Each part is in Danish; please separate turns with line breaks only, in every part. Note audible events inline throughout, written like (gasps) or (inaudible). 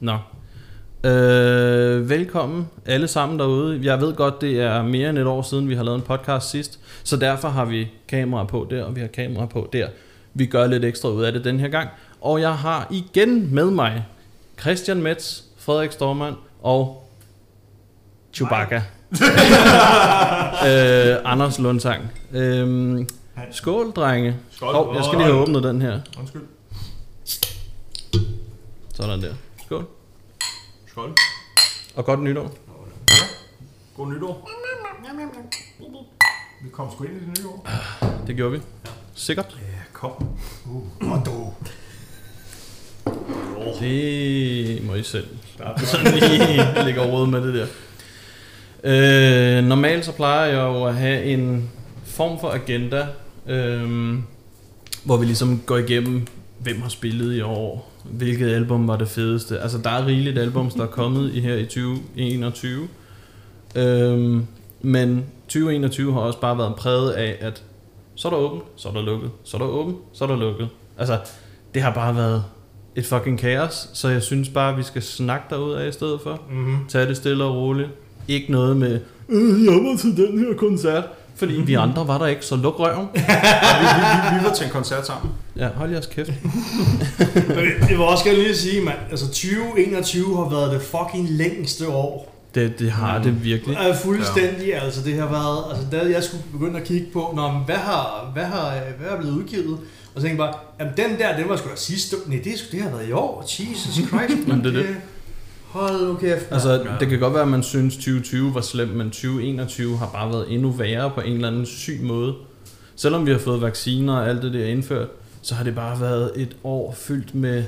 Nå. Øh, velkommen alle sammen derude. Jeg ved godt, det er mere end et år siden, vi har lavet en podcast sidst, så derfor har vi kameraer på der, og vi har kameraer på der. Vi gør lidt ekstra ud af det den her gang. Og jeg har igen med mig Christian Metz, Frederik Stormann og Chewbacca. (laughs) øh, Anders Lundsang. Øhm, skål, drenge.
Skål.
Hov, jeg skal lige have åbnet den her.
Undskyld.
Sådan der. Skål.
Skål.
Og godt nytår.
God nytår. Vi kom sgu ind i det nye år.
Det gjorde vi. Sikkert.
Ja, kom. Uh.
Oh. Det må I selv. Sådan lige (laughs) ligge og rode med det der. Øh, normalt så plejer jeg jo at have en form for agenda, øh, hvor vi ligesom går igennem, hvem har spillet i år, hvilket album var det fedeste. Altså der er rigeligt albums, der er kommet i her i 2021. Øh, men 2021 har også bare været præget af, at så er der åbent, så er der lukket, så er der åbent, så er der lukket. Altså, det har bare været et fucking kaos, så jeg synes bare, at vi skal snakke derud af i stedet for.
Mhm.
Mm-hmm.
Tag det stille og roligt. Ikke noget med, øh, jeg var til den her koncert, fordi vi andre var der ikke, så luk røven.
Vi, vi, vi, vi, var til en koncert sammen.
Ja, hold jeres kæft.
Men det- det var også gerne lige at sige, mand. Altså 2021 har været det fucking længste år.
Det, det har det virkelig.
Er fuldstændig, ja. altså det har været, altså da jeg skulle begynde at kigge på, Nå, men hvad har, hvad har, hvad er blevet udgivet? Og så tænkte jeg bare, jamen den der, den var sgu da sidste, nej det, er sgu- det har været i
(laughs)
år, Jesus Christ.
Jamen, det er det.
Hold nu kæft. Altså,
Altså, det kan godt være, at man synes, 2020 var slemt, men 2021 har bare været endnu værre på en eller anden syg måde. Selvom vi har fået vacciner og alt det der indført, så har det bare været et år fyldt med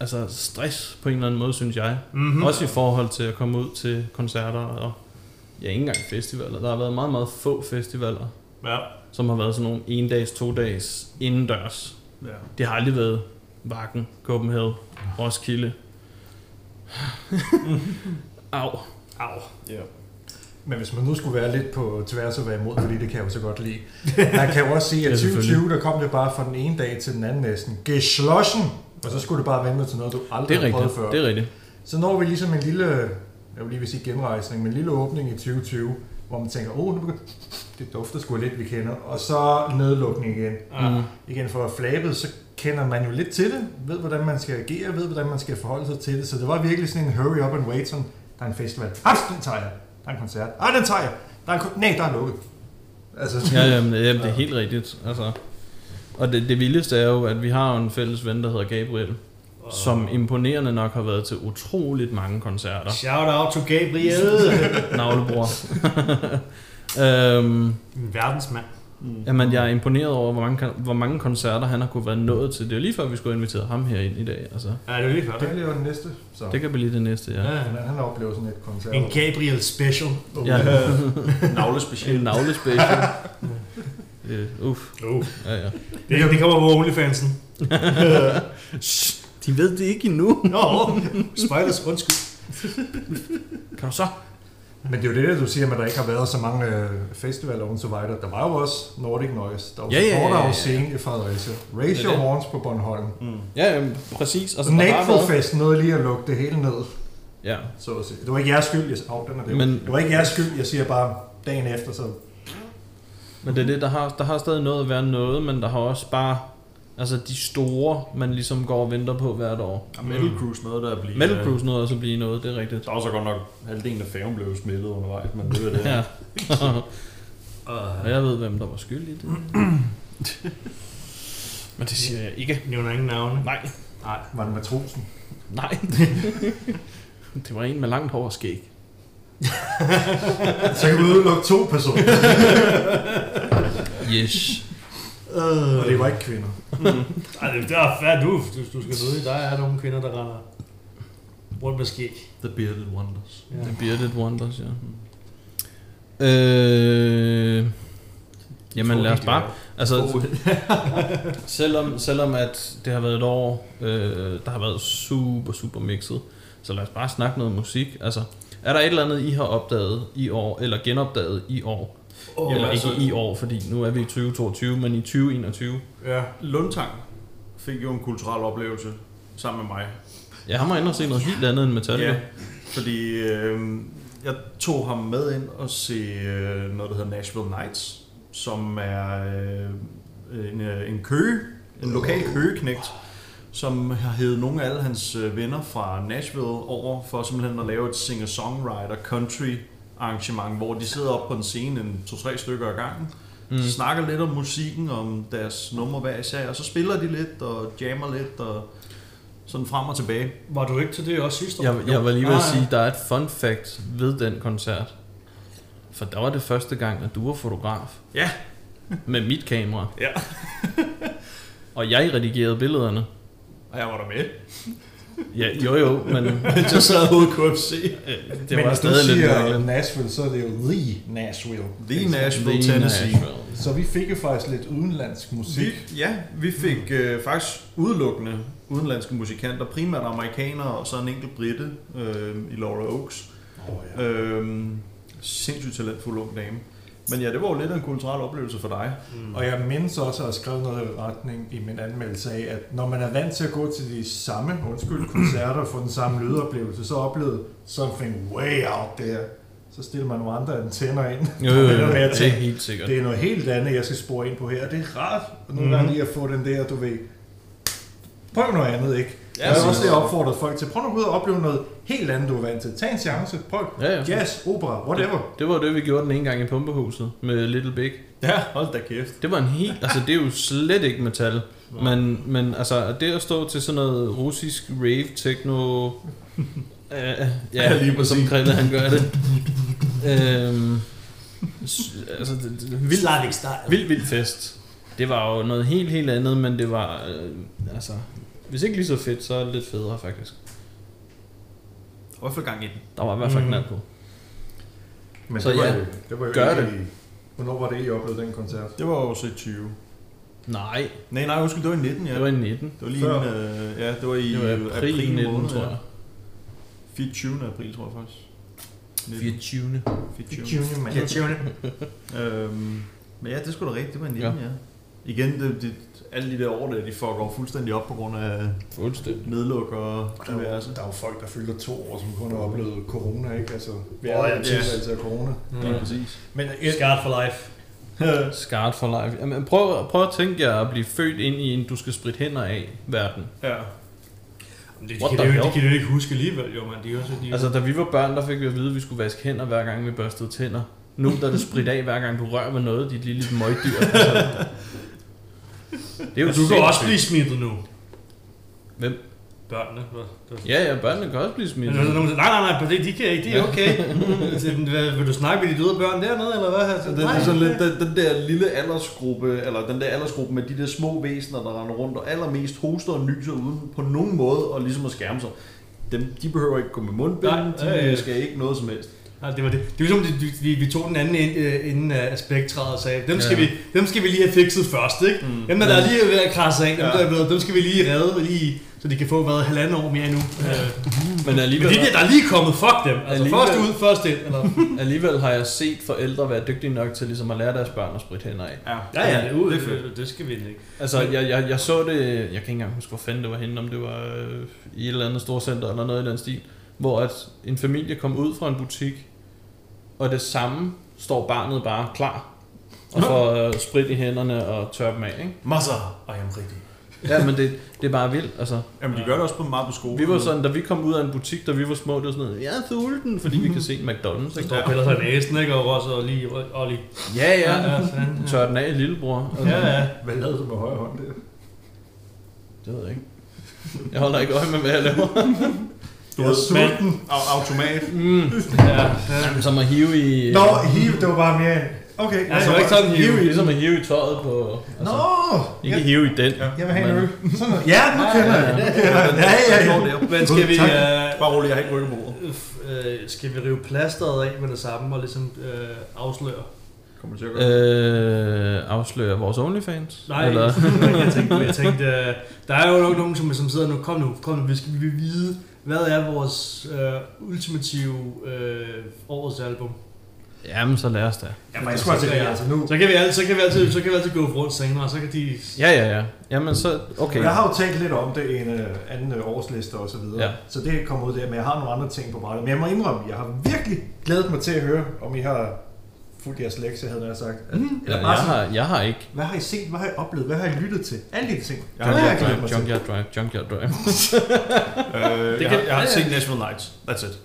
altså stress på en eller anden måde, synes jeg. Mm-hmm. Også i forhold til at komme ud til koncerter og ja, ikke engang festivaler. Der har været meget, meget få festivaler,
Ja.
som har været sådan nogle en-dags, to-dags indendørs.
ja.
Det har aldrig været Vakken, Copenhagen, (laughs) Roskilde. Au.
Au. Yeah. Men hvis man nu skulle være lidt på tværs og være imod, fordi det kan jeg jo så godt
(laughs)
lide. Man kan jo også sige,
Ja,
at
selvfølgelig.
2020, der kom det bare fra den ene dag til den anden næsten. Geschlossen! Og så skulle det bare vente til noget, du
Det
aldrig
er
har prøvet
rigtigt.
før.
Det er rigtigt.
Så når vi ligesom en lille, jeg vil lige vil sige genrejsning, men en lille åbning i 2020, hvor man tænker, åh, oh, nu begynder, det dufter sgu lidt, vi kender. Og så nedlukning igen.
Mm.
igen for flabet, så kender man jo lidt til det, ved hvordan man skal agere, ved hvordan man skal forholde sig til det. Så det var virkelig sådan en hurry up and wait, sådan, der er en festival. Haps, den tager jeg. Der er en koncert. Ej, den tager jeg. Der er en kon- Nej, der er lukket. (laughs) Altså,
Ja, jamen, jamen, det er helt rigtigt. Altså. Og det, det vildeste er jo, at vi har jo en fælles ven, der hedder Gabriel, som imponerende nok har været til utroligt mange koncerter.
Shout out to Gabriel.
Navlebror.
(laughs)
øhm,
En verdensmand.
jamen, jeg er imponeret over, hvor mange, kon- hvor mange koncerter han har kunne være nået til. Det er jo lige før, vi skulle have inviteret ham her ind i dag. Altså.
Ja, det er lige før.
det er jo den næste. Så
Det kan blive det næste, ja.
hvordan han oplever sådan et koncert.
En Gabriel special. Oh.
ja.
Navlespecial.
En (laughs) navlespecial. uh, uff.
Uh.
Ja, ja.
Det, det kommer på OnlyFansen.
(laughs) De ved det ikke endnu. (laughs)
Nå, spiders, undskyld.
Kan du så?
Men det er jo det, der, du siger, med, at der ikke har været så mange øh, festivaler oven til Vejder. Der var jo også Nordic Noise. Der var
Ja, ja, ja, ja, ja.
Fordrag Scene i Fredericia. Raise
Det er
Your
det.
Horns på Bornholm.
Mm.
Ja, jamen, præcis. Altså,
Altså,
der har været-
Nagelfest nåede lige at lukke det hele ned.
Ja,
så at sige. Det var ikke jeres skyld, jeg, oh, den er det.
Men-
Men, det var ikke jeres skyld, jeg siger bare dagen efter, så
Men det er det, der har, der har stadig noget at være noget, men der har også bare altså de store, man ligesom går og venter på hvert år.
Ja, Metal Cruise noget, der er blevet...
Metal Cruise nåede også at blive noget, det er rigtigt.
øh, Der var så godt nok halvdelen af færgen blev smittet undervejs, men det er det.
Ja. (laughs) og jeg ved, hvem der var skyld i det. (clears throat) men det siger jeg ikke.
Nævner ingen navne.
Nej,
Nej.
var det matrosen.
nej. (laughs) det var en med langt hår og skæg.
Så kan vi udelukke to
(laughs)
personer,
Yes.
Øh,
og det var ikke kvinder.
Ej, det er fair du, du, du skal vide, der er nogle kvinder, der render rundt med skæg.
The Bearded Wonders.
Ja.
The Bearded Wonders, ja. Hmm. Øh, jamen lad os bare Altså, selvom, selvom at det har været et år, øh, der har været super, super mixet, så lad os bare snakke noget musik. Altså, er der et eller andet, I har opdaget i år, eller genopdaget i år? Oh, eller altså, ikke i år, fordi nu er vi i 2022, men i 2021.
Ja.
Lundtang fik jo en kulturel oplevelse sammen med mig.
Ja, ham har inde og set noget helt andet end Metallica.
Ja, fordi øh, jeg tog ham med ind og se øh, noget, der hedder Nashville Nights, som er øh, en, øh, en køge, en lokal køgeknægt, som har hævet nogle af alle hans øh, venner fra Nashville over for simpelthen at lave et singer-songwriter country arrangement, hvor de sidder op på en scene en to-tre stykker ad gangen, mm. snakker lidt om musikken, om deres numre hver især, og så spiller de lidt og jammer lidt og sådan frem og tilbage.
Var du ikke til det også sidste år?
Jeg, jeg var lige ved at
Nej.
sige, der er et fun fact ved den koncert. For der var det første gang, at du var fotograf
Ja,
med mit kamera.
Ja.
og jeg redigerede billederne.
og jeg var der med.
Ja, jo jo, men
Jeg sad ude i KFC.
øh, det
Men
var
hvis du
stadig lidt
siger
mærkeligt.
Nashville, så er det jo The Nashville.
The Nashville,
The
Tennessee.
Nashville.
Så vi fik jo faktisk lidt udenlandsk musik.
Vi, ja, vi fik øh, faktisk udelukkende udenlandske musikanter, primært amerikanere og så en enkelt britte øh, i Laura Oaks.
Oh, ja.
Øh, sindssygt talentfuld ung dame. Men ja, det var jo lidt af en kulturel oplevelse for dig.
Mm.
Og jeg mindes også at have skrevet noget i retning i min anmeldelse af, at når man er vant til at gå til de samme, undskyld, koncerter og få den samme lydoplevelse, så oplevede something way out there. Så stiller man nogle andre antenner ind.
Jo, jo,
Det er
jo,
noget, jeg
det er
tænker.
helt sikkert.
Det er noget helt andet, jeg skal spore ind på her, og det er rart nogle mm-hmm. gange lige at få den der, du ved, prøv noget andet, ikke? Ja, jeg har
præcis.
også det opfordret folk til, prøv nu at gå ud og opleve noget helt andet, du er vant til. Tag en chance, prøv
Ja, ja.
jazz, opera, whatever.
Det var jo det, vi gjorde den ene gang i pumpehuset med Little Big.
Ja, hold da kæft.
Det var en helt, altså det er jo slet ikke metal, men, men altså det at stå til sådan noget russisk rave techno,
(laughs)
øh, ja,
Ja, lige præcis.
som Krille han gør
(laughs)
det. øhm, s- altså det, det, vild,
Slavic style.
vild, vild fest. Det var jo noget helt, helt andet, men det var, øh, altså, hvis ikke lige så fedt, så lidt federe faktisk.
Der var i hvert fald gang i den.
Der var i hvert fald
Mm.
knald på.
Men
Så
det var,
ja,
jo, det var jo
gør
ikke I, hvornår var det, I oplevede den koncert?
Det var også i 20.
Nej,
Nej, nej, undskyld, det var i 19, ja.
det var i 19.
det var lige
Før.
en, øh, ja, det var i
Det var april, april 19,
måned,
tror
ja.
jeg.
24. april, tror jeg faktisk. 19.
24.
24.
Junior Man.
Øhm, men ja, det skulle da rigtigt, det var i 19, ja. ja. Igen, det, det, alle de der år der, de fucker jo fuldstændig op på grund af
Fuldstændig.
nedluk og
Og Der er, jo,
diverse.
der er jo folk, der fylder to år, som kun har oplevet corona, ikke? Altså, vi
Åh,
er
ja,
jo en
det er-
tilværelse af corona.
Mm.
Ja, præcis.
Men
Scarred for life.
Scarred for life. Jamen, prøv, prøv at tænke jer at blive født ind i en, du skal spritte hænder af, verden.
Ja.
Jamen, Det, de,
What
kan
the
det, jo-
hell?
det kan det jo ikke huske alligevel, jo, man. De er jo så, de
Altså, da vi var børn, der fik vi at vide, at vi skulle vaske hænder, hver gang vi børstede tænder. Nu der er det spridt af, hver gang du rører ved noget, dit lille
(laughs)
møgdyr. Altså. Det er
Men Altså, du kan
sindssygt.
også blive smittet nu.
Hvem?
Børnene. Hvad? Det-
Ja, ja, børnene kan også blive
Men
smittet.
der er nogen, der siger, nej, nej, nej, på det, de kan ikke, det er
(laughs)
okay. Mm, så, hvad, vil du snakke med de døde børn dernede, eller hvad? Altså,
Så
Så,
det, det er sådan lidt den, den der lille aldersgruppe, eller den der aldersgruppe med de der små væsener, der render rundt og allermest hoster og nyser uden på nogen måde og ligesom at skærme sig. Dem, de behøver ikke gå med mundbind,
Nej,
de
ja, ja.
skal ikke noget som helst.
Nej, det var det. Det var ligesom, det- vi, vi tog den anden ind, øh, inden af spektret og sagde, dem skal,
Ja.
vi, dem skal vi lige have fikset først, ikke? Mm. Dem, der, der er lige ved at krasse af, dem,
Ja.
der er blevet, dem skal vi lige redde, lige, så de kan få været halvandet år mere endnu. Øh,
Men
Men
alligevel,
de der, der er lige kommet, fuck dem. Altså,
Alligevel-
først ud, først ind. Eller,
alligevel har jeg set forældre være dygtige nok til ligesom at lære deres børn at spritte hænder af.
Ja,
ud,
det er fedt.
det skal vi ikke.
Altså, jeg, jeg, jeg så det, jeg kan ikke engang huske, hvor fanden det var henne, om det var øh, i et eller andet storcenter eller noget i den stil, hvor at en familie kom ud fra en butik, og det samme står barnet bare klar, og får øh, sprit i hænderne og tør dem af, ikke?
Masser, og jamen rigtig.
Ja, men det, det er bare vildt, altså.
Jamen, de gør det også på meget på skolen.
Vi var sådan, da vi kom ud af en butik, da vi var små, det var sådan noget, jeg er sulten, fordi vi kan se en McDonald's,
Står
ikke?
og piller sig i næsen, ikke? Og også og lige, og lige.
Ja, ja,
ja, sådan.
tør den af, lillebror. Altså,
ja, ja.
hvad lavede du med højre hånd der?
Det ved jeg ikke. Jeg holder ikke øje med, hvad jeg laver.
Du
Jeg
ved,
er sulten.
au- automat.
Mm,
ja.
jamen, som at hive i...
Nå, hiv, det var bare mere en... Okay.
Ja, det var ikke sådan,
hive i,
hive.
ligesom at hive i tøjet på...
Nå,
Altså, ikke
jeg,
hive i den.
jeg vil have en
men-
øl. Sådan noget. Ja, nu kender jeg det. Nu kender jeg det. Ja, ja, ja.
Men skal vi,
Tak.
øh,
Bare rolig, jeg har ikke rykket på bordet.
øh, skal vi rive plasteret af med det samme og ligesom øh, afsløre?
Kommer det til at gøre.
Øh, afslører vores OnlyFans?
Nej,
Eller?
(laughs) jeg tænkte, jeg tænkte øh, der er jo nok nogen, som, som sidder nu, kom nu, kom nu, vi skal vi vil vide, hvad er vores øh, ultimative øh, årets album?
Jamen, så lad os da.
Ja, men jeg skulle altså, altså nu...
Så kan vi altid, så kan vi altid, så kan vi altid gå rundt senere, og så kan de...
Ja, ja, ja. Jamen, så... Okay.
Jeg har jo talt lidt om det i en øh, anden øh, årsliste og så videre,
Ja.
ja. så det kommer ud der, men jeg har nogle andre ting på brættet. Men jeg må indrømme, jeg har virkelig glædet mig til at høre, om I har fulgt jeres lektie, havde jeg nær sagt. Mm.
Ja,
Eller
Mhm. jeg,
bare sådan,
har, jeg har ikke.
hvad har I set, hvad har I oplevet, hvad har I lyttet til? Alle de ting.
Jeg
Det
har
har
Junkyard
jeg glædet
Drive,
mig til.
Junkyard Drive, Junkyard Drive.
Øh,
kan-
jeg, har, jeg har
ja,
set
ja.
National Nights. That's it.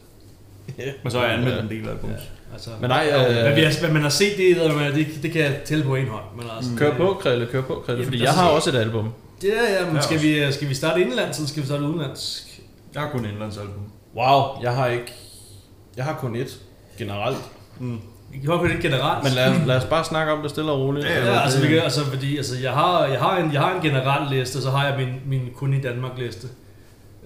Ja.
Men så har jeg anmeldt
Ja.
en del af albums.
Altså,
Men nej,
øh, men, vi
øh,
har, men man har set det, det, det, det kan jeg tælle på en hånd. Men altså,
Mm. Øh, kør på, Krille, kør på, Krille.
Jamen,
Fordi
der
jeg
skal-
har også et album.
Ja, ja,
Ja,
men skal vi, øh, skal vi starte indlands, eller skal vi starte udenlands?
Jeg har kun indlandsalbum.
Wow, jeg har ikke... Jeg har kun ét generelt.
Mm.
Vi har kun det generelt.
Men lad, lad os bare snakke om det stille og roligt.
Altså. Ja,
Ja, altså, vi kan, altså fordi altså, jeg, har, jeg, har en, jeg har en generel liste, og så har jeg min, min kun i Danmark liste.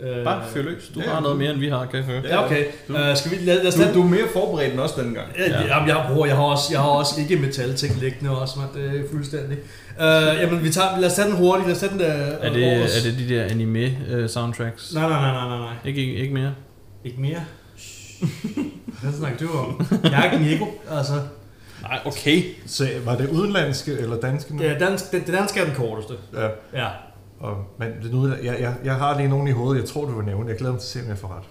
Øh,
Bare fyr løs. Du
Ja.
har noget mere, end vi har, kan jeg høre.
Ja, okay.
Du-
Øh, skal vi lad, lad os tage
Du, du er mere forberedt end os dengang.
Ja, ja. Jamen, jeg, har, bror, jeg, har også, jeg har også ikke metalting liggende også, man. Det er fuldstændig. Øh, jamen, vi tager, lad os tage den hurtigt. Lad os tage den der...
Er det, er det de der anime-soundtracks?
Nej, nej, nej, nej, nej, nej.
Ikke, ikke ikke mere?
Ikke mere. Hvad snakker du om? Jeg er ikke Nico. Altså,
Nej, okay.
Så var det udenlandske eller danske nu?
det, er dansk, det, det danske er den korteste.
Ja.
Ja.
Og, men det nu, jeg, jeg, jeg har lige nogen i hovedet, jeg tror, du vil nævne. Jeg glæder mig til at se, om jeg får ret.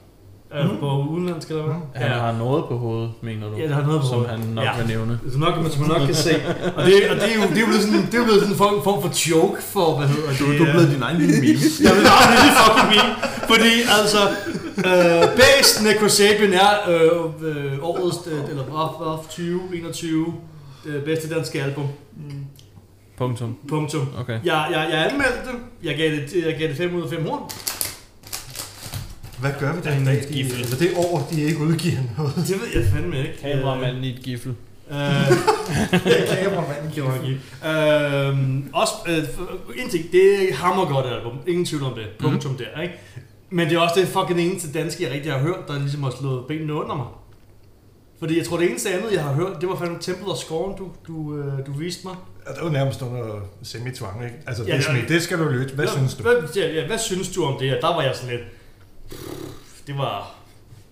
Er du på udenlandsk eller hvad?
Han har noget på hovedet, mener du?
Ja, der har noget på
Som
hovedet.
han nok
Ja.
vil nævne.
Som, nok, som man nok kan se. Og det, og det, er, jo, det er jo blevet sådan, det er jo blevet sådan en form, form for joke for, hvad hedder det?
Du, du er blevet din egen lille meme. (laughs)
Jeg ved bare, det er fucking meme. Fordi altså, øh, Bæsten af Korsabien er øh, øh, årets, øh, eller hvad, hvad, 2021, øh, bedste danske album.
Mm.
Punktum.
Punktum.
Okay.
Jeg, jeg, jeg anmeldte det. Jeg gav det, jeg gav det 5 ud af 5 horn.
Hvad gør vi der i dag? De,
gift.
eller det år, de ikke udgiver noget.
Det ved jeg fandme ikke.
Kameramanden i et giffel.
Øh,
Kameramanden
Det var ikke. Øhm, også, øh, en ting, det er hammer godt album. Ingen tvivl om det.
Mhm.
Punktum mm. der, ikke? Men det er også det fucking eneste danske, jeg rigtig har hørt, der ligesom har slået benene under mig. Fordi jeg tror, det eneste andet, jeg har hørt, det var fandme Templet og Skoven, du, du, øh, du viste mig.
Ja, det var nærmest under semi-tvang, ikke? Altså,
Ja,
ja, det,
ja.
ja. det skal du lytte. Hvad ja, synes du?
Hvad, ja, ja, hvad synes du om det her? Der var jeg sådan lidt... pff, Det var...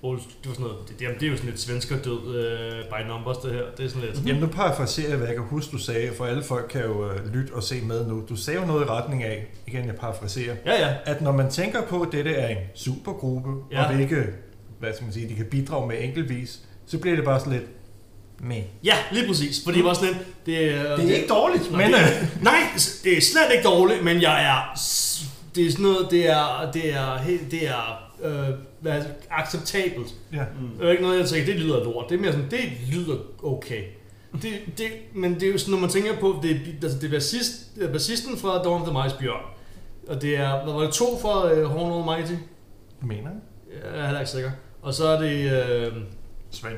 Ole, Det, var sådan noget, det, jamen, det er jo sådan lidt svensker død øh, by numbers, det her. Det er sådan lidt...
Jamen, nu parafraserer jeg, hvad jeg kan huske, du sagde, for alle folk kan jo øh, lytte og se med nu. Du sagde jo noget i retning af, igen, jeg parafraserer,
Ja, ja.
at når man tænker på, at dette er en supergruppe,
Ja.
ja. og hvilke, hvad skal man sige, de kan bidrage med enkeltvis, så bliver det bare sådan lidt, meh.
Ja, lige præcis. Fordi det var sådan lidt... Det, øh,
Det er ikke dårligt,
Nå,
men...
det,
øh,
nej, det er slet ikke dårligt, men jeg er... s- Det er sådan noget, det er, det er, helt- det er øh, hvad, acceptabelt.
øh, Ja.
Det er ikke noget, jeg tænker, det lyder lort. Det er mere sådan, det lyder okay. Det, det, men det er jo sådan, når man tænker på, det er, altså, det er bassist, det er bassisten fra Dawn of the Mice Bjørn. Og det er, hvad var det, to fra øh, Horn Almighty?
Mener jeg?
Jeg er heller ikke sikker. Og så er det øh,
Svend.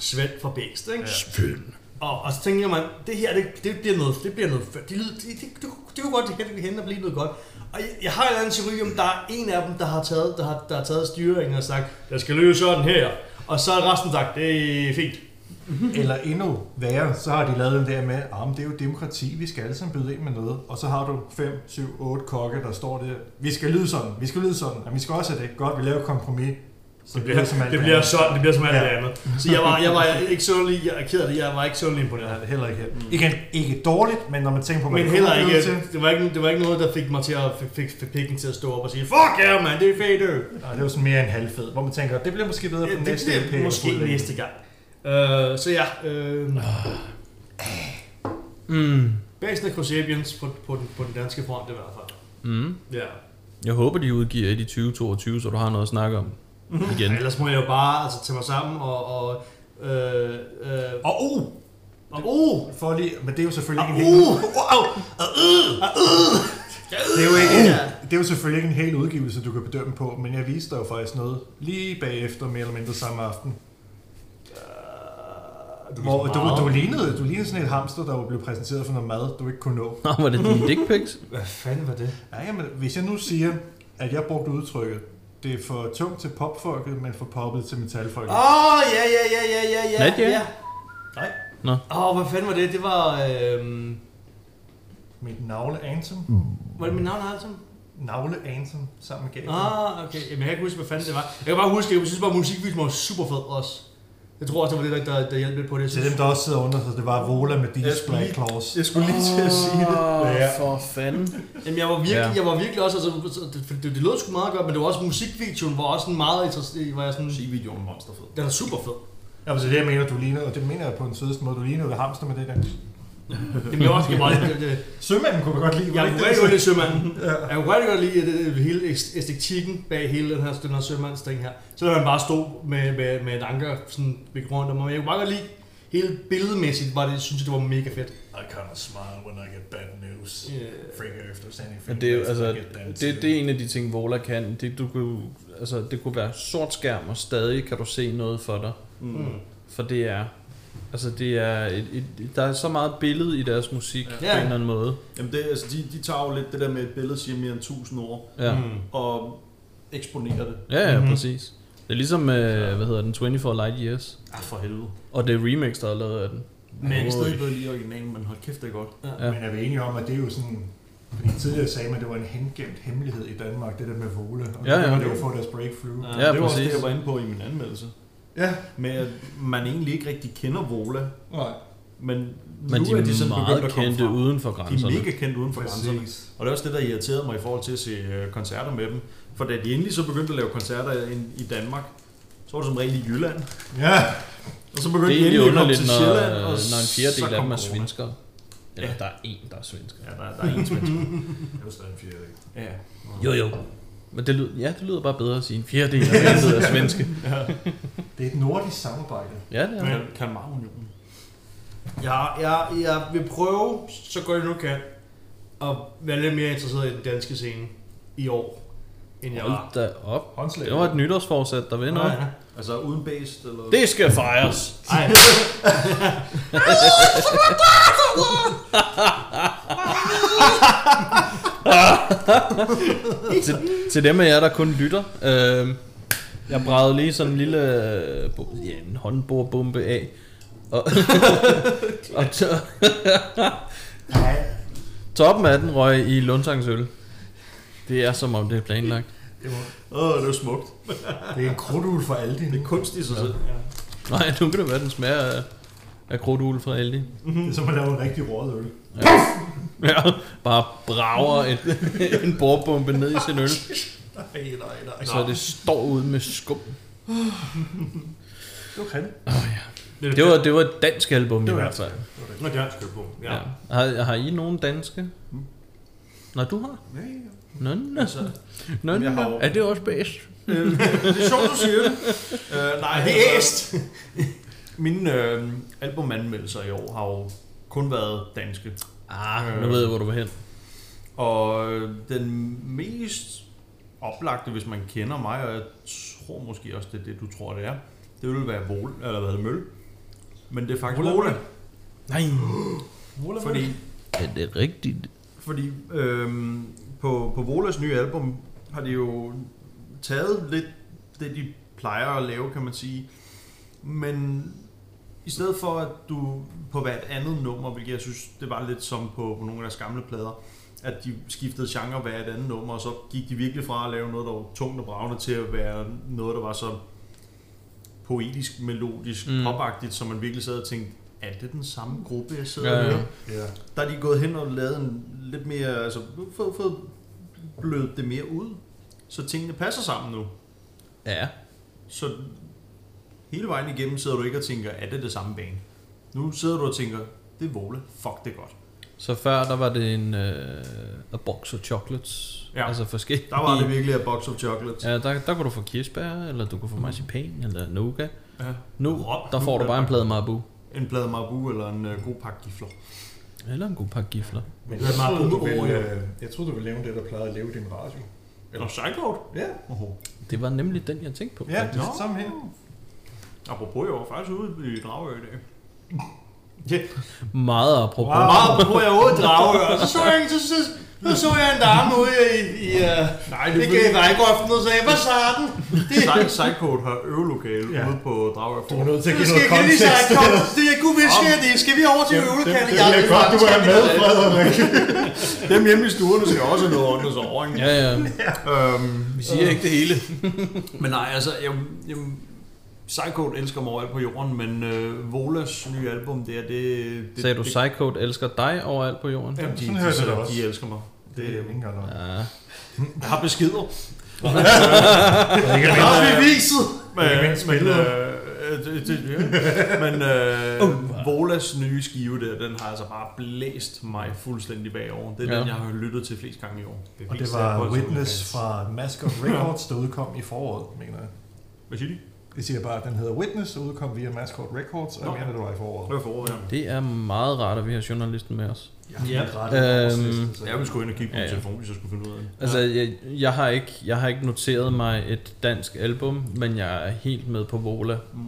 Svend fra Bæst, ikke?
Ja.
Og, og så tænker man, det her, det, det bliver noget, det bliver noget før. Det, lyder- det, det, det, kunne- det kunne godt hen, hen og blive noget godt. Og jeg, jeg har en anden teori om, der er en af dem, der har taget, der har, der har taget styringen og sagt, jeg skal løse sådan her. Og så har resten sagt, det er fint.
(laughs) Eller endnu værre, så har de lavet den der med, at ah, men det er jo demokrati, vi skal alle sammen byde ind med noget. Og så har du 5, 7, 8 kokke, der står der, vi skal lyde sådan, vi skal lyde sådan, og vi skal også have det. Godt, vi laver et kompromis. Så
Det bliver, det
det
bliver
andet.
sådan, det bliver som alt
Ja.
det andet. Så jeg var, jeg var ikke sundelig, jeg er ked af det, jeg var ikke sundelig imponeret.
Ja, heller ikke. Mm. Igen, ikke dårligt, men når man tænker på, hvad
Men
det
heller
kunne
ikke,
blive til-
det var ikke, det var ikke noget, der fik mig til at, fik, fik, fik pikken til at stå op og sige, fuck ja, yeah, mand, det er fedt, ø."
Nej, det var sådan mere en halvfed, hvor man tænker, det bliver måske bedre på
det
næste
bliver
LP eller
måske
fuldt
næste gang. Øh, så ja, øh, Ah.
Mm.
Basen af Crusabians på, på, den, på den danske front i hvert fald.
Mm.
Ja.
Jeg håber, de udgiver et i 2022, så du har noget at snakke om igen.
Men ellers må jeg jo bare altså, tage mig sammen og... og øh, øh,
Og uh,
og uh,
for lige, men det er jo selvfølgelig
og
ikke en hel,
uh, wow, og øh, og øh.
det er jo ikke,
Ja.
det er jo selvfølgelig ikke en hel udgivelse, du kan bedømme på, men jeg viste dig jo faktisk noget lige bagefter, mere eller mindre samme aften.
Du
Hvor,
viser meget.
du, du, lignede, du lignede sådan et hamster, der var blevet præsenteret for noget mad, du ikke kunne nå.
Nå, var det dine dick pics?
Hvad fanden var det?
Ja, jamen, hvis jeg nu siger, at jeg brugte udtrykket, det er for tungt til popfolket, men for poppet til metalfolket. Ah.
Åh, oh, ja, ja, ja, ja, ja, ja.
Nadia?
ja.
Nej,
Åh, oh, hvad fanden var det? Det var... Øh,
mit navle Anthem.
var det mit navn, Halsom?
Navle Anthem sammen med Gabriel.
Ah, okay. Jamen, jeg kan ikke huske, hvad fanden det var. Jeg kan bare huske, jeg synes bare, at musikvideoen var super fed også. Jeg tror også, det var det, der, der, der hjalp lidt på det. Jeg
Til
synes-
dem, der også sidder under sig, det var Vola med
Jeg
Deep
skulle
Black
lige-
Claws.
Jeg skulle lige til at sige det.
Åh, for fanden.
Jamen, jeg var virkelig,
Ja.
ja. jeg var virkelig også, altså, så- det, for det, det lød sgu meget godt, men det var også musikvideoen, var også sådan meget interessant, var jeg sådan,
Musikvideoen er monsterfed.
den er super fed.
Ja, men så det, jeg mener, du ligner, og det mener jeg på den sødeste måde, du ligner ved hamster med det der.
Jamen, jeg var også jeg var, jeg, jeg,
Sømanden kunne vi godt lide. var
jeg
det
kunne
ikke det?
rigtig godt lide sømanden. Jeg kunne rigtig godt lide øh, det, det, hele æst- æstetikken bag hele den her, den her sømandsting her. Så man bare stod med, med, med et anker sådan ved rundt om, og jeg kunne bare godt lide, hele billedmæssigt var det, synes jeg, det var mega fedt.
I kind of smile when I get bad news. Finger after standing
Men det er jo, altså, det, det er en af de ting, Vola kan. Det, du kunne, altså, det kunne være sort skærm, og stadig kan du se noget for dig.
Mm.
For det er... Altså, det er et, et, der er så meget billede i deres musik, ja. på en
Ja.
eller anden måde.
Jamen det, altså, de, de tager jo lidt det der med et billede, siger mere end 1000 ord,
Ja,
Mm.
og eksponerer det.
ja, ja
Mhm.
mm-hmm. præcis. Det er ligesom, øh, hvad hedder den, 24 Light Years.
Ah, for helvede.
Og det er remix, der er lavet af den.
Men jeg er
Oj.
stadig bedre lige originalen, men hold kæft, det er godt.
Ja.
Men er vi enige om, at det er jo sådan... Fordi tidligere sagde man, at det var en hengemt hemmelighed i Danmark, det der med Vola. Og
Ja,
ja,
ja.
ja. det jo få deres breakthrough.
Ja.
Ja,
Ja,
det var også
præcis.
det, jeg var inde på i min anmeldelse.
Ja.
Med at man egentlig ikke rigtig kender Vola,
Nej.
men,
Men
nu
de er
er de sådan begyndt
meget
at komme
kendte
frem.
uden for
De er
grænserne.
mega kendt uden for grænserne.
Præcis.
Og det er også det, der irriterede mig i forhold til at se øh, koncerter med dem. For da de endelig så begyndte at lave koncerter ind i Danmark, så var det som regel i Jylland.
Ja.
Og så
Det
begyndte
er
de
egentlig
endelig at komme
underligt,
til
når, øh,
Sjælland, og
når en
så
fjerdedel af
kom
dem er
corona.
svenskere. Eller
Ja.
der er en, der er svensker.
Ja, der, der er en
(laughs)
svensker.
Det var stadig en fjerdedel.
Ja.
Jo, jo. Men det lyder, ja, det lyder bare bedre at sige en fjerdedel af dem er
(laughs)
svenske.
Det er et nordisk samarbejde.
Ja, det er det.
Men Kalmarunionen.
Ja, jeg, jeg vil prøve, så godt jeg nu kan, at være lidt mere interesseret i den danske scene i år, end jeg var.
Hold da op.
Håndslag.
Det var et nytårsforsæt, der ved noget.
Nej, nej.
Altså uden based eller...
Det skal fejres.
Ej.
(laughs) til, til dem af jer, der kun lytter. Øh, jeg bragede lige sådan en lille øh, bo- ja, en håndbordbombe af. Og, og t- toppen af den røg i Lundsangs øl. Det er som om det er planlagt.
Åh, det er smukt.
Det er en krudtul for Aldi.
Det er kunst i sig selv.
Nej, nu kan det være, den smager af, af krudtugle fra Aldi.
Mhm.
Det er som at lave en rigtig råd øl.
Ja, bare brager en, en (laughs) bordbombe ned i sin øl,
Nej, nej, nej.
så det står ud med skum.
Okay.
Det var, det var et dansk album i
var
hvert fald.
Nå, det er en på. Ja.
Ja. Har, har I nogen danske? Nå, du har?
Mm. Ja,
Nå,
ja.
nå.
Altså,
Nå,
jeg har
nå.
jo-
Er det også bedst?
Øh, det er sjovt, du siger det. Øh, nej,
Det er
(laughs)
æst.
Mine øh, albumanmeldelser i år har jo kun været danske.
Ah,
Øh.
nu ved jeg, hvor du vil hen.
Og øh, den mest oplagte, hvis man kender mig, og jeg tror måske også, det er det, du tror, det er, det vil være Vol, eller hvad det Møl. Men det er faktisk Vola,
Nej.
(gasps) fordi,
Er det rigtigt?
fordi øh, på, på Volas nye album har de jo taget lidt det, de plejer at lave, kan man sige. Men i stedet for, at du på hvert andet nummer, hvilket jeg synes, det var lidt som på, på nogle af deres gamle plader, at de skiftede genre hver et andet nummer, og så gik de virkelig fra at lave noget, der var tungt og bravende, til at være noget, der var så poetisk, melodisk,
Mm.
mm. popagtigt, så man virkelig sad og tænkte, er det den samme gruppe, jeg sidder
Ja,
ja,
ja.
ja. med?
Ja.
Der er de gået hen og lavet en lidt mere, altså fået, fået blødt det mere ud, så tingene passer sammen nu.
Ja.
Så hele vejen igennem sidder du ikke og tænker, er det det samme bane? Nu sidder du og tænker, det er Vole, fuck det er godt.
Så før, der var det en uh, a box of chocolates.
Ja.
Altså forskellige.
Der var det virkelig a box of chocolates.
Ja, der, der kunne du få kirsebær, eller du kunne få marcipan, eller nougat.
Ja.
Nu,
Rop,
der får
nougat.
du bare en plade marabu.
En plade marabu eller en øh, god pakke gifler.
Eller en god pakke gifler.
Men
Det er
jeg,
meget
troede, du
gode
ville,
ord,
øh, jeg troede, du ville lave det, der plejede at leve i din radio.
Eller Psychote.
Ja,
Oho.
Det var nemlig den, jeg tænkte på.
ja
faktisk.
det er sammen her.
Apropos, jeg var faktisk ude i Dragø i dag.
Meget apropos.
Wow.
Ah,
Meget på jeg ude drage, og så så jeg, så, så, så, så jeg en dame ude i, i uh,
Nej,
det gav vejgrøften og sagde, hvad sagde den?
Psychote har øvelokale
Ja.
ja. ude på Dragø.
Du er nødt til at
Det
give
skal
noget
jeg lige
kontekst.
sige, kom, det jeg kunne vil sker det. Skal vi over til øvelokalet?
Det er godt, du er (laughs) med, Frederik.
Dem hjemme i stuerne skal også have noget åndes over. ikke?
Ja, ja.
Øhm,
Vi siger ikke det hele.
Men nej, altså, jeg, jeg Psycode elsker mig overalt på jorden, men øh, Volas nye album, det er det... det
Sagde du,
det,
Psychode elsker dig overalt på jorden?
Jamen,
de,
sådan
de,
hørte jeg det
de,
også.
de elsker mig.
Det er jo ikke engang noget.
Ja.
Jeg har beskeder.
(laughs) Ikke
Jeg
mindre-
har beviset! Men,
Ikke mindst
men,
billeder.
øh, det, det, ja. men øh, Volas nye skive der, den har altså bare blæst mig fuldstændig bagover. Det er
Ja.
den, jeg har lyttet til flest gange i år.
Og det var Witness fra Mask of Records, der udkom i foråret, mener jeg.
Hvad siger de?
Det siger bare, at den hedder Witness, og udkom via Mask of Records, og jeg
Nå.
mener, det var i
Det
foråret.
var foråret, ja.
Det er meget rart, at vi har journalisten med os.
Jeg har
Ja.
helt ret i vores
Øhm,
liste, så-
Jeg ville sgu ind og kigge på
Ja,
min
ja.
telefon, hvis jeg skulle finde ud af det.
Altså, jeg, jeg, har ikke, jeg har ikke noteret mig et dansk album, men jeg er helt med på Vola.
Mm.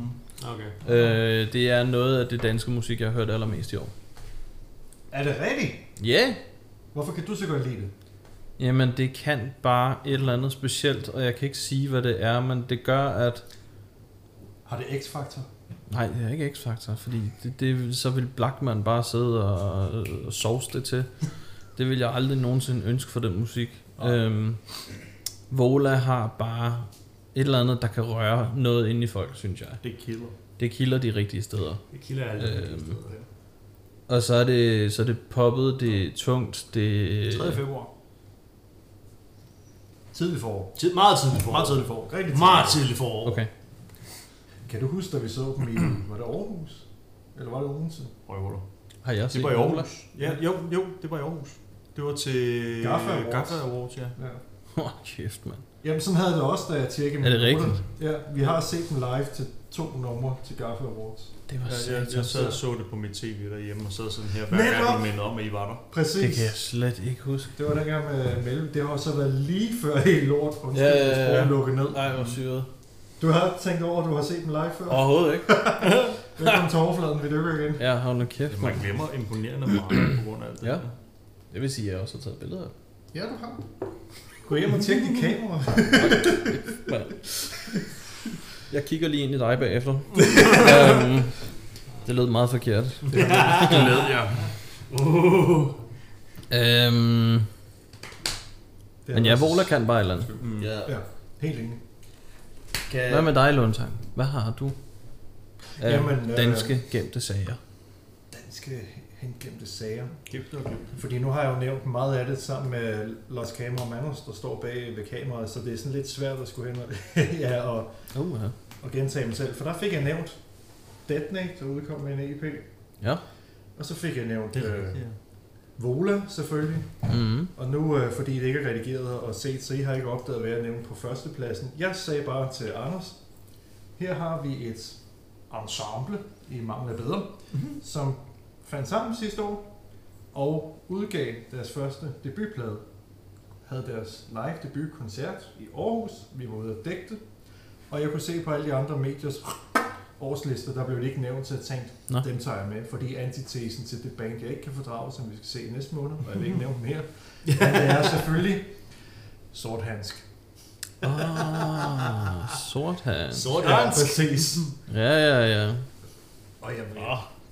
Okay.
Øh, det er noget af det danske musik, jeg har hørt allermest i år.
Er det rigtigt?
Ja! Yeah.
Hvorfor kan du så godt lide det?
Jamen, det kan bare et eller andet specielt, og jeg kan ikke sige, hvad det er, men det gør, at...
Har det X-faktor?
Nej, det er ikke X-Factor, fordi det, det, så vil Blackman bare sidde og, og sovse det til. Det vil jeg aldrig nogensinde ønske for den musik.
Nej.
Øhm, Vola har bare et eller andet, der kan røre noget inde i folk, synes jeg.
Det kilder.
Det kilder de rigtige steder.
Det kilder alle.
Øhm. Og så er det, så er det poppet, det er tungt, det er...
3. februar.
Tidlig forår.
Tid, meget tidligt forår.
Meget tidligt forår.
Rigtig
Meget tidligt forår. (laughs)
Okay.
Kan du huske, da vi så dem i, (clears throat) var det Aarhus? Eller var det Odense?
Røvhuller.
Har jeg set
Det var i
Vola?
Aarhus. Ja, jo, jo, det var i Aarhus. Det var til
Gaffa Awards.
Gaffa Awards, ja.
Ja.
Åh, kæft, mand.
Jamen, sådan havde jeg det også, da jeg tjekkede
Er det
min
rigtigt?
computer. Ja, vi har set dem live til to numre til Gaffa Awards.
Det var
Jeg,
ja,
jeg, jeg sad og så det på mit tv derhjemme og sad sådan her, hver gang
Netop!
du mindede om, at I var der.
Præcis.
Det kan jeg slet ikke huske.
Det var dengang med Mellem. Det har så været lige før helt lort, undskyld,
Ja,
ja,
ja, ja.
ja, ja. lukket ned.
Nej, hvor syret.
Du har tænkt over, at du har set dem live før. Oh.
Overhovedet ikke.
Velkommen til overfladen, vi dykker igen.
Ja, hold nu kæft,
Man
mand.
glemmer imponerende meget på grund af alt det.
Ja.
der.
Det vil sige, at jeg også har taget billeder. af
Ja, du har. Gå hjem og tjek dit kamera.
det, mand. (laughs) Jeg kigger lige ind i dig
(laughs)
bagefter. um, det lød meget forkert.
Det led jeg.
Um,
Det er
(laughs) men ja,
også-
Vola kan bare et eller andet.
Mm.
Ja.
Ja, helt enig.
Kan,
Hvad med dig, Lundtang? Hvad har du af
Jamen, øh,
danske gemte sager?
Danske hengemte sager.
Kæft, det var kæft.
Fordi nu har jeg jo nævnt meget af det sammen med Los Camera Manos, der står bag ved kameraet, så det er sådan lidt svært at skulle hen og, (laughs) ja, og
Uh, ja.
og gentage mig selv. For der fik jeg nævnt Detonate, der udkom med en EP.
Ja.
Og så fik jeg nævnt
Det er
øh,
rigtigt, ja.
Vola selvfølgelig.
Mm-hmm.
Og nu, øh, fordi det ikke er redigeret og set, så I har ikke opdaget, hvad jeg nævnte på førstepladsen. Jeg sagde bare til Anders, her har vi et ensemble i mangel af bedre, mm-hmm. som fandt sammen sidste år og udgav deres første debutplade. Havde deres live debutkoncert i Aarhus. Vi var ude at dække det. Og jeg kunne se på alle de andre mediers årslister, der blev det ikke nævnt, så jeg tænkte,
Nå.
dem tager jeg med, fordi antitesen til det band, jeg ikke kan fordrage, som vi skal se i næste måned, og jeg vil ikke nævne dem her, men det er selvfølgelig Sort Handsk.
Ah, sort Mhm. hand.
Sådan.
præcis.
Ja, ja, ja.
Og jeg vil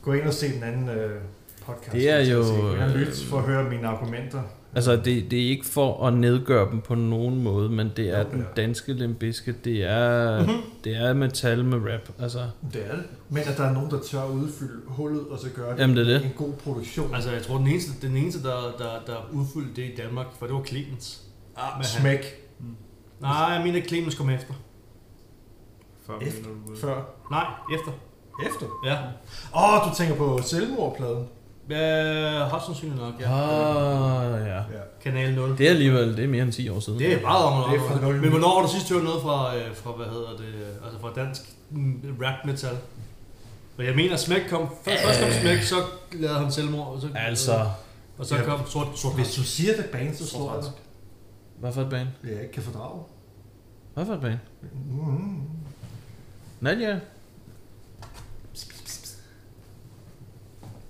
gå ind og se den anden øh, podcast.
Det er jo,
Jeg
øh,
lytte for at høre mine argumenter.
Altså, det, det er ikke for at nedgøre dem på nogen måde, men det er
Jo, det
den
er.
danske limbiske, det er, det er metal med rap. Altså,
Det er det. Men at der er nogen, der tør udfylde hullet, og så gøre det,
Jamen, det er det.
en god produktion.
Altså, jeg tror, den eneste, den eneste der, der, der udfyldte det i Danmark, for det var Clemens.
Ah,
men han-
smæk
Nej, jeg mener, Clemens kom efter.
Før
F-
mener du det.
før.
Nej, efter.
Efter.
Ja.
Åh, oh, du tænker på selvmordpladen.
Øh, højst sandsynligt nok, ja.
ah, ja.
Ja.
Kanal 0.
Det er alligevel det er mere end 10 år siden.
Det er meget om og
Det er fra nul.
Men hvornår har du sidst hørt noget fra, øh, fra hvad hedder det, øh, altså fra dansk mm, rap metal? Og jeg mener, Smæk kom, først, først kom Smæk, så lavede han selvmord, og så,
Altså,
og så
Ja.
kom Sort, sort
Hvis du siger det band, så slår jeg dig.
hvad for et band?
Det jeg ikke kan fordrage.
Hvad for et band?
Mm-hmm.
Nadia?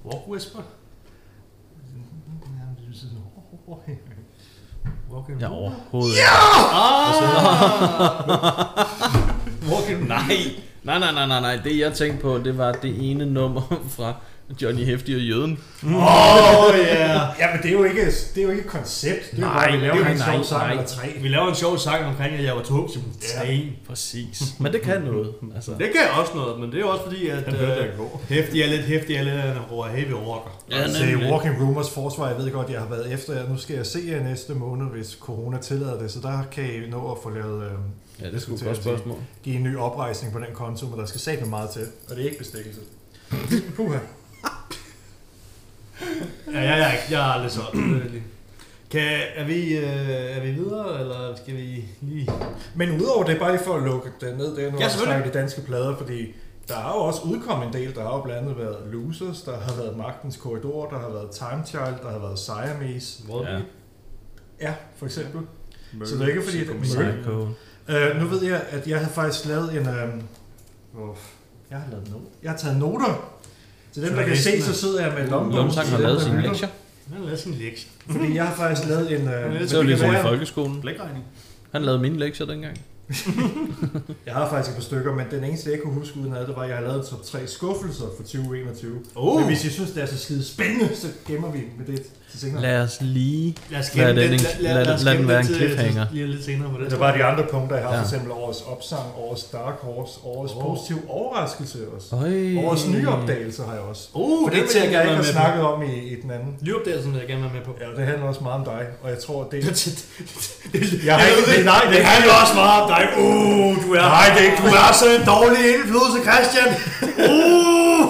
Walk Whisper? Walk and
Ja,
Roll?
overhovedet ja!
Walk and
Nej, nej, nej, nej, nej, nej. Det jeg tænkte på, det var det ene nummer (laughs) fra Johnny Hefti og Jøden.
Åh, ja.
Ja, men det er jo ikke, det er jo ikke et koncept. Det er jo
Nej,
bare, vi
det
laver
er jo
en
nej,
sjov sang
nej.
eller tre.
Vi laver en sjov sang omkring, at jeg var tog som
Ja.
sten.
Præcis. Men det kan noget. Altså.
Det kan også noget, men det er jo også fordi, at øh, hæftig er lidt hæftig er lidt af en roer heavy rocker.
Ja,
Se, Walking Rumors forsvar, jeg ved godt, jeg har været efter jer. Nu skal jeg se jer næste måned, hvis corona tillader det, så der kan I nå at få lavet, øh,
ja, det skulle et godt spørgsmål.
give en ny oprejsning på den konto, men der skal satme meget til. Og det er ikke bestikkelse. Puha.
Ja, jeg, jeg, jeg er aldrig solgt. det er lige. Kan, er, vi, øh, er vi videre, eller skal vi lige...
Men udover det, bare lige for at lukke det ned, det er nu
Ja,
ja,
selvfølgelig.
snakker de danske plader, fordi der har jo også udkommet en del. Der har jo blandt andet været Losers, der har været Magtens Korridor, der har været Time Child, der har været Siamese.
Ja.
Ja, for eksempel. Så det er ikke fordi, at-
Psycho.
Øh, nu ved jeg, at jeg havde faktisk lavet en... Øh, hvor f- jeg har lavet noter. Jeg har taget noter. Til dem, der kan se, så sidder jeg med lommebog.
Lomsang
til
har
dem,
lavet
der
sine
lytter.
lektier.
Han har lavet sin lektie.
(laughs) Fordi jeg har faktisk lavet en... Øh,
Det
Det var
kan
ligesom i
være-
folkeskolen.
Blækregning.
Han lavede mine lektier dengang.
jeg har faktisk et par stykker, men den eneste, jeg kunne huske uden ad, det var, at jeg har lavet en top 3 skuffelser for 2021.
Oh,
Men hvis I synes, det er så skide spændende, så gemmer vi med det til senere.
Lad os lige...
lad os
Lad
gemme
den
den,
ikke- lad- lad den
gemme
være en
til- øh,
cliffhanger.
til- Lige lidt senere på det.
Det er bare de andre punkter, jeg har.
Ja.
For eksempel årets opsang, årets dark horse, årets
Åh.
oh. positiv overraskelse også.
Øj.
Årets nye opdagelse har jeg også.
Uh,
For det
vil
ting, jeg ikke
være
har
med
snakket om i, i den anden.
på. Nyopdagelsen vil jeg gerne være med på.
Ja, det handler også meget om dig, og jeg tror, det
Det,
er...
det, det, det,
Jeg har
(laughs)
ikke-
det,
nej, det-
det handler også meget om dig. Uh, du er,
Nej, det er ikke-
du er så en dårlig indflydelse, Christian. Uh,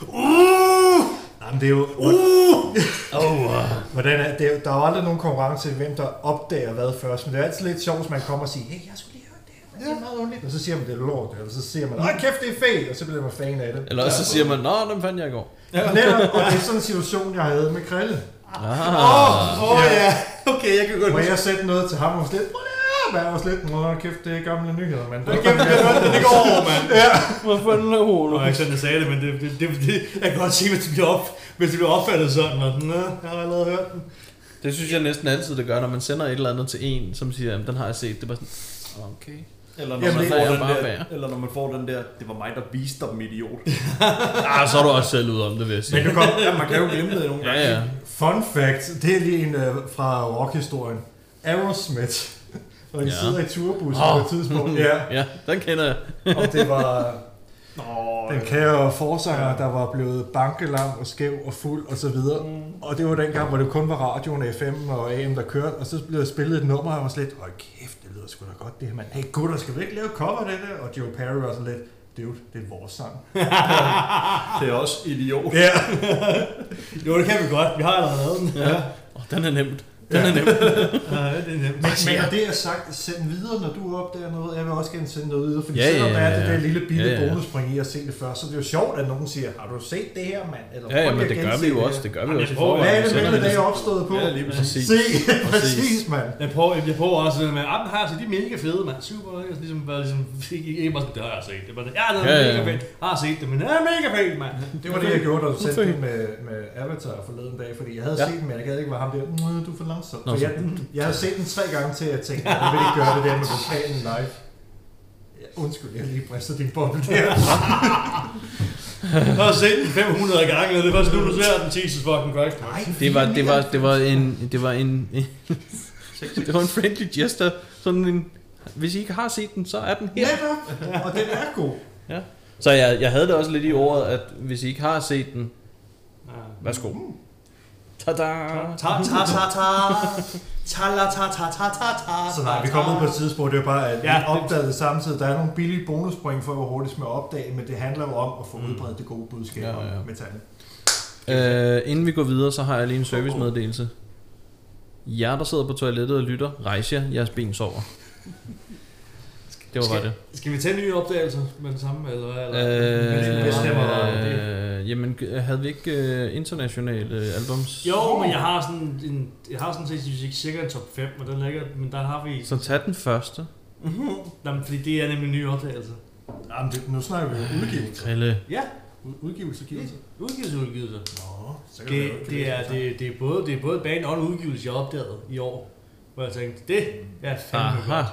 uh,
Jamen, det er jo...
uh.
Hvordan er, det er, jo- der er jo aldrig nogen konkurrence i, hvem der opdager hvad først, men det er altid lidt sjovt, hvis man kommer og siger, hey, jeg skulle lige høre det, her, men det er meget ondt. Og så siger man, det er lort, eller så siger man, nej, kæft, det er fedt, og så bliver man fan af det.
Eller også så siger man, nå, den fandt jeg i går.
Netop, og det er sådan en situation, jeg havde med Krille.
Ah.
Åh oh, ja, okay, jeg kan godt
Må
huske.
jeg sætte noget til ham og slet? Prøv lige at være hos lidt. Nå, kæft, det er gamle nyheder, mand.
Jeg kan godt (laughs) det, det går over, mand.
Hvad fanden er
Nu
Ole?
har jeg ikke sådan, jeg sagde det, men det, det, det, det jeg kan godt sige, hvis det bliver, op, hvis det bliver opfattet sådan. Og, Nå, jeg har allerede hørt
(laughs)
den.
Det synes jeg næsten altid, det gør, når man sender et eller andet til en, som siger, "Jamen, den har jeg set. Det er bare sådan, okay.
Eller når,
Jamen,
man
det
får
er
den
bare
der,
værre.
eller når man får den der, det var mig, der viste dig, min idiot.
Ah, så er du også selv ude om det, vil jeg sige.
Men du kom.
ja, man kan jo glemme det nogle
Ja,
gange.
ja.
Fun fact, det er lige en øh, fra rockhistorien. Aerosmith. Og de
Ja.
ja. sidder i turbussen
Åh.
oh. på et tidspunkt. Ja,
Ja, den kender jeg.
og det var
Nå,
den kære forsanger, der var blevet bankelam og skæv og fuld og så videre.
Mm.
Og det var dengang, hvor det kun var radioen FM og AM, der kørte. Og så blev der spillet et nummer, og jeg var sådan lidt, åh kæft, det lyder sgu da godt det her, mand. Hey gutter, skal vi ikke lave et cover af det der? Og Joe Perry var sådan lidt, dude, det er vores sang.
det er også idiot.
Ja.
Jo, det kan vi godt. Vi har allerede lavet den. Ja.
Oh, den er nemt. Den er
(laughs)
nem.
ja det er nemt.
Men når det er sagt, send videre, når du opdager noget. Jeg vil også gerne sende noget videre, fordi
Ja,
ja,
ja,
selvom der
ja,
er det
ja.
der lille billige
Ja,
ja,
ja.
ja. bonuspring i at se det først, så er det jo sjovt, at nogen siger, har du set det her, mand? Eller,
Ja, ja, men
"Prøv lige
det
at
gør vi
gense
jo
det
også.
her."
Det gør vi jo også i
prøver-
forvejen.
Hvad er
Vi
det
sender
med, det
det
er opstået på?
Ja, lige præcis.
Se,
Præcis.
(laughs) præcis, mand.
Jeg prøver, jeg prøver også sådan, at den har jeg set, de er mega fede, mand. Super, ikke? Ligesom, bare ligesom, (laughs) ikke bare sådan, det har jeg set. Det er bare sådan, ja, det er
Ja, ja, ja.
mega fedt. Har set det, men det er mega fedt, mand.
Det var det, jeg gjorde, da du sendte det med, med Avatar forleden dag, fordi jeg havde
Ja.
ja. set den, men jeg gad ikke, var ham der, "Mm, du er for langsom.
Nå,
For
så-
jeg, jeg havde set den tre gange til, at jeg tænkte, jeg vil ikke gøre det der med vokalen live. Ja, Undskyld, jeg lige brister din boble
(laughs)
der.
Jeg har set den 500 gange, og det er først nu, du ser den. Jesus fucking Christ, mand.
Det var, det var, det var en, det var en, (laughs) det var en friendly gesture. Sådan en, hvis I ikke har set den, så er den her.
Netop! Og den er god.
Så jeg, jeg havde det også lidt i ordet, at hvis I ikke har set den, værsgo. Tada!
Ta ta ta ta. Ta la ta ta ta ta ta.
Så nej, vi kom ud på et tidsspur, det var bare, at
Ja,
ja, vi opdagede samtidig, der er nogle billige bonuspoint for, hvor hurtigt man opdage, men det handler jo om at få udbredt det gode budskab
Ja,
ja,
ja.
ja. om metallen.
Øh, inden vi går videre, så har jeg lige en servicemeddelelse. Jer, der sidder på toilettet og lytter, rejs jer, jeres ben sover. Det var bare det.
Skal vi tage nye opdagelser med det samme, eller hvad? Eller?
Øh,
Hvis det var-
øh, jamen, g- havde vi ikke øh, internationale øh, albums?
Jo, men jeg har sådan en, jeg har sådan set synes cirka en top 5, men den ligger, men der har vi...
Så tag den første.
Jamen, fordi det er nemlig nye opdagelser.
Jamen, det, nu snakker vi jo udgivelser.
Krille.
Ja,
U- udgivelser, givelser.
udgivelse, udgivelse.
Nå, så kan
Det,
lave et
det, er,
kapitel.
det, det, er både, det er både band og en udgivelse, jeg opdagede i år. Hvor jeg tænkte, det er fandme
Aha.
godt.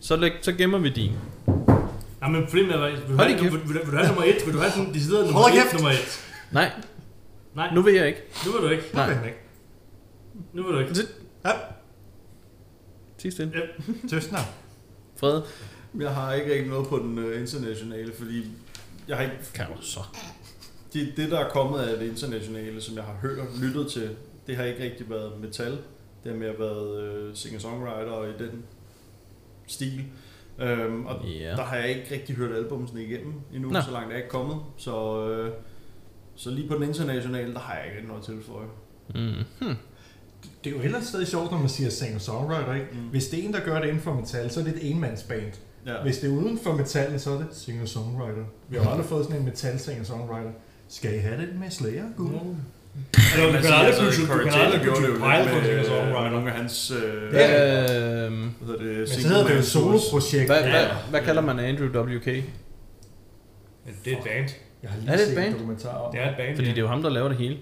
Så, læg, så gemmer vi din.
Nej, men problemet er, vil du
Hold
have,
din
vil,
kæft.
vil, vil, du have nummer 1? Vil du have den, de sidder nummer
Hold
1,
kæft.
nummer 1?
Nej,
Nej,
nu vil jeg ikke.
nu vil du ikke.
Nej.
Nej.
ikke.
Nu vil du ikke.
Tig stille.
Tøsner.
Fred.
Jeg har ikke rigtig noget på den øh, internationale, fordi jeg har ikke...
Kan du så.
Det, det, der er kommet af det internationale, som jeg har hørt og lyttet til, det har ikke rigtig været metal. Det har mere været øh, singer-songwriter og i den stil. Øhm, og
Ja.
Der har jeg ikke rigtig hørt albumsene igennem endnu,
Nå.
Nå. så langt er jeg ikke kommet. Så, øh, så lige på den internationale, der har jeg ikke rigtig noget at tilføje.
Mm.
Det er jo heller stadig sjovt, når man siger singer-songwriter, ikke?
Mm.
Hvis det er en, der gør det inden for metal, så er det et enmandsband.
Ja.
Hvis det er uden for metallet, så er det singer-songwriter. Vi har aldrig fået sådan en metal-singer-songwriter. Skal I have det med Slayer, gud?
Ja.
Mm.
Altså, du
Man
kan
siger,
aldrig
altså,
kunne du
Corey
kan
Taylor
aldrig
gjorde
kunne
det jo
du pejle
lidt
på
med,
sin
øh, med
songwriter.
nogle af hans... Øh,
Ja.
Øhm,
Hvad hedder det?
Men så
single
hedder det jo
man
et
tours.
soloprojekt.
hvad,
Ja.
hvad, hvad kalder man Andrew WK?
Men det er et band.
Jeg har lige
Er det et
set
band?
en dokumentar om
Det er et band.
Fordi det er jo ham, der laver det hele.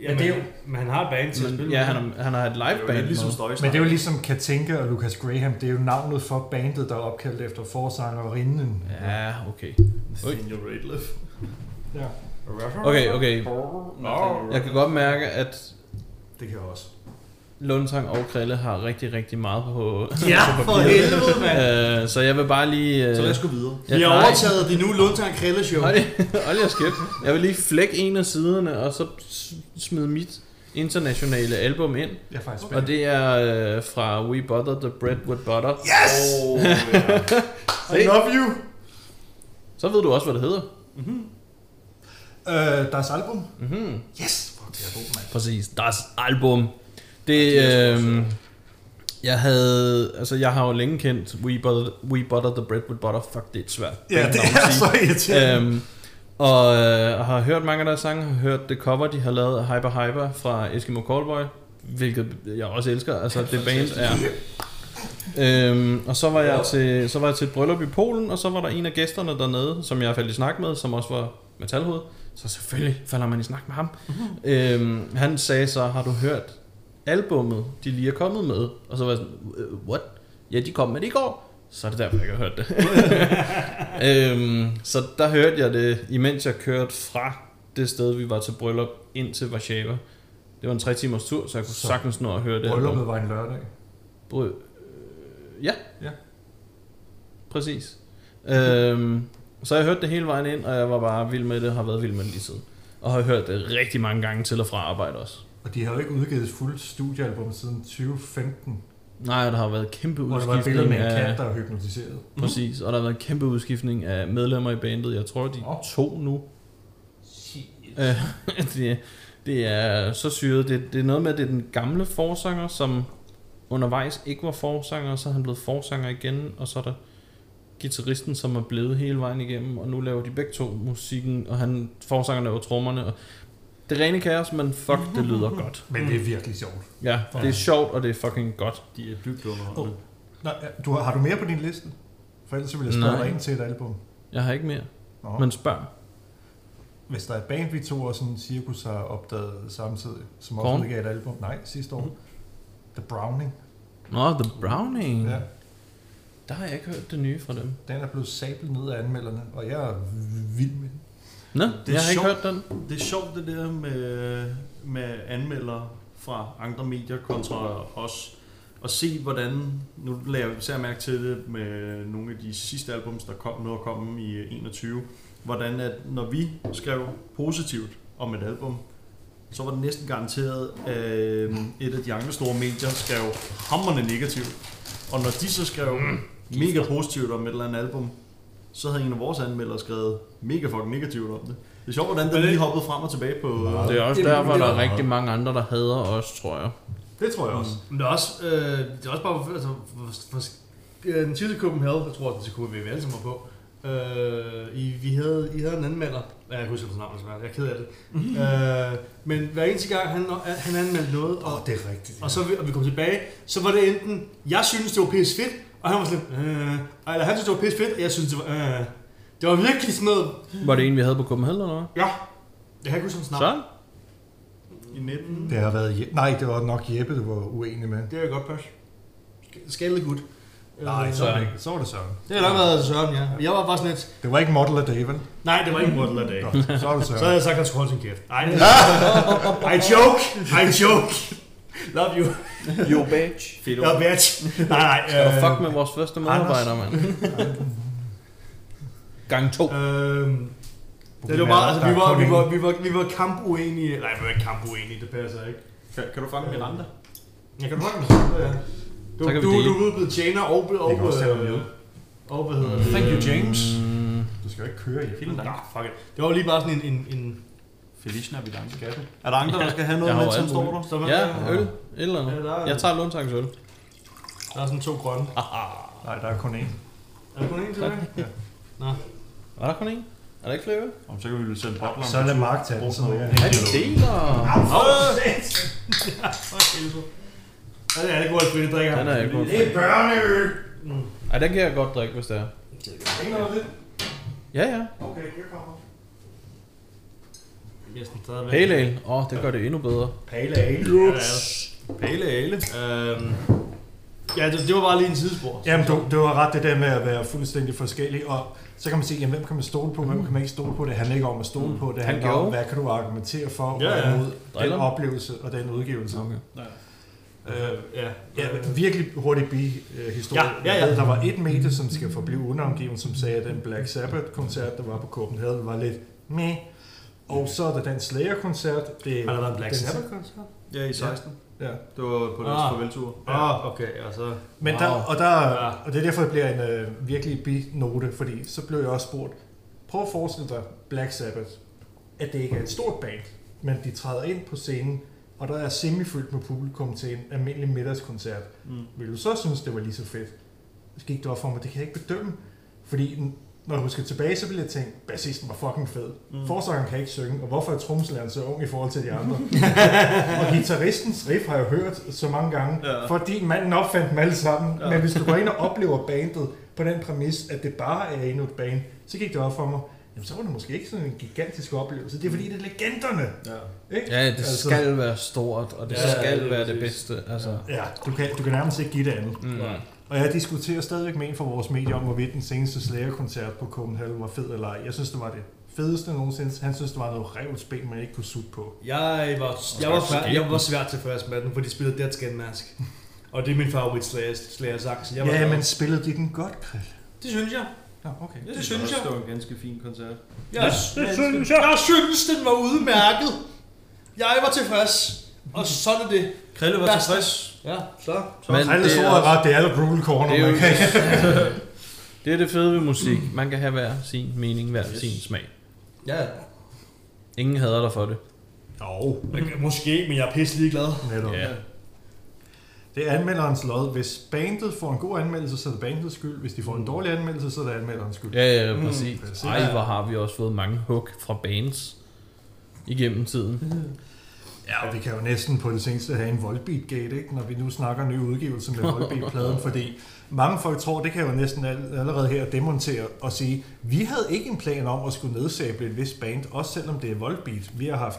ja, men, det er jo... Men han har et band til at
Men,
spille
ja,
med.
han, har- han har et
Det er
live
jo lidt
band.
ligesom Støjsnak.
Men det er jo ligesom Katinka og Lucas Graham, det er jo navnet for bandet, der er opkaldt efter forsangerinden.
Ja, okay.
Nathaniel Radcliffe.
ja.
Okay, okay.
Nathaniel
Jeg kan godt mærke, at
Det kan jeg også.
Lundsang og Krille har rigtig, rigtig meget på...
Ja, for helvede, mand.
øh, så jeg vil bare lige... Øh,
Så
(laughs)
lad os gå videre.
Vi har overtaget det nu Lundtang Krille Show.
Hold hold jer skæft. Jeg vil lige flække en af siderne, og så s- smide mit internationale album ind.
Jeg er faktisk
Og
spændt.
det er øh, fra We Butter the Bread with Butter.
Yes! Oh,
(laughs)
ja.
Se,
Love you!
så ved du også, hvad det hedder.
Øh, deres album?
Mm-hmm.
Mhm.
Yes! Fuck, det er god, mand.
Præcis. Deres album. Det,
Ja, det er sgu
øh, jeg havde, altså jeg har jo længe kendt We Butter, We Butter the Bread with Butter. Fuck, det er et svært.
Ja, det
bandnavn at
er
sige.
så irriterende.
øhm, og øh, har hørt mange af deres sange, har hørt det cover, de har lavet af Hyper Hyper fra Eskimo Callboy, hvilket jeg også elsker, altså det band er. Øhm, og så var, jeg til, så var jeg til et bryllup i Polen, og så var der en af gæsterne dernede, som jeg faldt i snak med, som også var metalhoved. Så selvfølgelig falder man i snak med ham. Øhm, han sagde så, har du hørt albummet, de lige er kommet med? Og så var jeg sådan, "Øh, what? Ja, de kom med det i går. Så er det derfor, jeg ikke har hørt det.
(laughs)
øhm, så der hørte jeg det, imens jeg kørte fra det sted, vi var til bryllup, ind til Warszawa. Det var en tre timers tur, så jeg kunne
Så
sagtens nå at høre det. album.
Brylluppet var en lørdag.
Bry- øh, ja.
Ja.
Præcis. Øhm, så jeg hørte det hele vejen ind, og jeg var bare vild med det, har været vild med det lige siden. Og har hørt det rigtig mange gange til og fra arbejde også.
Og de har jo ikke udgivet fuldt studiealbum siden 2015,
Nej, der har været kæmpe
hvor der var et billede
udskiftning
med en kat,
af...
der Mhm. er hypnotiseret.
Præcis, og der har været kæmpe udskiftning af medlemmer i bandet. Jeg tror, de er
Nå.
to nu. (laughs) Øh, det, er- det er så syret. Det, det er noget med, at det er den gamle forsanger, som undervejs ikke var forsanger, og så er han blevet forsanger igen, og så er der guitaristen, som er blevet hele vejen igennem, og nu laver de begge to musikken, og han forsangeren laver trommerne, og det er rene kaos, men fuck,
(laughs)
det lyder godt.
Men det er virkelig sjovt.
Ja, det er sjovt, og det er fucking godt.
De er dybt underholdende.
Nå, ja, du har, har du mere på din liste? For ellers så vil jeg spørge
Nej.
dig ind til et album.
Jeg har ikke mere,
Nå.
men spørg.
Hvis der er et band, vi to og sådan en cirkus har opdaget samtidig, som også
Korn? Mm.
udgav et album, nej, sidste år, The Browning,
Nå, The Browning.
ja,
Der har jeg ikke hørt det nye fra dem.
den er blevet sablet ned af anmelderne, og jeg er vild med den.
Nå,
er
jeg har ikke
sjovt.
hørt den.
Det er sjovt det der med, med anmelder fra andre medier kontra os. Og se hvordan, nu lader jeg især mærke til det med nogle af de sidste albums, der kom nu og kom i øh, 21, hvordan at når vi skrev positivt om et album, så var det næsten garanteret, at et af de andre store medier skrev hammerne negativt. Og når de så skrev mega positivt om et eller andet album, så havde en af vores anmeldere skrevet mega fucking negativt om det. Det er sjovt, hvordan den
Men det-
lige hoppede frem og tilbage på... øh,
Det er også
Jamen,
derfor,
det
der
var-
er rigtig mange andre, der hader os, tror jeg.
Det tror jeg også.
Men det er også, øh, det er også bare, altså, for, for, øh, den sidste Copenhagen, jeg tror, den til KV, vi alle sammen var på, øh, I, vi havde, I havde en anmelder, ja, jeg husker hans navn, desværre. jeg er ked af det,
Mm-hmm.
øh, men hver eneste gang, han, han anmeldte noget,
Åh,
og,
det er rigtigt.
og så vi- og vi kom tilbage, så var det enten, jeg synes, det var pisse fedt, og han var sådan, øh, eller han synes, det var pisse fedt, og jeg synes, det var, øh, det var virkelig sådan noget,
Var det en, vi havde på Copenhagen eller noget?
ja, jeg kan ikke huske hans navn.
Så?
I 19...
Det har været Je- Nej, det var nok Jeppe, du var uenig med.
Det er jeg godt passe. Skalet gut. Øh,
Nej, så, var det ikke. så var det Søren.
Det har nok været Søren, ja. Jeg var bare sådan lidt...
Det var ikke Model af David.
Nej, det var ikke Mortal af dag.
Nå, så var
(laughs)
det
Så havde
Søren.
jeg sagt, at han skulle holde sin kæft. Ej,
(laughs)
det I joke. I joke. Love you.
Jo, badge.
Fedt
Love bitch. Nej, nej.
Skal du
øh,
fuck med vores første medarbejder, mand? Gang to.
Øhm, det var
Problemet
bare,
er,
altså,
der
vi
er
var,
kun
vi
én.
var, vi var, vi var kampuenige. Nej, vi var ikke kampuenige, det passer ikke.
Kan, kan du fange Miranda?
Jeg kan godt forstå det, ja. Du,
Så kan vi
du,
dele.
du er blevet tjener og blevet...
Jeg kan også tage
Og,
dem med.
øh, og hvad hedder det?
Thank you, James.
Mm,
Du skal jo ikke køre i
Vielen Dank.
Nå, fuck it. Det var jo lige bare sådan en... en, en
Feliz Navidad. Er der andre, der skal have noget
Jeg har
med,
jo
som
alt
står
muligt.
der?
så var-
ja, øl. Et eller
Ja,
andet.
der, er,
Jeg tager Lundtangs øl.
der er sådan to grønne.
Nej, der er kun én.
Er der kun en tilbage?
Er der kun en? Er der ikke flere øl?
Om så kan vi sende bottler.
Så lad Mark tage den, så må jeg
Er det deler?
Åh, oh, shit! For helvede. Ja, det er det gode, at Fride drikker.
Den er ikke god.
er børneøl.
Mm.
Ej, den kan jeg godt drikke, hvis det er.
Ingen af det.
Ja, ja.
Okay, her kommer.
Yes, den stadigvæk.
Pale ale. Åh, oh, det gør det endnu bedre.
Pale ale.
Ja, det er det.
Pale ale.
Øhm, ja, det, det var bare lige en sidespor.
Jamen, du, du har ret det der med at være fuldstændig forskellig, og så kan man sige, jamen, hvem kan man stole på, hvem kan man ikke stole på? Det handler ikke om at stole på, det
Han
handler om,
gjorde.
hvad kan du argumentere for,
Ja,
ja,
ja.
ja. Mod den
Driller.
oplevelse og den udgivelse.
Okay.
Øh, ja.
Ja, men virkelig hurtig bi-historie.
Ja, ja, ja.
Der var et medie, som skal forblive underomgivet, som sagde, at den Black Sabbath-koncert, der var på Copenhagen, var lidt meh. Og så er der den Slayer-koncert. Det,
Har der været en Black
den-
Sabbath-koncert?
Ja, i 16.
Ja.
Det var på deres
Ah.
farveltur.
Åh, oh, okay, og så...
Men
Wow.
der, og, der,
Ja.
og det er derfor, det bliver en øh, virkelig bi-note, fordi så blev jeg også spurgt, prøv at forestille dig Black Sabbath, at det ikke er et stort band, men de træder ind på scenen, og der er semifyldt med publikum til en almindelig middagskoncert.
Mm.
Vil du så synes, det var lige så fedt? Så gik det op for mig, det kan jeg ikke bedømme. Fordi n- når jeg husker tilbage, så ville jeg tænke, bassisten var fucking fed.
Mm.
Mm. Forsangeren kan ikke synge, og hvorfor er tromslæren så ung i forhold til de
(laughs)
andre? og guitaristens riff har jeg hørt så mange gange,
Ja.
ja. fordi manden opfandt dem alle sammen.
Ja.
Ja. Men hvis du går ind og oplever bandet på den præmis, at det bare er endnu et band, så gik det op for mig, jamen så var det måske ikke sådan en gigantisk oplevelse. Det er fordi, det er legenderne.
Ja.
Ikke?
Ja, det
Altså-
skal være stort, og det
Ja, ja,
skal
det er
være det
præcis.
bedste. Altså.
Ja, du kan, du kan nærmest ikke give det andet.
Mm.
Ja.
Og jeg diskuterer stadigvæk med en fra vores medier om, hvorvidt den seneste Slayer-koncert på Copenhagen var fed eller ej. Jeg synes, det var det fedeste nogensinde. Han synes, det var noget revspil, man ikke kunne sutte på.
Jeg var, jeg var, fær- jeg var svært tilfreds med den, for de spillede Dead Skin Mask. Og det er min favorit slayer, slayer sang, så jeg var
Ja, men spillede de den godt, Krill?
Det synes jeg.
Nå, okay.
Det synes jeg.
Det var en ganske fin koncert.
Jeg, det synes jeg. Jeg synes, den var udmærket. Jeg var tilfreds. Og så er det det.
Krille var
Basta.
tilfreds.
Ja, så.
Men Krill det er ret, det er alle rule corner,
det er jo-
man kan.
(laughs)
(laughs)
Det er det fede ved musik. Man kan have hver sin mening, hver yes. sin smag.
Ja,
Ingen hader dig for det.
Jo,
men- måske, men jeg er pisse ligeglad.
netop.
Ja.
Det er anmelderens lod. Hvis bandet får en god anmeldelse, så er det bandets skyld. Hvis de får en dårlig anmeldelse, så er det anmelderens skyld.
Mm. Ja, ja, præcis.
Mm. præcis.
Ej, hvor har vi også fået mange hug fra bands igennem tiden.
Ja, og vi kan jo næsten på det seneste have en Volbeat-gate, ikke? når vi nu snakker nye
(laughs)
udgivelse med Volbeat-pladen, fordi mange folk tror, det kan jeg jo næsten all- allerede her demontere og sige, vi havde ikke en plan om at skulle nedsæble et vist band, også selvom det er Volbeat. Vi har haft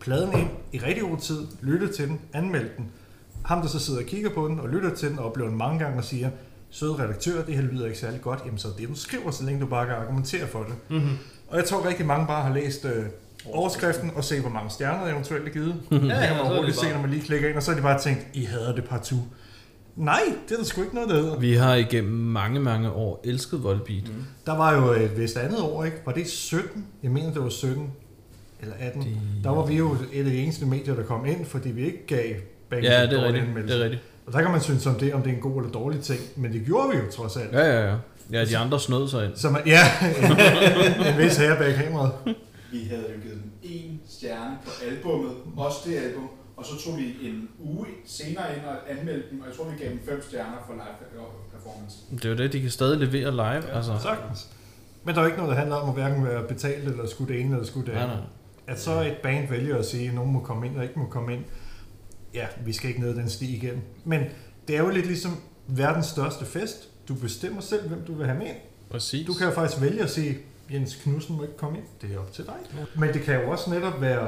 pladen ind i rigtig god tid, lyttet til den, anmeldt den. Ham, der så sidder og kigger på den og lytter til den og oplever den mange gange og siger, søde redaktør, det her lyder ikke særlig godt, jamen så er det, du skriver, så længe du bare kan argumentere for det.
Mm-hmm.
Og jeg tror rigtig mange bare har læst øh, overskriften og se, hvor mange stjerner der eventuelt er givet.
(laughs) Ja,
Ja,
ja,
jeg
så er
må
det
roligt se,
bare-
når man lige klikker ind, og så har de bare tænkt, I hader det partout. Nej, det er der sgu ikke noget, der hedder.
Vi har igennem mange, mange år elsket Volbeat. Mm.
Der var jo et vist andet år, ikke? Var det 17? Jeg mener, det var 17 eller 18.
Det-
Der var vi jo et af de eneste medier, der kom ind, fordi vi ikke gav Bang
Ja,
en
det er
dårlig
rigtigt.
anmeldelse.
Det er rigtigt.
Og der kan man synes om det, om det er en god eller dårlig ting, men det gjorde vi jo trods alt.
Ja, ja, ja. Ja, de andre snød sig ind.
Så man, ja, (laughs) en vis herre bag kameraet.
Vi havde jo givet den en stjerne på albummet, også det album, og så tog vi en uge senere ind og anmeldte dem, og jeg tror, vi gav dem fem stjerner for live øh, performance.
Det er jo det, de kan stadig levere live. Altså.
Sagtens. Men der er jo ikke noget, der handler om at hverken være betalt eller skulle det ene eller skulle det
Nej,
andet.
nej.
At så et band vælger at sige, at nogen må komme ind og ikke må komme ind, ja, vi skal ikke ned ad den sti igen. Men det er jo lidt ligesom verdens største fest. Du bestemmer selv, hvem du vil have med ind.
Præcis.
Du kan jo faktisk vælge at sige, Jens Knudsen må ikke komme ind. Det er op til dig. Men det kan jo også netop være,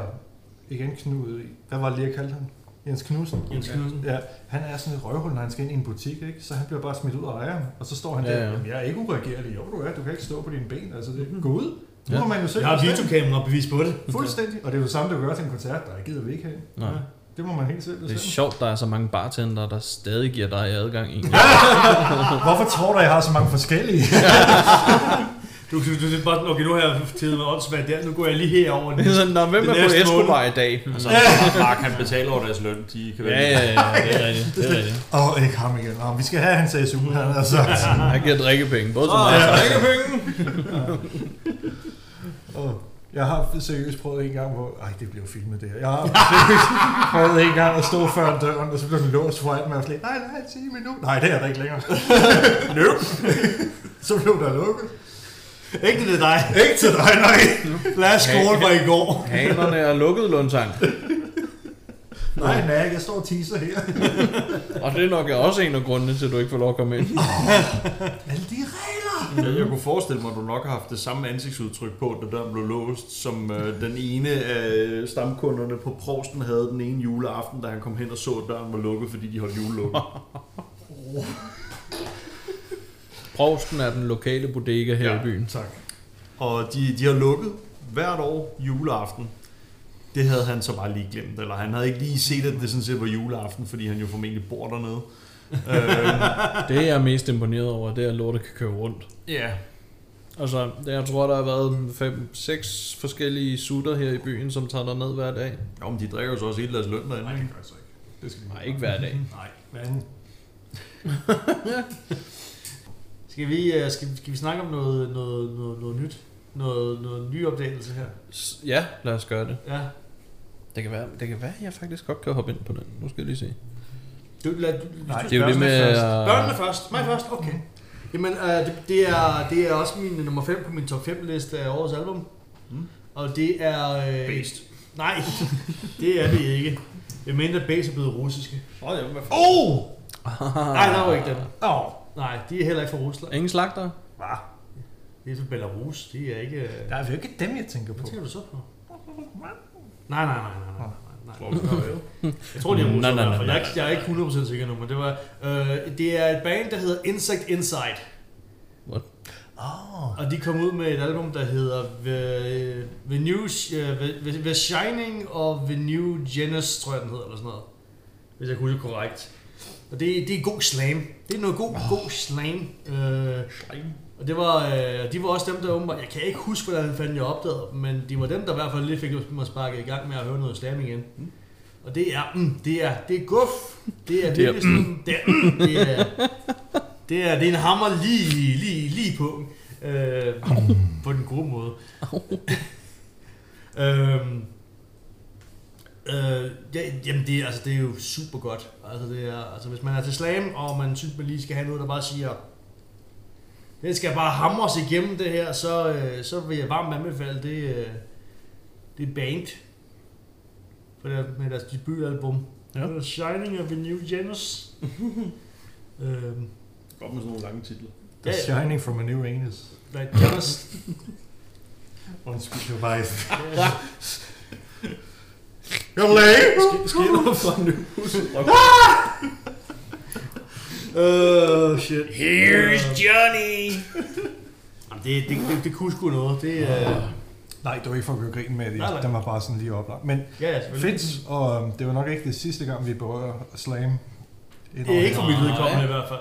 igen Knud, hvad var det lige, jeg kaldte ham? Jens Knudsen.
Jens Knudsen.
Ja, han er sådan et røvhul, når han skal ind i en butik, ikke? så han bliver bare smidt ud af ejeren, og så står han
Ja,
der,
ja. Mhm.
Jamen, jeg er ikke uregerlig, jo du er, du kan ikke stå på dine ben, altså det, gå ud, nu
Ja.
må man jo selv
Jeg har
bestemme.
videokamera bevis på det.
Fuldstændig, og det er jo det samme, der gør til en koncert, der gider vi ikke have.
Nej.
Ja, det må man helt selv
Det er
bestemme.
sjovt, der er så mange bartender, der stadig giver dig adgang egentlig.
Hvorfor tror du, jeg har så mange forskellige? (laughs)
Du, du, du, du bare, sådan, okay, nu har jeg tid med åndssvagt der, nu går jeg lige herover.
Det er (laughs) sådan, "Nå, hvem
Det
er på
næste
Escobar i dag?
(laughs)
Og så ja. bare kan betale over deres løn. De kan
Ja,
vælge.
ja, ja, det er rigtigt. (laughs) Det er rigtigt.
Åh, oh, ikke ham igen. Oh, vi skal have hans SU, han har sagt.
Jeg giver drikkepenge, både til mig og til dig.
Oh, jeg har seriøst prøvet en gang, hvor... Ej, det blev filmet det her. Jeg har seriøst prøvet en gang at stå foran døren, og så blev den låst foran mig, og jeg var sådan, nej, nej, 10 minutter. Nej, det er der ikke længere. nope. (laughs) så blev der lukket.
Ikke det er dig.
Ikke til dig, nej.
Lad os skåle fra i går.
Hanerne er lukket, Lundsang.
Nej, nej, jeg står og teaser her.
Og det er nok også en af grundene til, at du ikke får lov at komme ind.
Alle de regler.
Jeg, jeg kunne forestille mig, at du nok har haft det samme ansigtsudtryk på, da døren blev låst, som øh, den ene af stamkunderne på Prosten havde den ene juleaften, da han kom hen og så, at døren var lukket, fordi de holdt julelukket.
Provsten er den lokale bodega her i byen.
Tak.
Og de, de har lukket hvert år juleaften. Det havde han så bare lige glemt, eller han havde ikke lige set, at det sådan set var juleaften, fordi han jo formentlig bor (laughs) dernede. øhm,
Det jeg er mest imponeret over, det er, at lortet kan køre rundt.
ja,
Altså, jeg tror, der har været 5-6 forskellige sutter her i byen, som tager dig ned hver dag.
jo, men de drikker jo så også hele deres løn derinde. ikke?
gør jeg så ikke. Det skal
Nej, ikke hver dag.
Nej, men...
(laughs) Skal vi, øh, skal, skal vi snakke om noget, noget, noget, noget nyt? Noget, noget ny opdagelse her?
S- Ja, lad os gøre det.
Ja.
Det kan være, det kan være at jeg faktisk godt kan hoppe ind på den. Nu skal jeg lige se.
Du, lad, du, hvis
Nej,
du
Det er jo det
Børnene
med...
først.
øh,
Børnene
(laughs)
først. Mig først, okay. Mm. Jamen, øh, det, det, er, det er også min øh, nummer 5 på min top 5 liste af årets album.
Mm.
Og det er... Øh, Based. Nej, (laughs) det er det ikke. Jeg mener, at Based er blevet russiske.
Åh, ja, hvad f-
Oh! Nej, der var ikke dem.
Åh,
Nej, de er heller ikke fra Rusland.
Ingen slagter?
Det er fra Belarus. De er ikke... Øh,
der er jo ikke dem, jeg tænker på.
hvad tænker du så på? Nej, nej, nej, nej, nej. nej, nej.
Åh,
Jeg tror, de er
Nej,
russere i
nej,
hvert fald.
nej,
Jeg er ikke- Jeg er ikke 100% sikker nu, men det var... Øh, det er et band, der hedder Insect Inside.
What?
Oh. Og de kom ud med et album, der hedder The, The, New, øh, The, The, The Shining og The New Genus, tror jeg, den hedder, eller sådan noget. Hvis jeg kunne huske korrekt. Og det, det er god slam. Det er noget god, oh. god slam. Øh, og det var, øh, de var også dem, der åbenbart... Jeg kan ikke huske, hvordan fanden jeg opdagede dem, men de var dem, der i hvert fald lige fik mig sparket i gang med at høre noget slam igen. Og det er, mm, det er, det er guf. Det er
Det er,
virkelig sådan, det er, mm, det er, det er, det er en hammer lige, lige, lige på. Øh, på den gode måde. øhm, øh, ja, jamen det, er- altså, det er jo super godt. Altså, det er, altså, hvis man er til slam, og man synes, man lige skal have noget, der bare siger, det skal bare hamres igennem det her, så, øh, så vil jeg varmt anbefale det, øh, det band for der, med deres debutalbum.
Ja.
Ja. Shining of a New Genus. (laughs) øhm,
Godt med sådan nogle lange titler.
ja,
The Shining from a New Anus.
like Genus.
Undskyld, det var bare...
(laughs)
Jeg er læge!
Skiller fra nu.
(laughs) Oh shit. Here's Johnny! Jamen, det, det, det, det kunne sgu noget. Det, øh,
Nej, det var ikke for at gøre grin med
Nej, nej.
det. Den var bare sådan lige oplagt. Men
ja, ja, selvfølgelig.
fedt, og øhm, det var nok ikke det sidste gang, vi berører slam. Et
Det er
år
ikke for
mere.
mit vedkommende i hvert fald.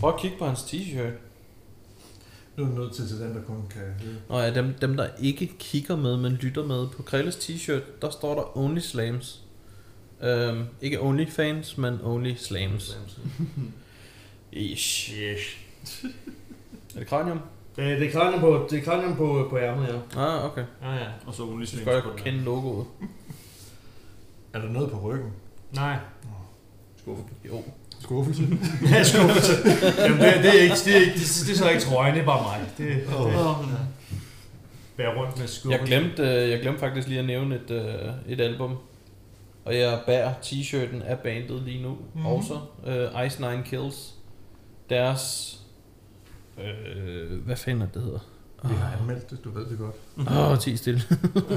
Prøv at kigge på hans t-shirt.
Nu er du nødt til, til den, der kun kan høre.
Nå ja, dem, dem der ikke kigger med, men lytter med. På Krelles t-shirt, der står der Only Slams. Øhm, ikke Only Fans, men Only Slams. Ish.
Yes.
Er det kranium?
Det, det er kranium på, det er kranium på, på ærmet, ja.
Ah, okay.
Ja, ja.
Og så Only
Jeg synes
Slings
godt, jeg
på
kunne
den.
kende logoet.
Er der noget på ryggen?
(laughs) Nej.
Jo.
(laughs)
Skuffelse?
Ja, skuffelse. Jamen, det, det, er ikke, det, er ikke, det, det, er så ikke trøjen, det er bare mig. Det,
Åh.
det, ja. Bær rundt med skuffelse.
Jeg glemte, øh, jeg glemte faktisk lige at nævne et, øh, et album. Og jeg bærer t-shirten af bandet lige nu. Mm-hmm.
Mhm.
Også øh, Ice Nine Kills. Deres... Øh, hvad fanden er det det hedder?
Vi har anmeldt det, du ved det godt.
Åh, oh, 10 stille.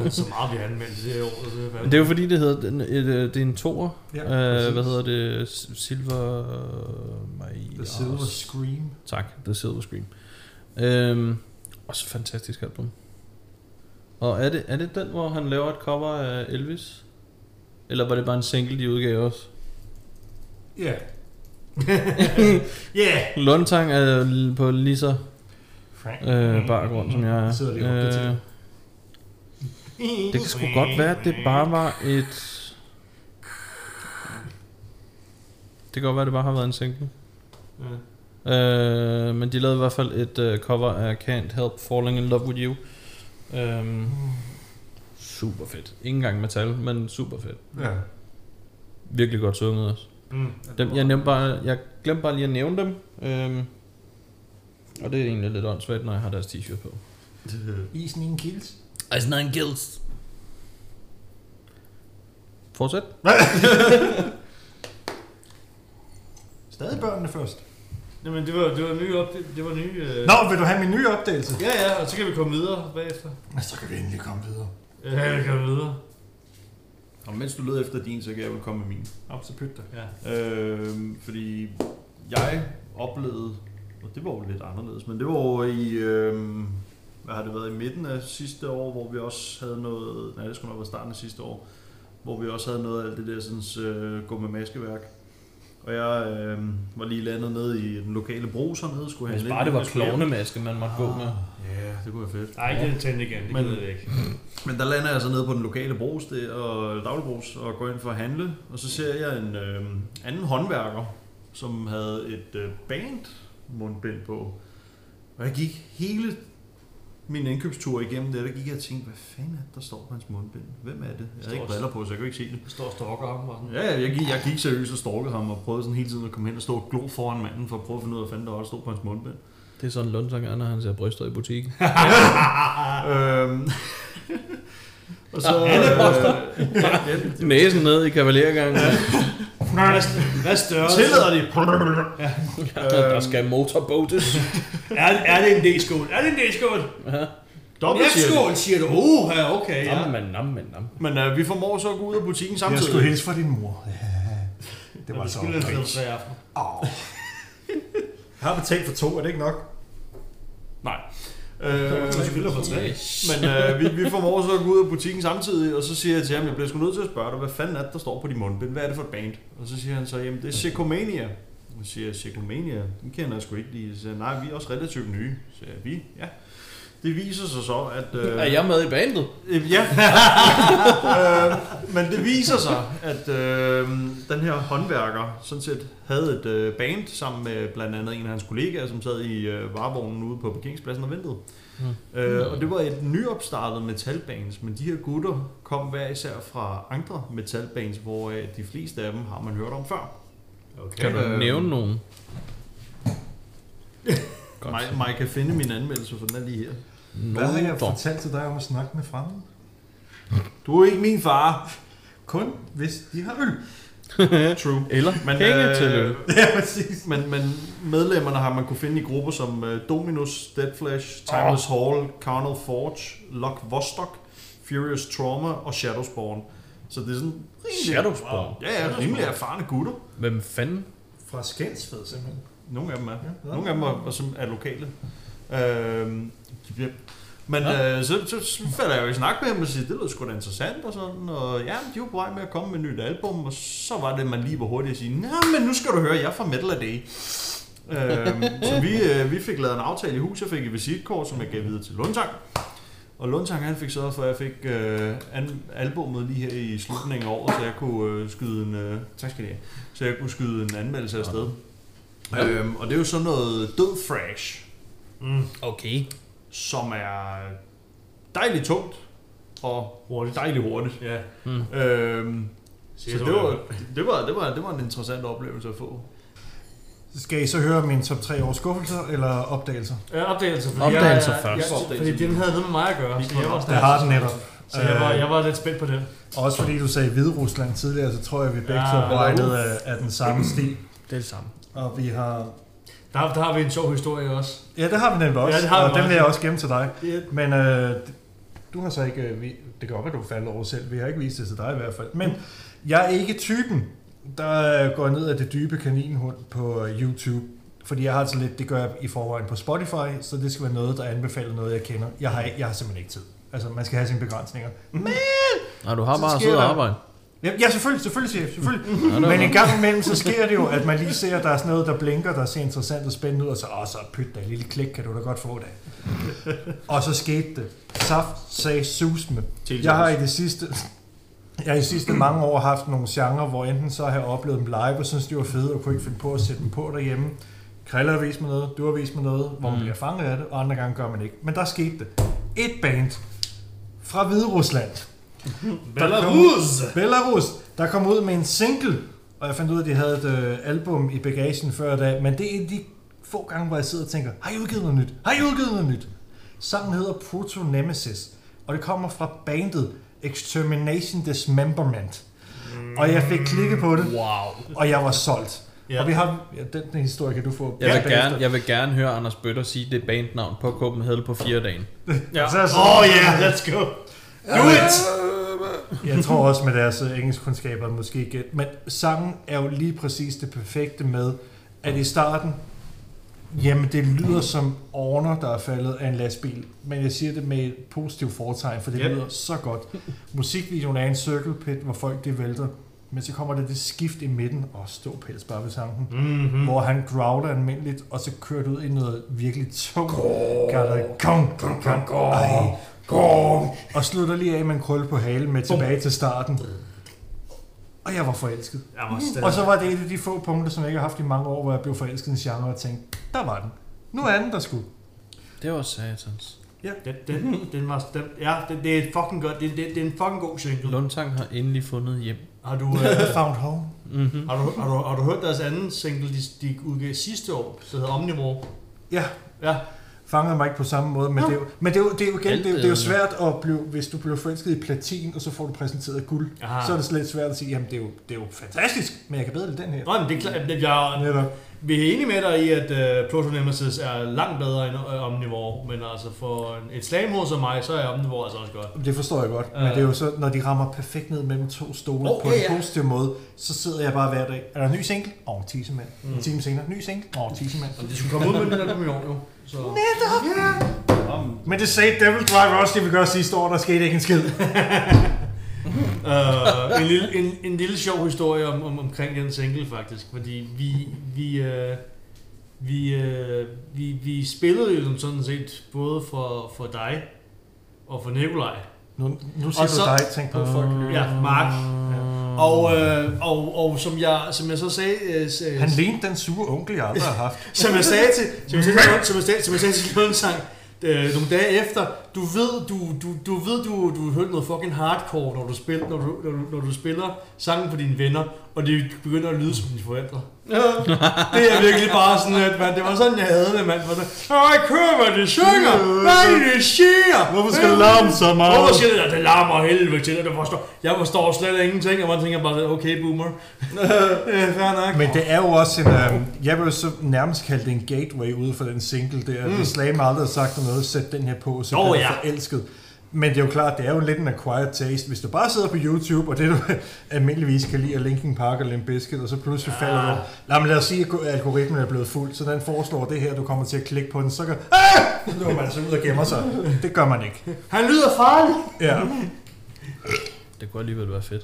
Så meget vi har anmeldt det her år. Så det,
Men det er jo fordi, det hedder den- et, øh, det er en toer.
Ja,
øh, hvad
præcis.
hedder det? S- Silver... My
The Silver Scream.
Tak, The Silver Scream. Øhm, også et fantastisk album. Og er det, er det den, hvor han laver et cover af Elvis? Eller var det bare en single, de udgav også? (laughs)
Ja. (laughs) Ja.
Lundtang er l- på lige så
Frank.
øh, baggrund, som jeg er. Øh,
Sidder lige og opdaterer.
det kan sgu godt være, at det bare var et... Det kan godt være, at det bare har været en single.
Ja.
Øh, men de lavede i hvert fald et øh, cover af Can't Help Falling In Love With You. Øhm, super fedt. Ikke engang metal, men super fedt.
Ja.
Virkelig godt sunget også.
Mm.
Dem, jeg, nævnte bare, jeg glemte bare lige at nævne dem. Øhm, og det er egentlig lidt åndssvagt, når jeg har deres t-shirt på.
Isen i en kills.
It's not guilds. Fortsæt.
Stadig børnene først.
Jamen, det var, det var nye op, det, det var nye... Øh...
Nå, vil du have min nye opdagelse?
Ja, ja, og så kan vi komme videre bagefter.
Ja. Så kan vi endelig komme videre.
Ja, vi kan videre.
Og mens du leder efter din, så kan jeg vel komme med min.
Op, så pyt dig.
Ja.
Øh, fordi jeg oplevede, og det var jo lidt anderledes, men det var jo i, øh, hvad har det været, i midten af sidste år, hvor vi også havde noget, nej det skulle nok være starten af sidste år, hvor vi også havde noget af alt det der sådan, øh, gå med maskeværk. Og jeg øh, var lige landet nede i den lokale brus hernede, skulle have
Hvis
en
bare det var
lidt-
klovnemaske, man måtte gå med.
Ja, det kunne være fedt.
Nej, ikke den tændte igen, det
Men-
gider jeg ikke.
Men der lander jeg så nede på den lokale brus der, og dagligbrugs og går ind for at handle. Og så ser jeg en øh, anden håndværker, som havde et øh, band mundbind på. Og jeg gik hele min indkøbstur igennem det, og der gik jeg og tænkte, hvad fanden er det, der står på hans mundbind? Hvem er det? Jeg havde ikke
Står-
briller på, så jeg kunne ikke se det.
Jeg står og stalker ham og sådan.
Ja, ja, jeg gik, jeg gik seriøst og stalkede ham og prøvede sådan hele tiden at komme hen og stå og glo foran manden for at prøve at finde ud af, hvad fanden der også stod på hans mundbind.
Det er sådan Lundtang er, når han ser bryster i
(laughs)
butikken.
øhm. og så...
Alle bryster.
øh, ja, ja,
Næsen ned i
(laughs)
kavalergangen.
Hvad, hvad størrelse?
Tillader de.
Øh, der skal motorboates.
Er, er det en D-skål? Er det en D-skål?
Dobbelt
Ja,
siger de.
skål, siger du. Uh, ja, okay, ja.
Nammen, nammen, nammen.
Men øh, vi formår så at gå ud af butikken
Jeg skulle
samtidig.
hilse fra din mor. Ja. Det var
Vi
så
skulle have stedet
rich.
for i aften.
Au. Jeg har betalt for to, er det ikke nok?
Nej. Øh,
Så skulle for tre.
men øh, vi, vi formår så at gå ud af butikken samtidig, og så siger jeg til ham, jeg bliver sgu nødt til at spørge dig, hvad fanden er det, der står på din mundbind? Hvad er det for et band? Og så siger han så, jamen det er Sekomania. Og så siger jeg, Sekomania, den kender jeg sgu ikke lige. Så siger han, nej, vi er også relativt nye. Så siger jeg, vi? Ja. Det viser sig så, at... Øh,
Er jeg med i bandet?
Øh, ja. (laughs) øh, men det viser sig, at øh, den her håndværker sådan set havde et øh, band sammen med blandt andet en af hans kollegaer, som sad i øh, varevognen ude på parkeringspladsen og ventede. Mm. Øh, og det var et nyopstartet metalbands, men de her gutter kom hver især fra andre metalbands, hvor øh, de fleste af dem har man hørt om før.
Okay.
Kan du
Øh,
nævne nogen? Godt.
Mig, mig kan finde min anmeldelse, for den er lige her.
Hvad har jeg
Noter.
fortalt til dig om at snakke med fremmede?
Du er ikke min far.
Kun hvis de har
(laughs)
øl.
True.
Eller
Men,
penge til
øh,
løn.
(laughs) Ja, præcis.
Men, men medlemmerne har man kunne finde i grupper som øh, Dominus, Deadflash, Timeless oh. Hall, Carnal Forge, Lock Vostok, Furious Trauma og Shadowspawn. Så det er sådan rimelig,
Shadowspawn?
Ja, ja, rimelig erfarne gutter.
Hvem fanden?
Fra Skensved, simpelthen.
Nogle af dem er.
Ja,
Nogle af dem er, er, som er lokale. Øhm, ja. Men øh, så, så, så falder jeg jo i snak med ham og siger, det lyder sgu da interessant og sådan. Og ja, de var på vej med at komme med et nyt album, og så var det, man lige var hurtig at sige, nej, men nu skal du høre, jeg er fra Metal A Day. øhm, så vi, øh, vi fik lavet en aftale i huset, jeg fik et visitkort, som jeg gav videre til Lundtang. Og Lundtang han fik sørget for, at jeg fik øh, an, albummet lige her i slutningen af året, så jeg kunne øh, skyde en... Øh, tak skal I have. Så jeg kunne skyde en anmeldelse afsted. Øhm, og det er jo sådan noget død thrash,
Mm,
Okay.
som er dejligt tungt og hurtigt. dejligt hurtigt.
Ja.
Øhm, så
Siger
det
du,
var, det, var, det, var, det var en interessant oplevelse at få.
Så skal I så høre min top 3 års skuffelser eller opdagelser?
Ja, opdagelser. fordi
Opdagelser
Øh, jeg-
først.
jeg- Fordi den havde noget med mig at gøre. så jeg var-
Det har den netop.
Så jeg var, jeg var lidt spændt på den.
Øh, også fordi du sagde Hvide Rusland tidligere, så tror jeg, vi begge
Ja.
to er af, af den samme stil.
Det er det samme.
Og vi har
Der, der har vi en sjov historie også.
Ja, det har vi nemlig også,
Ja, det har vi
og den vil
også.
jeg også gemme til dig.
Det er
Men øh, du har så ikke, øh, vi, det kan godt være, du faldt over selv, vi har ikke vist det til dig i hvert fald. Men jeg er ikke typen, der øh, går ned af det dybe kaninhund på øh, YouTube. Fordi jeg har altså lidt, det gør jeg i forvejen på Spotify, så det skal være noget, der anbefaler noget, jeg kender. Jeg har, ikke- jeg har simpelthen ikke tid. Altså, man skal have sine begrænsninger. Men
Nej, du har
Så
bare
sker
siddet og
der-
arbejdet.
Ja, ja, selvfølgelig, selvfølgelig, chef, selvfølgelig.
(laughs) Ja, det er
Men en
godt.
gang imellem, så sker det jo, at man lige ser, at der er sådan noget, der blinker, der ser interessant og spændende ud, og så, åh, så pyt der, lille klik, kan du da godt
(laughs)
få det. og så skete det. Saft sagde sus med. Jeg har i det sidste... Jeg har i de sidste mange år haft nogle genrer, hvor enten så har jeg oplevet dem live, og synes, de var fede, og kunne ikke finde på at sætte dem på derhjemme. Kriller har vist mig noget, du har vist mig noget, hvor man
Mm.
bliver fanget af det, og andre gange gør man ikke. Men der skete det. Et band fra Hvide Rusland.
Belarus!
Belarus, der kom ud med en single, og jeg fandt ud af, at de havde et øh, album i bagagen før da, men det er en af de få gange, hvor jeg sidder og tænker, har I udgivet noget nyt? Har I udgivet noget nyt? Sangen hedder Proto Nemesis, og det kommer fra bandet Extermination Dismemberment.
Mm.
Og jeg fik klikket på det,
Wow.
og jeg var solgt.
Ja.
Og vi har, ja, den, den historie kan du få.
Jeg vil,
bagefter.
gerne, jeg vil gerne høre Anders Bøtter sige det bandnavn på Copenhagen på fire dagen.
Ja.
Så er jeg så-
Oh yeah, (laughs) let's go. Do it!
Jeg tror også med deres øh, engelskkundskaber måske ikke. Men sangen er jo lige præcis det perfekte med, at i starten, jamen det lyder som orner, der er faldet af en lastbil. Men jeg siger det med et positivt foretegn, for det
Yep.
yep. lyder så godt. Musikvideoen er en circle pit, hvor folk det vælter. Men så kommer der det skift i midten, og stå pels bare ved tanken, mm-hmm. hvor han growler almindeligt, og så kører det ud i noget virkelig tungt. Gør kong, kong, kong, kong, kong, og slutter lige af med en krølle på halen med tilbage til starten. Og jeg var forelsket.
Jeg var stadig.
Og så var det et af de få punkter, som jeg ikke har haft i mange år, hvor jeg blev forelsket i en genre og tænkte, der var den. Nu er den der skulle.
Det var satans.
Den, den, den var, den, ja, det, det er et fucking godt, det, det, det er en fucking god single.
Lundtang har endelig fundet hjem.
Har du, øh,
(laughs) Found home.
Mm-hmm.
har, du, har, du, har du hørt deres anden single, de, de udgav sidste år, der hedder Omnivore?
Ja,
Ja,
fangede mig ikke på samme måde, men, det, er jo, men det, er jo, det, er jo igen, det, er jo, det er jo svært at blive, hvis du bliver forelsket i platin, og så får du præsenteret guld,
Aha.
Aha. så er det slet svært at sige, jamen det er jo, det er jo fantastisk, men jeg kan bedre lide den her.
Nå, men det er klart, at jeg,
Netop.
vi er enige med dig i, at uh, Proto Nemesis er langt bedre end øh, Omnivore, men altså for en, et slamhår som mig, så er Omnivore altså også godt.
Det forstår jeg godt, men
Øh.
det er jo så, når de rammer perfekt ned mellem to stole okay,
Okay,
på en
ja.
positiv måde, så sidder jeg bare hver dag, er der en ny single? Åh, oh, en tisemand. Mm. En time senere, ny single? Åh, oh, en tisemand.
Og de skulle komme ud med den her million jo. Så.
Men det sagde Devil Driver også, det vi gør sidste år, der skete ikke en
(laughs)
skid.
Uh, en, lille, en, en lille sjov historie om, om, omkring den single faktisk, fordi vi, vi, uh, vi, uh, vi, vi spillede jo den sådan set både for, for dig og for Nikolaj.
Nu, nu siger
Og
du
så-
dig, tænk på folk.
Ja, Mark. Og, uh, og, og som, jeg, som jeg så sagde, øh, s-
Han lignede den sure onkel, jeg
(laughs)
aldrig har haft.
som jeg sagde til, som jeg sagde, til- som jeg sagde, som jeg sagde til Lundsang, øh, nogle dage efter, du ved, du, du, du ved, du, du hørte noget fucking hardcore, når du, spil, når, du, når, du, når du spiller sangen for dine venner, og det begynder at lyde som dine forældre. Ja, det er virkelig bare sådan, at man, det var sådan, jeg havde det, mand. For det, Åh, jeg kører, hvad det synger, hvad er det, det siger? Hvorfor skal det larme så meget? Hvorfor siger det, at det larmer af helvede til, og det forstår, jeg forstår slet ingenting, og man tænker bare, okay, (laughs) boomer. ja, fair nok.
Men det er jo også en, øh, jeg vil jo så nærmest kalde det en gateway ude for den single der. Mm. Slam har aldrig sagt noget, sæt den her på, så
Nå,
bliver du
ja.
forelsket. Men det er jo klart, det er jo lidt en acquired taste. Hvis du bare sidder på YouTube, og det du (laughs) almindeligvis kan lide er Linkin Park og Limp Bizkit, og så pludselig ja. falder du... Lad, men lad os sige, at algoritmen er blevet fuld, så den foreslår det her, du kommer til at klikke på den, så kan... Ah! Så løber man altså ud og gemmer sig. Det gør man ikke.
Han lyder farlig.
Ja.
Det kunne alligevel være fedt.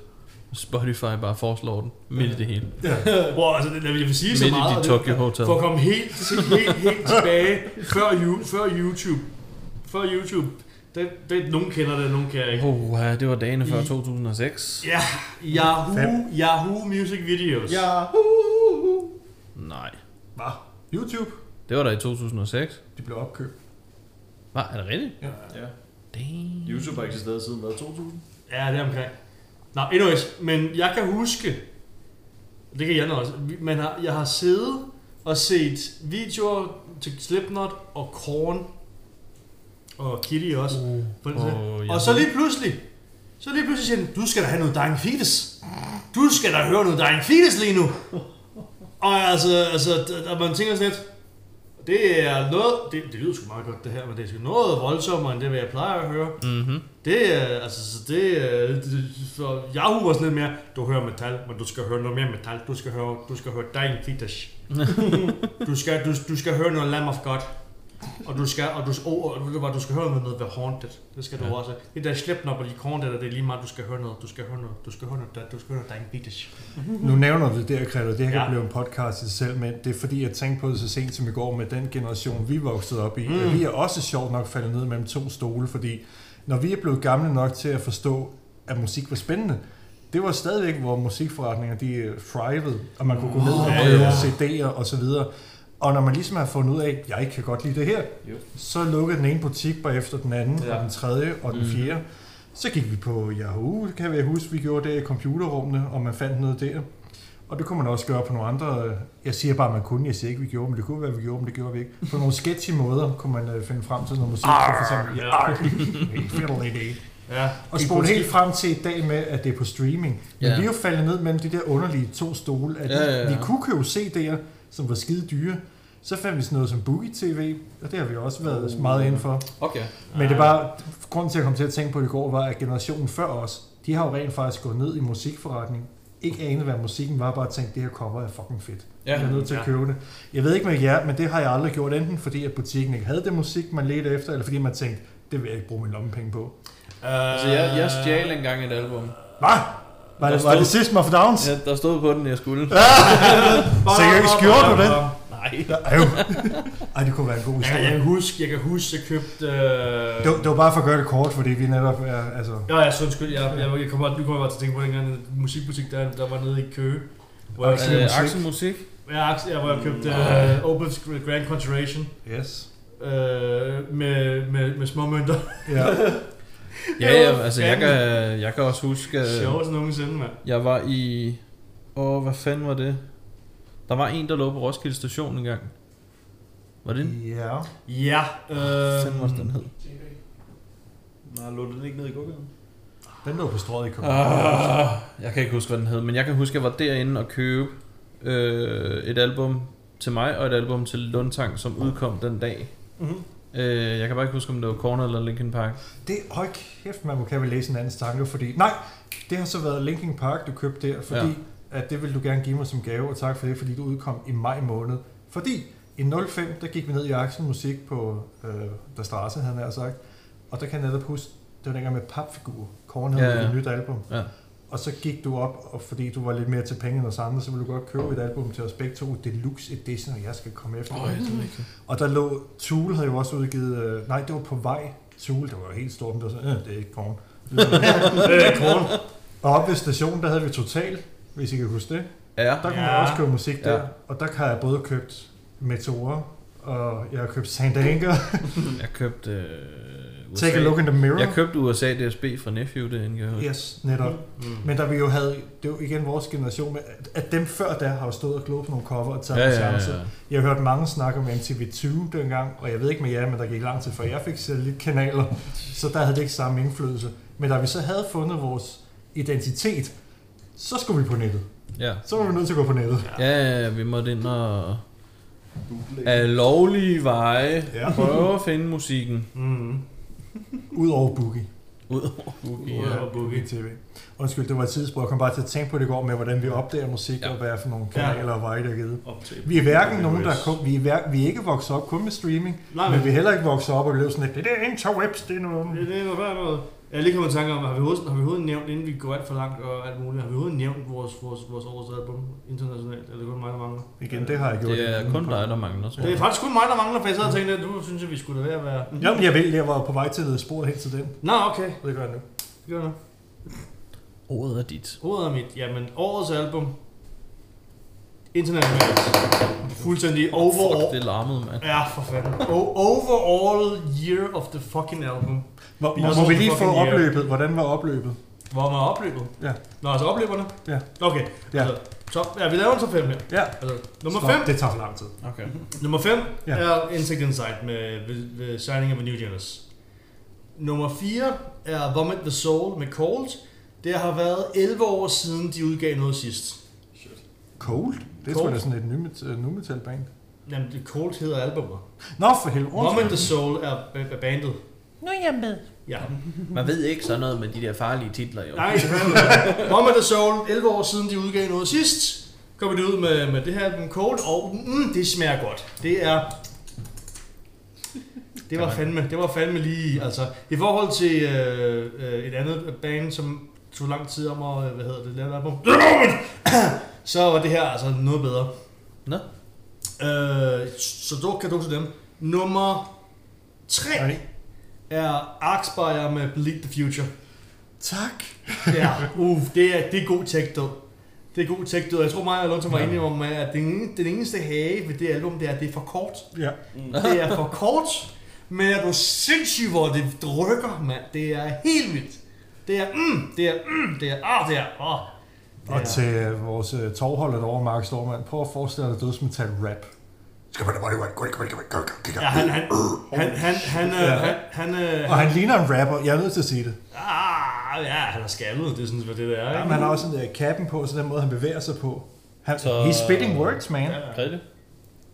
Spotify bare foreslår den. Midt i det hele.
(laughs) Wow, altså, det, jeg vil sige så
Midt i
meget.
dit
og
Tokyo
det,
Hotel.
For at komme helt, helt, helt,
(laughs)
helt tilbage før, you, før YouTube. Før YouTube. Det, det, nogen kender det, nogen kan ikke.
Oh, ja, det var dagene før
I-
2006.
Ja, Yahoo,
Fem.
Yahoo Music Videos. Ja.
Nej.
Hva? YouTube?
Det var da i 2006.
De blev opkøbt.
Hvad? Er det rigtigt?
Ja.
Ja.
Damn.
YouTube har eksisteret siden hvad, 2000?
ja, det er omkring. Nå, anyways, men jeg kan huske, det kan jeg også, vi- man har, jeg har siddet og set videoer til Slipknot og Korn og Kitty også. På den side.
Åh,
Og så lige pludselig, så lige pludselig siger den, du skal da have noget Dying Fetus. Du skal da høre noget Dying Fetus lige nu. Og altså, altså, d- og man tænker sådan lidt, Det er noget, det, det lyder sgu meget godt det her, men det er sgu noget voldsommere end det, hvad jeg plejer at høre.
Mm-hmm.
Det er, altså, så det er, det- for Yahoo var sådan lidt mere, du hører metal, men du skal høre noget mere metal, du skal høre, du skal høre Dying
(laughs)
Fetus. du, skal, du, du skal høre noget Lamb of God. Og du skal, og du, oh, og, ved du, hvad, du skal høre noget, noget The Haunted. Det skal ja.
Ja.
du også. Det der slipknop og de Haunted, det er lige meget, du skal høre noget, du skal høre noget, du skal høre noget, du skal høre noget Dying Fetus.
Nu nævner du det der, Greta, det her kan
Ja.
blive en podcast i sig selv, men det er fordi, jeg tænkte på det så sent som i går med den generation, vi voksede op i.
Mm.
Mm. Vi er også sjovt nok faldet ned mellem to stole, fordi når vi er blevet gamle nok til at forstå, at musik var spændende, det var stadigvæk, hvor musikforretninger de øh, thrivede, og man kunne gå ned og
Ja,
prøve
ja.
CD'er og så videre. Og når man ligesom har fundet ud af, at jeg ikke kan godt lide det her,
Jo.
så lukkede den ene butik bare efter den anden,
Ja.
ja. og den tredje og den
Mm.
fjerde. Så gik vi på Yahoo, det kan jeg huske, vi gjorde det i computerrummene, og man fandt noget der. Og det kunne man også gøre på nogle andre, øh, jeg siger bare, man kunne, jeg siger ikke, vi gjorde, men det kunne være, vi gjorde, men det gjorde vi ikke. På nogle sketchy måder kunne man øh, finde frem til noget musik. Arr, for eksempel, ja, arr, helt fiddle it, eh?
Ja,
og spole helt frem til i dag med, at det er på streaming. Men
Ja.
vi er jo faldet ned mellem de der underlige to stole, at
Ja, ja, ja.
vi kunne købe CD'er, som var skide dyre. Så fandt vi sådan noget som Boogie TV, og det har vi også været
Uh.
meget inden for.
Okay.
Men det var grunden til, at jeg kom til at tænke på det i går, var, at generationen før os, de har jo rent faktisk gået ned i musikforretning. Ikke anet, hvad musikken var, bare tænkt, det her cover er fucking fedt.
Ja.
jeg er nødt til at
ja.
købe det. Jeg ved ikke med jer, men det har jeg aldrig gjort, enten fordi, at butikken ikke havde det musik, man ledte efter, eller fordi man tænkte, det vil jeg ikke bruge min lommepenge på.
Uh,
Altså, jeg, jeg stjal engang et album.
Hvad? Var
Der
det, var
stod-
det System of a Downs?
Ja, der stod på den, jeg skulle.
Sikkert ikke skjorde du det?
Nej.
Ej, jo. Ej, det kunne være en god
Jeg, jeg
historie.
kan huske, jeg kan huske, jeg købte... Øh,
Det var, det var bare for at gøre det kort, fordi vi netop er, altså...
Ja, ja, så undskyld. Jeg, jeg, jeg kommer, nu kommer jeg bare til at tænke på dengang musikbutik, der, der var nede i Køge. Hvor jeg,
Axel
købte,
Øh, Axel
Musik.
Musik.
jeg, jeg, hvor jeg købte uh, Opus Grand Conjuration
Yes.
øh, med, med, med små mønter.
Ja.
Ja, ja, altså, jeg kan, jeg kan også huske... øh,
Sjovt nogensinde, mand.
Jeg var i... Åh, hvad fanden var det? Der var en, der lå på Roskilde Station engang. Var det en?
Ja.
Ja.
Hvad fanden var det, den
Øh,
hed?
Nej, lå den ikke ned i gågaden?
Den lå på strået i København.
Ah, jeg kan ikke huske, hvad den hed, men jeg kan huske, at jeg var derinde og købe øh, et album til mig og et album til Lundtang, som udkom den dag.
Mhm.
Øh, jeg kan bare ikke huske, om det var Corner eller Linkin Park.
Det, høj kæft, man må kan vel læse en andens tanke, fordi... Nej, det har så været Linkin Park, du købte der, fordi ja. at det ville du gerne give mig som gave, og tak for det, fordi du udkom i maj måned. Fordi i 05, der gik vi ned i Axel Musik på øh, Der Strasse, havde jeg nær sagt, og der kan jeg netop huske, det var dengang med papfigurer. Korn havde
Ja,
ja,
ja.
ja. et nyt album.
Ja.
Og så gik du op, og fordi du var lidt mere til penge end os andre, så ville du godt købe et album til os begge to, Deluxe Edition, og jeg skal komme efter dig. Og der lå, Tool havde jo også udgivet, øh, nej, det var på vej. Tool, det var jo helt stort, men det var sådan, øh, det er ikke korn.
(laughs)
Det er ikke korn. Og oppe ved stationen, der havde vi Total, hvis I kan huske det.
Ja,
Der kunne
Ja.
man også købe musik der,
Ja.
og der har jeg både købt Meteora, og jeg har købt Sandanker,
jeg købte øh, USA.
Take a Look in the Mirror.
Jeg købte USA DSB fra Nephew, det kan jeg huske.
Yes, netop.
Mm.
Men der vi jo havde, det er jo igen vores generation, med, at- at dem før der har jo stået og glået på nogle cover og taget
Ja,
ja,
ja,
chancer.
ja, ja.
Jeg har hørt mange snakke om MTV2 dengang, og jeg ved ikke med jer, men der gik lang tid før jeg fik satellitkanaler, så der havde det ikke samme indflydelse. Men da vi så havde fundet vores identitet, så skulle vi på nettet.
ja.
Så var vi nødt til at gå på nettet.
Ja, ja, vi måtte ind og af lovlige veje ja.
Ja.
prøve at finde musikken.
Mm.
Udover Boogie.
Udover Boogie.
Udover
Ja.
Boogie.
TV. Undskyld, det var et tidsspur. Jeg kom bare til at tænke på det i går med, hvordan vi opdager musik,
Ja.
ja. og hvad for nogle kanaler og veje, der er givet.
Op til.
Vi er hverken nogen, der er kun, vi, er hver, vi er ikke vokset op kun med streaming,
Nej,
men
men
vi er heller ikke vokset op og blev sådan lidt, det der interwebs, det er noget.
Det, det var bare noget. Jeg er lige kommet i tanke om, har vi, overhovedet, har vi overhovedet nævnt, inden vi går alt for langt og alt muligt, har vi overhovedet nævnt vores, vores, vores års album internationalt? Eller er det kun mig, der mangler?
Igen, det har jeg gjort.
Det er kun dig, der mangler, tror
Det er
jeg.
faktisk kun mig, der mangler, for jeg sad og tænkte, at nu synes jeg, vi skulle da være at være...
Jamen, jeg ved, jeg var på vej til at lede sporet hen til den.
Nå, okay.
Og det gør jeg nu.
Det gør noget.
Ordet er dit.
Ordet er mit. Jamen, årets album. Internationalt. Fuldstændig
Fuck,
overall.
det larmede, mand.
Ja, for fanden. O- overall year of the fucking album.
Må,
Vi
må,
har
må vi
sådan
lige
en
få
fucking hjerte.
opløbet? Hvordan var opløbet?
Hvor man opløbet.
Ja.
Nå, altså opløberne.
Ja.
Okay.
Ja.
Altså, top, ja, vi laver en top 5 her.
Ja.
Altså, nummer
Stop,
5.
Det tager for lang tid.
Okay.
Nummer 5 ja.
Ja.
er Insect Insight med, med, med Shining of a New Genesis. Nummer 4 er Vomit the Soul med Cold. Det har været 11 år siden, de udgav noget sidst.
Cold? Det
Cold.
tror jeg er sådan et nymet- øh, nu metal band.
Jamen, The Cold hedder albumet.
Nå, for helvede.
Mom and the Soul er, er bandet.
Nu er jeg med.
Ja.
Man ved ikke sådan noget med de der farlige titler, jo.
Nej, selvfølgelig. Mom and the Soul, 11 år siden de udgav noget sidst, kommer de ud med, med det her album Cold, og mm, det smager godt. Det er... Det var fandme, det var fandme lige, altså. I forhold til øh, øh, et andet band, som tog lang tid om at, øh, hvad hedder det, lave et album, (coughs) så var det her altså noget bedre.
Nå.
Øh, så du kan du til dem. Nummer 3
Nej.
er Arxpire med Bleed the Future.
Tak. (laughs)
Ja, uh, det er, det er god tech død. Det er god tech død. Jeg tror mig og Lonson var enige om, at den, ene- den eneste hage ved det album, det er, at det er for kort.
Ja.
Det er for kort, men er du sindssyg, hvor det drykker, mand. Det er helt vildt. Det er, mm, det er, mm, det er, ah, det er, ah.
Og til øh, vores øh, tovholder derovre, Mark Stormand, prøv at forestille dig dødsmetal rap.
Ja, han, han, han, han, han, øh, han, han, øh,
Og han ligner en rapper, jeg er nødt til at sige det.
ah, ja, han er skaldet, det er sådan, hvad det der er,
Men
ikke?
han har også en der kappen på, så den måde, han bevæger sig på. Han, he's spitting words, man.
Grete?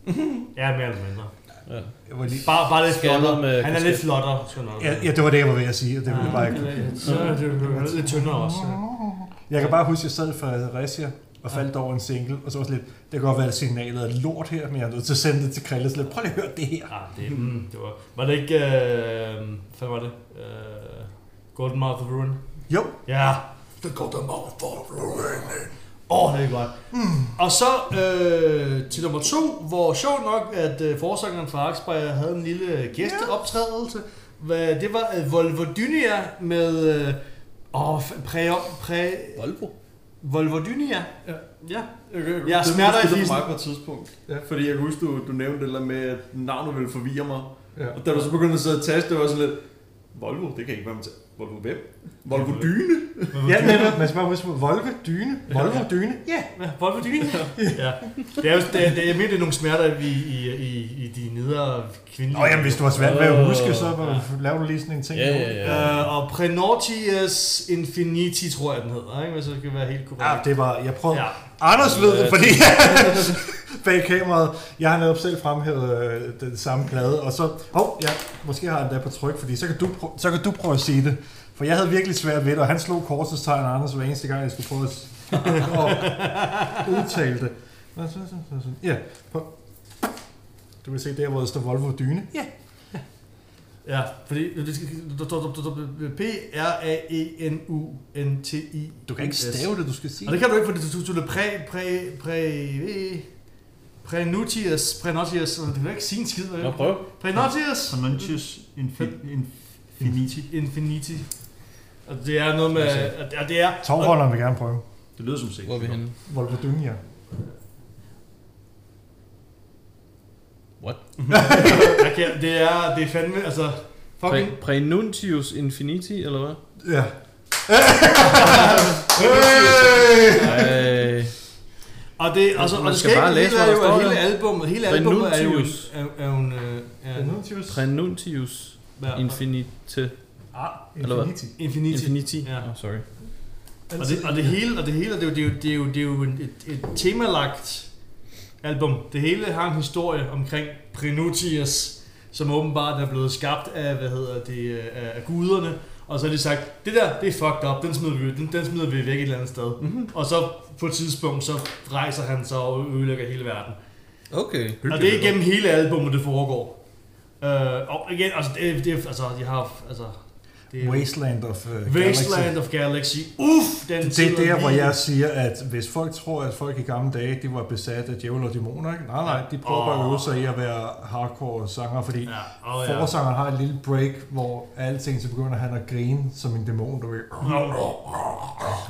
Ja, mere eller mindre.
Jeg var lige,
Bare, bare lidt
Skaldet
flottere.
med
Han er lidt flottere, sådan noget.
ja, ja, det var det, jeg var ved at sige, og det ville jeg bare ikke.
Så er det jo lidt tyndere også.
Jeg kan bare huske, at jeg sad i Fredericia og faldt over en single, og så var jeg sådan lidt, det kan godt være, at signalet er lort her, men jeg er nødt til at sende det til Krille, så lidt, prøv lige at høre det her.
Ja, det, mm, det var... Var det ikke... Øh, hvad var det? Øh, Golden Mouth of Ruin?
Jo,
Ja. The Golden Mouth of Ruin. Åh, oh, det er godt. Mm. Og så øh, til nummer to, hvor sjovt nok, at øh, forsangeren fra Axberg havde en lille gæsteoptrædelse. Hvad, det var øh, Volvo Dynia med... Øh, åh, oh, præ... præ
Volvo.
Volvo Dynia? Ja. ja.
Okay,
Jeg smerter i
det, det
fisen.
for mig på et tidspunkt.
Ja.
Ja. Fordi jeg kan huske, du, du nævnte det der med, at navnet ville forvirre mig.
Ja.
Ja. Og da du så begyndte at sidde og taste, det var sådan lidt... Volvo, det kan ikke være med til. Volvo hvem? Volvo dyne?
ja, netop. Man skal bare huske, Volve, dyne, Volvo, dyne. Ja,
Ja, Volvo Dyne. ja. Det er jo, det, er- det, jeg mener, det er nogle smerter i, i, i, i de nedre kvindelige.
Nå, jamen, hvis du har svært ved at
Øh,
huske, så var- laver du lige sådan en ting.
Ja,
nu.
ja, ja.
Øh, og Prenortius Infiniti, tror jeg, den hedder, ikke? hvis jeg skal være helt korrekt.
Ja, Ah, det var, jeg prøvede.
Ja.
Anders lød det,
(laughs)
fordi (laughs) bag kameraet, jeg har netop selv fremhævet øh, den samme plade, og så, hov, oh, ja, måske har jeg den der på tryk, fordi så kan, du prøve, så kan du prøve at sige det. For jeg havde virkelig svært ved det, og han slog korsets tegn, Anders, hver eneste gang, jeg skulle prøve at s- (laughs) at udtale det. Nå, så- så- så- så- Ja, på. Du kan se der, hvor der står Volvo Dyne. Ja.
Ja, fordi det skal... P-R-A-E-N-U-N-T-I.
Du kan ikke stave det, du skal sige.
Og det kan du ikke, fordi du- du du er præ... præ... præ... Prenutius, Prenotius, og du kan ikke sige en skid,
Nå,
vel?
prøv.
Prenotius
Sonantius Infiniti.
Infiniti. Og det er noget med... Og (laughs) det er...
Tovholderen vil gerne prøve.
Det lyder som sikkert.
Hvor er vi henne?
Volvo Dyne, ja.
What?
Jeg kan, det er, det er fandme, altså, fucking...
Pre- Prenuntius Infiniti, eller
(laughs)
hvad?
(laughs)
Ja.
Ej,
Og det, altså, og
Man
det
skal
skal
bare
ikke,
læse,
læse, er
hvad der
jo,
står
hele
der.
albumet, hele albumet er jo, en-
Renuntius.
er, er jo en, øh, er, en-
Prenuntius
ja,
Infinite. Eller hvad?
Ah, Infinity.
Infinity.
Infiniti.
Ja.
Oh, sorry.
Og det, og det hele, og det hele, det er jo, det er jo, det er jo, det er jo en- et, et temalagt album. Det hele har en historie omkring Prenutius, som åbenbart er blevet skabt af, hvad hedder det, øh, af, af guderne. Og så har de sagt, det der, det er fucked up, den smider vi, den, den smider vi væk et eller andet sted.
Mhm.
Mm-hmm. Og så på et tidspunkt, så rejser han sig og ødelægger hele verden.
Okay.
Og det er igennem hele albumet, det foregår. Øh, og igen, altså, det, det, altså, de har, altså, det er
Wasteland of uh, Galaxy.
Wasteland of Galaxy. Uff, den
Det er
sidder
der, hvor
lige-
jeg siger, at hvis folk tror, at folk i gamle dage, de var besat af djævle og dæmoner, ikke? nej, nej, de prøver bare at øve sig i at være hardcore sanger, fordi
Ja, og
ja.
ja.
forsangeren har et lille break, hvor alting så begynder han at grine som en dæmon, du ved.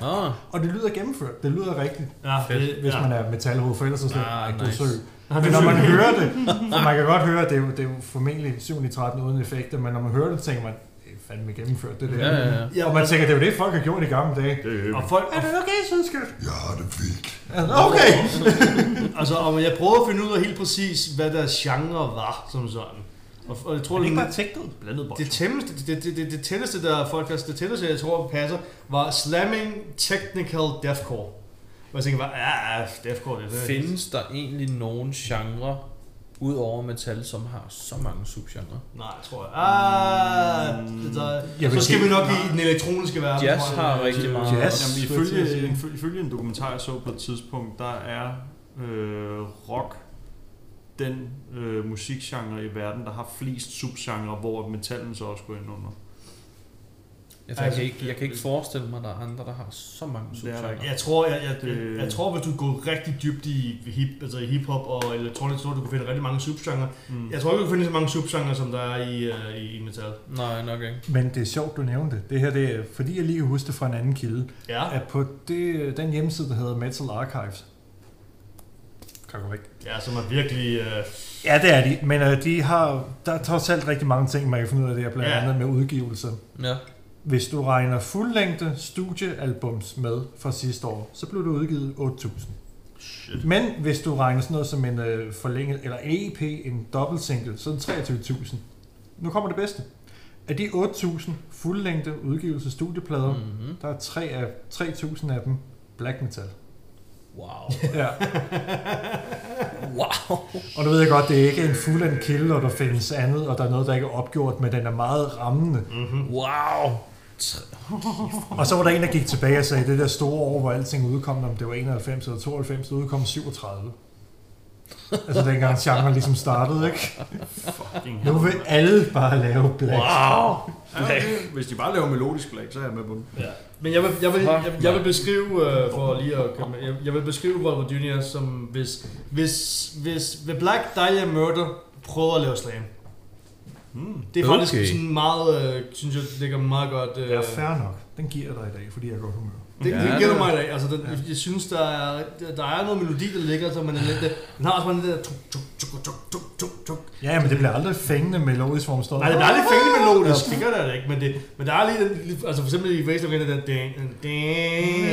Nå,
Og det lyder gennemført, det lyder rigtigt,
Ja, det,
hvis
ja.
man er metalhoved, for ellers er det sådan,
Ah,
at du er
nice.
sø. Men når man hører det, for man kan godt høre, at det er jo, det er jo formentlig 7-13 uden effekter, men når man hører det, tænker man, det er fandme gennemført, det der.
Ja, ja, ja.
Ja,
Og man tænker, det er jo det, folk har gjort i gamle dage.
og folk, altså, og,
okay, sødskat? Ja, det er vildt. Okay.
altså, og jeg prøvede at finde ud af helt præcis, hvad deres genre var, som sådan. Og, og jeg tror, det,
tægt ud. Blandet bold.
det, tæmmeste, det, det, det, det tætteste, der folk har, det tætteste, jeg tror, passer, var Slamming Technical Deathcore. Og jeg tænkte bare, ja, ja, Deathcore, det er det.
Findes der egentlig nogen genre,
Udover metal, som har så mange subgenre.
Nej, tror jeg. Ah, det der,
Jeg vil
så skal
sige-
vi nok i den elektroniske verden.
Jazz
tror jeg.
har rigtig meget.
Jazz.
Jamen,
skulle jeg til at sige.
ifølge, ifølge, ifølge en dokumentar, jeg så på et tidspunkt, der er øh, rock den øh, musikgenre i verden, der har flest subgenre, hvor metallen så også går ind under.
Jeg, jeg, kan ikke, jeg kan ikke forestille mig, at der er andre, der har så mange
Det er der
subgenre.
Jeg tror, jeg, jeg,
Øh.
jeg, jeg tror, hvis du går rigtig dybt i hip, altså i hiphop og elektronisk, så tror jeg, du kan finde rigtig mange subgenre.
Mm.
Jeg tror ikke, du kan finde så mange subgenre, som der er i, øh, i, i metal.
Nej, nok ikke.
Men det er sjovt, du nævnte det. Det her, det er, fordi jeg lige kan huske det fra en anden kilde,
Ja,
at på det, den hjemmeside, der hedder Metal Archives, kan gå væk.
ja som er virkelig... Øh,
Ja, det er de, men øh, de har, der er trods alt rigtig mange ting, man kan finde ud af det her, blandt
Ja.
andet med udgivelser.
Ja.
Hvis du regner fuldlængde studiealbums med fra sidste år, så blev det udgivet 8.000.
shit.
Men hvis du regner sådan noget som en øh, forlænget, eller EP, en dobbelt single, så er det 23.000. Nu kommer det bedste. Af de 8.000 fuldlængde udgivelse studieplader, mm.
Mm-hmm.
der er tre af- 3.000 af dem black metal.
Wow.
Ja.
Wow.
Og du ved jeg godt, det er ikke en fuldendt kilde, og der findes andet, og der er noget, der ikke er opgjort, men den er meget rammende.
Wow.
Og så var der en, der gik tilbage og sagde, det der store år, hvor alting udkom, om det var 91 eller 92, det udkom 37. Altså dengang genren ligesom startede, ikke?
Fucking
Nu vil alle bare lave black.
Wow.
Ja, hvis de bare laver melodisk black, så er jeg med på den.
Ja. Men jeg vil, jeg vil, jeg, jeg vil beskrive, øh, for lige at komme, jeg, jeg vil beskrive Volvo Junior som, hvis, hvis, hvis The Black Dahlia Murder prøver at lave slam.
Mm.
Det er faktisk
Okay.
sådan meget, øh, synes jeg, ligger meget godt... Øh,
Det er fair nok. Den giver jeg dig i dag, fordi jeg er i godt humør.
Det,
Ja,
det gælder
det-
mig i dag. Altså, den, jeg synes, der er, der er noget melodi, der ligger, så man er lidt... Den har også bare den der... Tuk, tuk, tuk, tuk, tuk, tuk, tuk.
Ja, men det bliver aldrig fængende melodisk, hvor man står.
Nej, det er aldrig fængende
Ah!
melodisk, det gør det da ikke, men, det, men der er lige den... Altså, for eksempel i Wasteland, den der... ding, ding, ding, ding,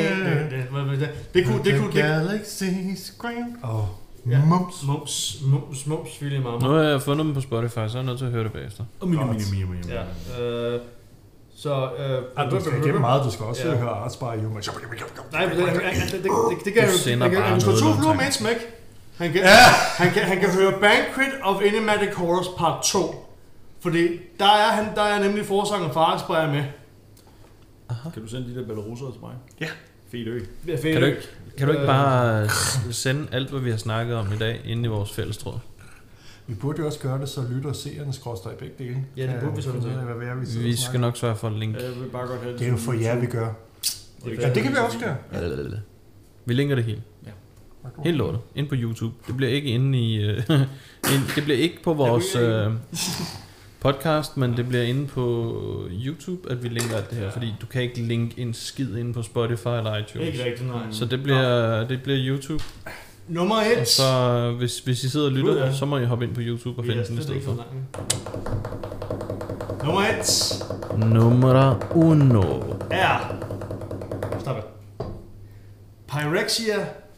ding, hvad- hvad- hvad- Det kunne... Det kunne... Det,
Galaxy Scream. Åh,
Ja.
mums.
mums, mums, mums, virkelig meget.
Nu har jeg fundet dem på Spotify, så er jeg nødt til at høre det bagefter.
Og mine, mine, mine, mine.
Ja. Øh, så... Øh,
Ej, du skal igennem meget, du skal også
Ja.
høre Artsbar i humør.
Nej, men det, det, det, det, det kan
Du
han jo
sender
han kan-
bare
Han slår
noget,
to
når
fluer
han
med
tager.
en smæk. Han kan, han, kan, han kan høre Banquet of Enigmatic Horrors part 2. Fordi der er, han, der er nemlig forsanger for Arsberg med.
Kan du sende de der belarusere til mig?
Ja.
Fedt ø.
Kan du ikke, kan du ikke bare øh, sende alt, hvad vi har snakket om i dag, ind i vores fælles tråd?
Vi burde jo også gøre det, så lytter og seerne skråstrej begge dele. Øh,
Ja, det
Kan
burde vi sådan
finde ud
set.
af, Hvad vi, er, vi, sidder
Vi
og
skal
snakker
nok sørge for at linke.
Jeg vil bare godt have
om.
det.
Det er jo for jer, vi gør. Ja, det kan vi også gøre.
Vi linker det hele.
Ja.
Helt lortet. Ind på YouTube. Det bliver ikke inde i... Øh, (laughs) ind, det bliver ikke på vores øh, podcast, men det bliver inde på YouTube, at vi linker alt det her.
Ja.
Fordi du kan ikke linke en skid ind på Spotify eller iTunes.
Ikke rigtigt, nej.
Så det bliver, det bliver YouTube.
Nummer 1.
Og så øh, hvis, hvis I sidder og lytter,
Ud, ja.
så må I hoppe ind på YouTube og finde den i stedet for.
Nummer 1
Nummer uno.
er... Stop det. Pyrexia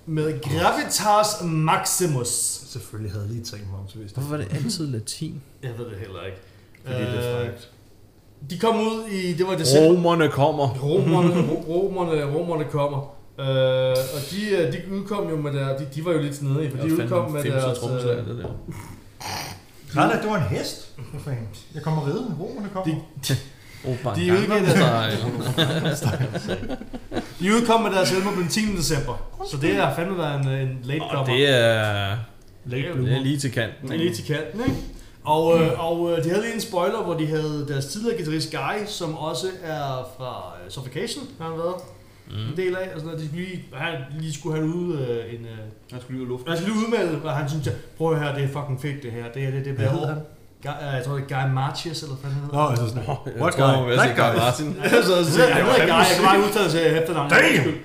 med Gravitas Maximus.
Selvfølgelig havde jeg lige tænkt mig om, så hvis det
Hvorfor er det altid latin?
Jeg ved det heller ikke.
Fordi det er
Øh,
frækt.
de kom ud i, det var i december.
Romerne kommer.
Romerne,
(laughs)
ro- romerne, romerne kommer. Øh, og de, øh, de udkom jo med der, de, de var jo lidt nede i, for de udkom med deres... øh,
det der.
Rada, det var en hest. Hvad fanden? Jeg kommer ridende. Romerne kommer.
De-
Opera
De er
Gangnam
udgivet af-
Style.
de udkom med deres album den 10. december, så det har fandme været en, øh, en late
Og
kommer.
det er,
Late
det er lige til kanten.
Det er lige til kanten, ikke? Og, øh, og øh, de havde lige en spoiler, hvor de havde deres tidligere guitarist Guy, som også er fra øh, Suffocation, har han været
Mm.
en del af. Og sådan noget. De skulle lige, han, lige skulle have ud øh, en... Øh,
Jeg skulle lige ud af luften.
Altså lige udmeldet, hvad han synes, jeg, prøv at høre, det er fucking fedt det her. Det er det, det
Hvad
bliver
hed
over.
han?
Guy- øh, Jeg tror, det er Guy Marches, eller hvad han hedder.
Nå, altså sådan. What
What guy?
guy? That guy.
Martin.
Altså, så jeg ved ikke, Guy, jeg kan bare udtale sig efter navnet.
Damn!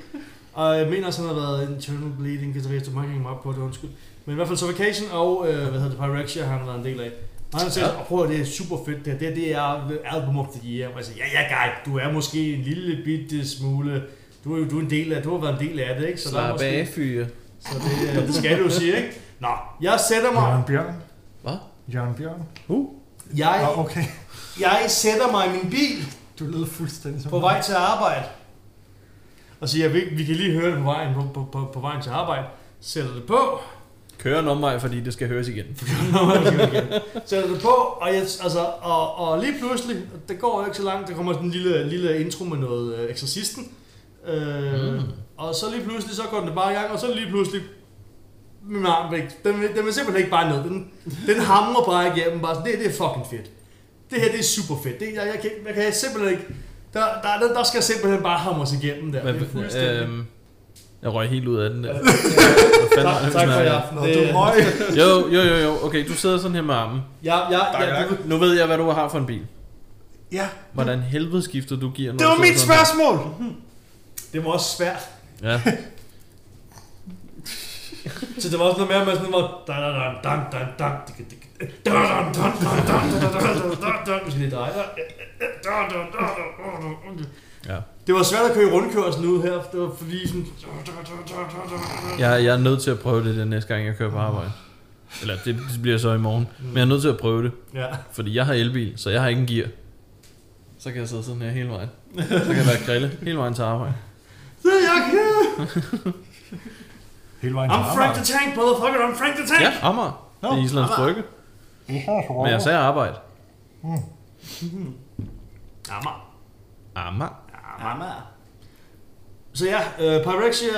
Og jeg mener også, han har været internal bleeding guitarist, og mange gange mig op på det, undskyld. Men i hvert fald Suffocation og, øh, hvad hedder det, Pyrexia har han været en del af. Og han sagde, ja. prøv at høre, det er super fedt det her, det, her, det er album of the year. Og jeg sagde, ja, ja, Guy, du er måske en lille bitte smule, du er jo du er en del af, du har været en del af det, ikke? der er
Slap
måske-
af, fyre.
Så det, øh, det skal du jo sige, ikke? Nå, jeg sætter mig,
Jørgen Bjørn.
Hvad?
Jørgen Bjørn.
jeg,
Nå, okay.
jeg sætter mig i min bil
Du lød fuldstændig som
på vej til arbejde. Og siger, vi, vi kan lige høre det på vejen, på, på, på, på vejen til arbejde. Sætter det på.
Kør en omvej, fordi det skal høres igen.
(laughs) Sætter det på, og, jeg, altså, og, og lige pludselig, og det går jo ikke så langt, der kommer sådan en lille, lille intro med noget øh, eksorcisten. Øh, mm. Og så lige pludselig, så går den bare i gang, og så lige pludselig, min arm væk. Den, vil- den vil simpelthen ikke bare ned. Den, den hamrer bare igennem, bare sådan, det, det er fucking fedt. Det her, det er super fedt. Det, jeg, jeg, kan, jeg kan simpelthen ikke, der, der, der, der skal simpelthen bare hamres igennem der.
Men,
det er fuldstændig.
øhm, jeg røg helt ud af den der. Hvad fanden var
tak,
det,
tak for
man-
i
Nå,
aften.
du
Det,
røg.
(laughs) Jo, jo, jo, jo. Okay, du sidder sådan her med armen.
jeg, jeg, jeg,
Ja, nu ved jeg, hvad du har for en bil.
Ja,
Hvordan helvede skifter du gear? når
det
du
var
sidder
mit
sådan her?
spørgsmål! Det var også svært.
Ja.
Så det var også noget mere med sådan noget, da da da da da da dik, dik, da da da da da da da da da da da da Måske det er dig, da da da da da da
Ja.
Det var svært at køre i rundkørslen ud her, det var fordi sådan...
Jeg, jeg er nødt til at prøve det der næste gang, jeg kører på arbejde.
Ah.
Eller det bliver så i morgen.
Mm.
Men jeg er nødt til at prøve det.
Ja.
Fordi jeg har elbil, så jeg har ikke en gear. Så kan jeg sidde sådan her hele vejen. Så kan jeg være grille hele vejen til arbejde.
Så jeg kan...
hele vejen
I'm Frank the Tank, motherfucker, I'm Frank the Tank!
Ja, Amager. Det er Islands Brygge. Men jeg sagde arbejde.
Amager.
Amager.
Amager. Så ja, øh, Pyrexia,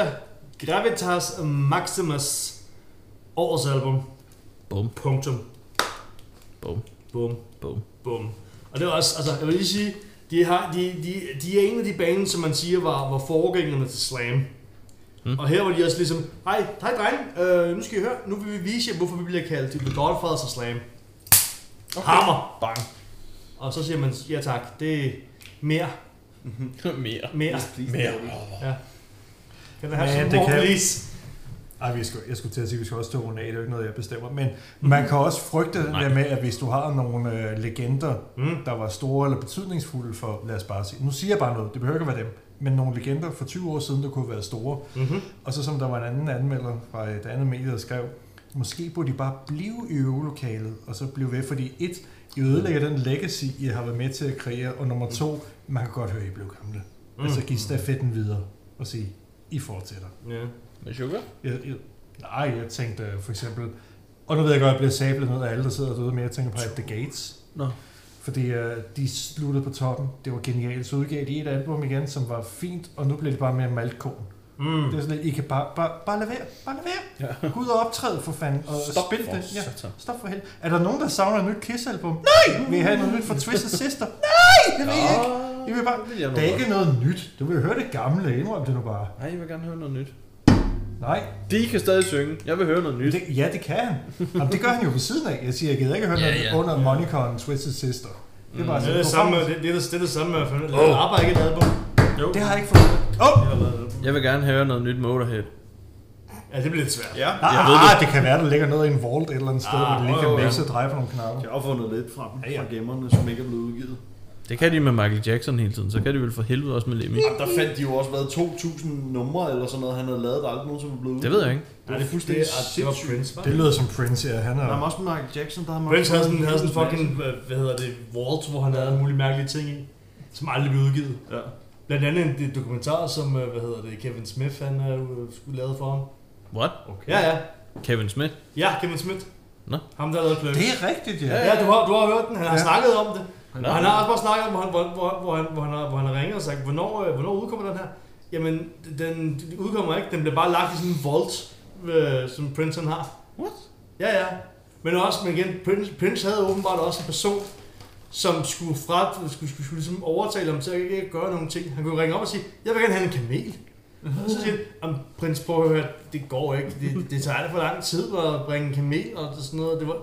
Gravitas Maximus, årets album.
Bum.
Punktum.
Bum.
Bum.
Bum.
Bum. Og det var også, altså, jeg vil lige sige, de, har, de, de, de er en af de baner, som man siger var, var forgængerne til Slam.
Hmm.
Mm. Og her var de også ligesom, hej, hej dreng, øh, nu skal I høre, nu vil vi vise jer, hvorfor vi bliver kaldt til The Godfathers of Slam. Okay. Hammer. Bang. Og så siger man, ja tak, det er mere,
Mere.
mere.
Mere.
Kan det have sådan
Men det
en
kan-
release?
Ej, vi skal, jeg skulle til at sige, at vi skal også til at runde af, det er jo ikke noget, jeg bestemmer. Men man kan også frygte det der med, at hvis du har nogle øh, legender,
Mm.
mm. der var store eller betydningsfulde for, lad os bare sige, nu siger jeg bare noget, det behøver ikke at være dem, men nogle legender for 20 år siden, der kunne have været store.
Mm-hmm.
Og så som der var en anden anmelder fra et andet medie, der skrev, måske burde de bare blive i øvelokalet, og så blive ved, fordi et, I ødelægger den legacy, I har været med til at kreere, og nummer to, man kan godt høre, I blev gamle. Mm. Altså give stafetten videre og sige, I fortsætter.
Ja.
Med sugar?
Jeg, jeg, nej, jeg tænkte øh, for eksempel... Og nu ved jeg godt, at jeg bliver sablet ned af alle, der sidder derude, men jeg tænker på At The Gates.
Nå.
Fordi øh, de sluttede på toppen. Det var genialt. Så udgav de et album igen, som var fint, og nu bliver det bare mere malkorn.
Mm.
Det er sådan lidt, I kan bare, bare, bare lade være. Bare lade være. Ja. Gå ud og optræde for fanden. Og
Stop
spil
for
det. Ja,
satan.
stop for helvede. Er der nogen, der savner et nyt Kiss-album? Nej! Vil I have noget nyt fra Twisted Sister? Nej! Det vil jeg ikke. I vil bare...
vil jeg
Det er ikke noget nyt. Du vil høre det gamle. Indrøm det nu bare.
Nej, jeg vil gerne høre noget nyt.
Nej,
De kan stadig synge. Jeg vil høre noget nyt.
Det, ja, det kan han. Jamen, det gør han jo ved siden af. Jeg siger, jeg gider ikke høre
Ja,
ja,
ja.
ja. under Monikon Twisted Sister. Det er bare
Det er Mm.
sådan,
det samme med, det, det, er det, det, er det samme med, at oh. arbejder ikke et album.
det, det har jeg ikke forstået. Åh! Oh!
Jeg vil gerne høre noget nyt Motorhead.
Ja, det bliver lidt svært.
Ja,
Ah,
Jeg ved
ah, det kan være, der ligger noget i en vault et eller andet sted,
Ah,
hvor du lige kan
jo, jo.
mixe og dreje på nogle knapper.
jeg har fundet lidt fra dem,
Ja, ja.
fra gemmerne, som ikke er blevet udgivet.
Det kan de med Michael Jackson hele tiden, så kan de vel for helvede også med Lemmy.
Jamen, der fandt de jo også været 2.000 numre eller sådan noget, han havde lavet, der aldrig nogensinde var blevet
Det ved jeg ikke.
Det er fuldstændig
det, er- det var
sindssygt.
Prince, var
Det lyder som Prince, ja. Han er...
Der er også Michael Jackson, der har man også
Prince havde
fået
sådan,
en
havde
hel
sådan fucking, hvad, hvad hedder det, vault, hvor han havde alle mulige mærkelige ting i, som aldrig blev udgivet.
Ja.
Blandt andet en det dokumentar, som, øh, hvad hedder det, Kevin Smith, han øh, skulle lave for ham.
What?
Okay.
Ja, ja.
Kevin Smith?
Ja, Kevin Smith.
Nå.
Ham, der lavede Clerks.
Det er rigtigt, ja.
Ja, du har, du har hørt den. Han har
Ja.
snakket om det.
Nå.
Og han har også bare snakket om, hvor han, hvor, hvor, hvor, han, hvor, han, har, hvor han har ringet og sagt, hvornår, øh, hvornår udkommer den her? Jamen, den udkommer ikke. Den bliver bare lagt i sådan en vault, øh, som Prince han har.
What?
Ja, ja. Men også, men igen, Prince, Prince havde åbenbart også en person, som skulle, fra, skulle, skulle, skulle, skulle ligesom overtale ham til at ikke gøre nogle ting. Han kunne ringe op og sige, jeg vil gerne have en kamel. Og så siger han, "Jamen, prins, prøv at høre, det går ikke. Det, det tager alt for lang tid at bringe en kamel og sådan
(laughs)
noget. Det var...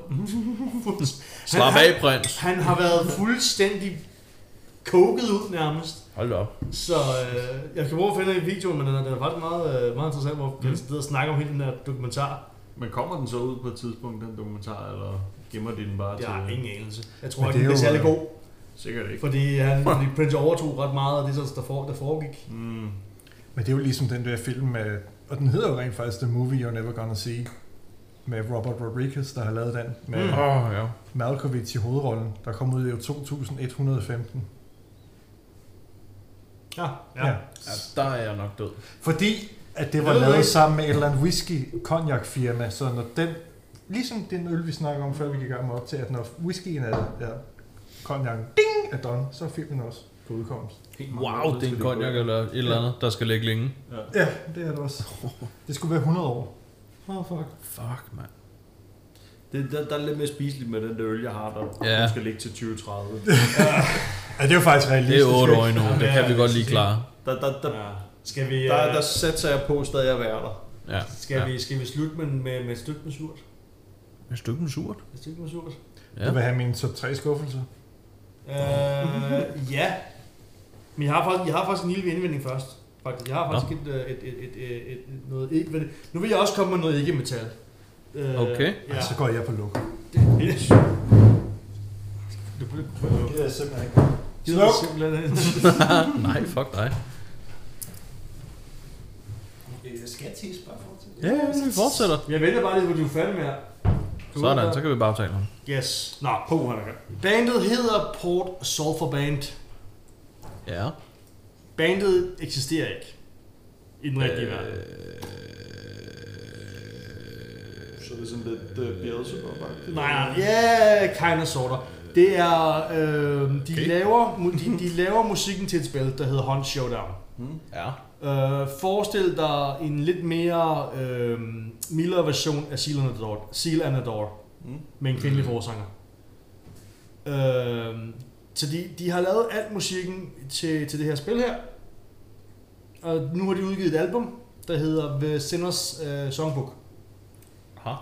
Slap
Han-
af, prins.
Han har været fuldstændig koket ud nærmest.
Hold da op.
Så øh, jeg kan prøve at finde en video, men den er, den er faktisk meget, øh, meget interessant, hvor mm. sidder og snakker om hele den her dokumentar.
Men kommer den så ud på et tidspunkt, den dokumentar, eller gemmer de den bare
Jeg har
til...
ingen anelse. Jeg tror
Men
ikke,
det
den
er
er
jo,
særlig
øh,
god,
Sikkert ikke.
fordi, han, fordi Prince overtog ret meget af det, der, der, for, der foregik.
Mm.
Men det er jo ligesom den der film med... Og den hedder jo rent faktisk The Movie You're Never Gonna See. Med Robert Rodriguez, der har lavet den. Med
Mm.
mm.
Åh, oh, ja.
Malkovich i hovedrollen, der kom ud i år 2115.
Ja, ja.
Ja.
ja. Der er jeg nok død.
Fordi at det var
Jeg ved
lavet
ikke.
sammen med et eller andet whisky cognac firma så når den, ligesom den øl, vi snakker om, før vi gik i gang med op til, at når whiskyen er, er cognac, ding, er done, så er filmen også på udkomst.
Wow, det er en konjak eller et eller andet, der skal ligge længe.
Ja, det er det også. Det skulle være 100 år. Oh, fuck.
Fuck, mand.
Det, der, der er lidt mere spiseligt med den der øl, jeg har, der
Ja.
ja. skal ligge til (laughs) 2030.
Ja, det er jo faktisk
Det
realistisk.
er 8
ikke?
år endnu, det kan vi godt lige klare.
Der, der, der,
Ja. Skal vi,
der, der
øh,
satser jeg på stadig at være der.
Ja.
skal, vi, skal vi slutte med, med, med et stykke med surt?
Et stykke med surt.
Et stykke med surt?
Ja.
Jeg vil have min top 3 skuffelse. (laughs)
Øh, ja. Men jeg har, faktisk, jeg har faktisk en lille indvending først. Faktisk. Jeg har faktisk et, øh, et, et, et, et, et, noget ikke. men Nu vil jeg også komme med noget ikke metal. Øh,
Okay.
Ja. Så går jeg på luk.
Det er helt sygt. Du bliver
Det er simpelthen ikke.
givet (laughs) simpelthen.
Nej, fuck dig.
Skal jeg tisse bare for
Ja, vi fortsætter.
Jeg venter bare lidt, hvor du er færdig med her. Du
Sådan,
er-
så kan vi bare tale om.
Yes. Nå, på han er Bandet hedder Port Sulfur Band.
Ja.
Bandet eksisterer ikke. I den rigtige øh, verden.
Øh, Så det er sådan lidt uh, Beelzebub-agtigt.
Nej, nej,
øh.
ja, kind of sorter. Det er, øh, de, okay. laver, mu- de, de laver musikken til et spil, der hedder Hunt Showdown.
Hmm?
Ja.
Øh, forestil dig en lidt mere øh, mildere version af Seal and a Door, Seal and a Door
Mm.
med en kvindelig forsanger. Øh, så de, de har lavet alt musikken til, til det her spil her. Og nu har de udgivet et album, der hedder The Sinners øh, Songbook.
Aha.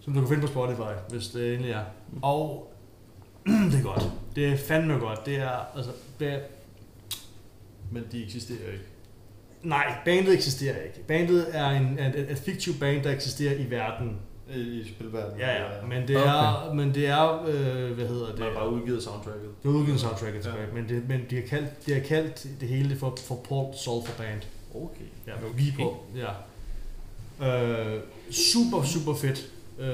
Som du kan finde på Spotify, hvis det endelig er. Og (clears throat) det er godt. Det er fandme godt. Det er, altså, det er
Men de eksisterer ikke.
Nej, bandet eksisterer ikke. Bandet er en, et, et, et fiktiv band, der eksisterer i verden.
I, i spilverdenen.
Ja, ja, men det er, okay. men det er øh, hvad hedder det?
Man har bare udgivet soundtracket.
Det er udgivet soundtracket
Ja.
tilbage, men, det, men de, har kaldt, de har kaldt det hele for, for Port Sulfur Band.
Okay.
Ja, vi på. Ja. Øh, super, super fedt. Øh,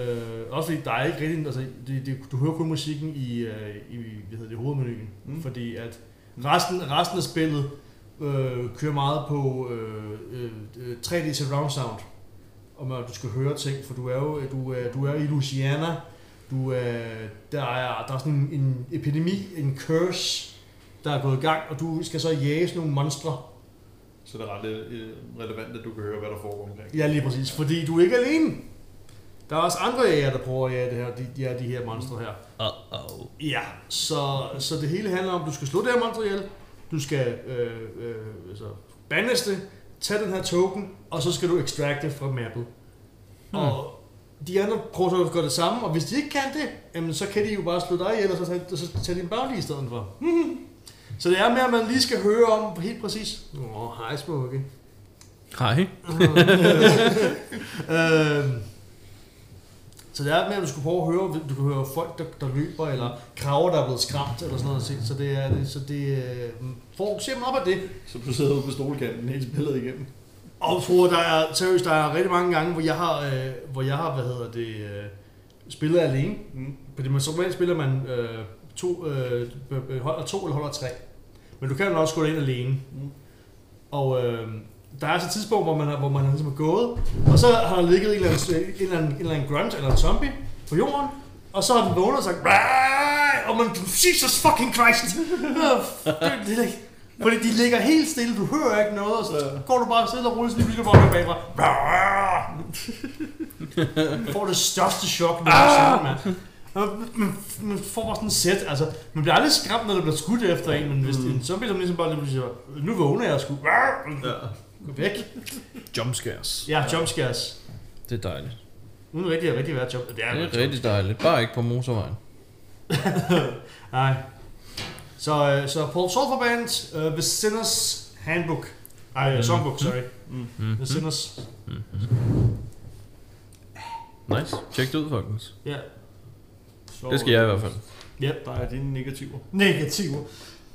også fordi der er ikke rigtig, altså, det, det, du hører kun musikken i, øh, i hvad hedder det, hovedmenuen, mm.
Mm.
fordi at resten, resten af spillet øh, kører meget på øh, øh, øh, 3D surround sound, om at du skal høre ting, for du er jo du er, du er i Louisiana, du er, der, er, der er sådan en, en epidemi, en curse, der er gået i gang, og du skal så jage sådan nogle monstre,
Så det er ret øh, relevant, at du kan høre, hvad der foregår omkring.
Ja, lige præcis. Fordi du er ikke alene. Der er også andre jæger, der prøver at jage det her, de, de, her- de her monstre her.
Uh-oh.
Ja, så, så det hele handler om, at du skal slå det her monster ihjel, du skal øh, øh, altså, bandes det, tage den her token, og så skal du extracte det fra mappet. Hmm. Og de andre prøver så at gøre det samme, og hvis de ikke kan det, jamen, så kan de jo bare slå dig ihjel, og så tage, så tage din baglige i stedet for. så det er med, at man lige skal høre om helt præcis. Åh, oh, hej Smokey.
Hej.
Øhm, så det er med, at du skulle prøve at høre, du kan høre folk, der, der løber, eller kraver, der er blevet skræmt, eller sådan noget. Så så det er det, så det øh, fokuserer man op af det.
Så du sidder ude på stolkanten hele spillet igennem.
Og tror, der er, seriøst, der er rigtig mange gange, hvor jeg har, øh, hvor jeg har hvad hedder det, øh, spillet alene. Mm.
Mm.
Fordi man som regel spiller man øh, to, øh, b- b- holder to eller holder tre. Men du kan jo også gå ind alene. Mm.
Mm.
Og øh, der er altså et tidspunkt, hvor man, har, hvor man ligesom er gået, og så har der ligget en eller anden, en eller anden, en eller anden grunt eller en zombie på jorden, og så har den vågnet og sagt, "Raaah!" og man, Jesus fucking Christ! Det- det er ikke- Fordi de ligger helt stille, du hører ikke noget, og så går du bare og sidder og ruller sådan en lille bolle bag mig. Raaah! Du får det største chok, man ah! mand. Og Man, man får bare sådan et sæt, altså, man bliver aldrig skræmt, når der bliver skudt efter en, men hvis mm. en zombie, som ligesom bare lige pludselig siger, nu vågner jeg sgu, Raaah! gå væk.
Jumpscares.
Ja, jumpscares.
Det er dejligt.
Uden rigtig at rigtig være jump. Det er,
Det er
det er
rigtig dejligt. Bare ikke på motorvejen.
(laughs) Nej. Så, øh, så Paul Sulfur Band, uh, The Sinners Handbook. Nej, mm. Songbook, sorry.
Hmm.
Mm.
Mhm.
The Sinners.
Nice. Tjek det ud, folkens.
Ja.
Så,
Det skal jeg i hvert fald.
Ja.
Der er dine negativer.
Negativer.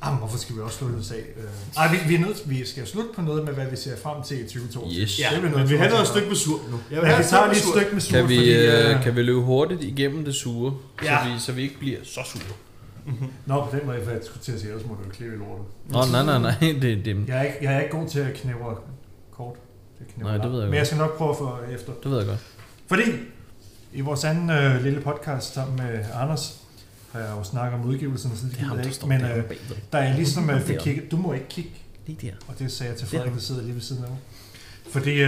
Jamen, hvorfor skal vi også slutte os af? Øh, Ej, vi, vi, er nødt, vi skal slutte på noget med, hvad vi ser frem til i 2022.
Yes.
Ja,
Det er vi nødt
men altså, vi
til
handler
at-
et stykke med sur nu. Jeg
Ja, vi tager lige et
sur.
stykke med surt,
Kan vi,
fordi...
øh,
øh,
kan vi løbe hurtigt igennem det sure, så,
Ja.
vi, så vi ikke bliver så sure?
Nå, på den måde, for jeg skulle til at sige, ellers må du jo klippe i lortet.
Nå, nej, nej, nej. (laughs) Det er dem.
Jeg er ikke, jeg er ikke god til at knævre kort. Det
Nej, det ved jeg
Men jeg
godt.
skal nok prøve at få efter.
Det ved jeg godt.
Fordi i vores anden øh, lille podcast sammen med Anders, har jeg jo snakket om udgivelsen, så
Det
det,
er
gider
ham,
jeg
der
ikke.
står
Men
der
øh,
bagved.
der er ligesom øh, fik
Deroppe.
kigget, du må ikke kigge,
Lige der.
og det sagde jeg til
Der.
Frederik, der sidder lige ved siden af mig. Fordi øh,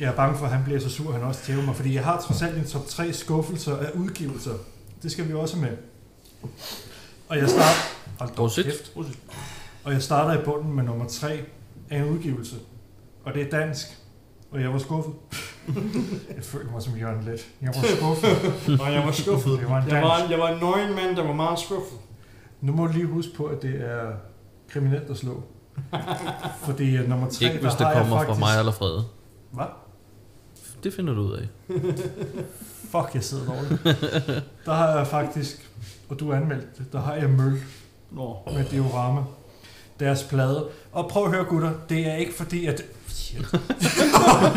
jeg er bange for, at han bliver så sur, at han også tæver mig. Fordi jeg har trods alt en top 3 skuffelser af udgivelser. Det skal vi også med. Og jeg starter... Hold dog
Prosit.
kæft. Og jeg starter i bunden med nummer 3 af en udgivelse. Og det er dansk. Og jeg var
(laughs)
skuffet. jeg følte mig som Jørgen Let. Jeg var skuffet.
Og jeg var skuffet.
Det var en
jeg, var,
dans.
jeg var en nøgen mand, der var meget skuffet.
Nu må du lige huske på, at det er kriminelt at
(laughs)
slå. Fordi øh, nummer 3,
Ikke hvis
der
det
har
kommer
jeg faktisk...
fra mig eller Frede.
Hvad?
Det finder du ud af.
Fuck, jeg sidder dårligt. der har jeg faktisk, og du anmeldte det, der har jeg møl
Nå.
med diorama. Deres plade. Og prøv at høre, gutter, det er ikke fordi, at... Shit. (laughs)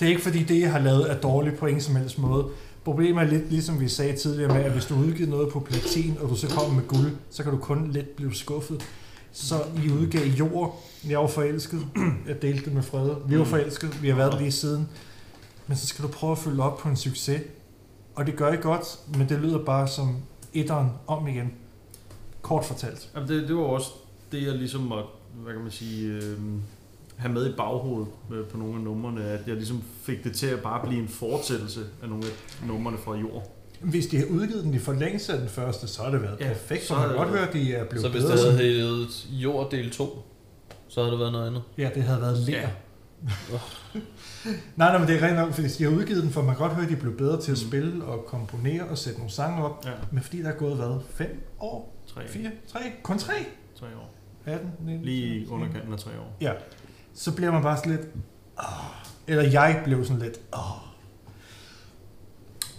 det er ikke fordi, det jeg har lavet er dårligt på ingen som helst måde. Problemet er lidt ligesom vi sagde tidligere med, at hvis du har udgivet noget på platin, og du så kommer med guld, så kan du kun let blive skuffet. Så I udgav jord. Jeg var forelsket. Jeg delte det med Frede. Vi var forelsket. Vi har været der lige siden. Men så skal du prøve at følge op på en succes. Og det gør I godt, men det lyder bare som etteren om igen. Kort fortalt.
Jamen, det, det var også det, jeg ligesom måtte, hvad kan man sige, øh, have med i baghovedet øh, på nogle af numrene, at jeg ligesom fik det til at bare blive en fortsættelse af nogle af numrene fra jord.
Hvis de har udgivet den i forlængelse af den første, så har det været ja,
Ja,
perfekt. Så
så
man kan
er
godt
det-
høre, at de er blevet
Så hvis
bedre.
det havde
sådan-
heddet Jord del 2, så havde det været noget andet.
Ja, det havde været lær. (laughs) nej, nej, men det er rent nok, fordi de har udgivet den, for man kan godt høre, at de blev bedre til at
Mm.
spille og komponere og sætte nogle sange op.
Ja,
Men fordi der er gået, hvad, fem år?
tre,
Fire? Tre? Kun tre?
tre år.
18? 19,
Lige i underkanten af tre år.
Så bliver man bare sådan lidt... "Åh." Eller jeg blev sådan lidt... Åh.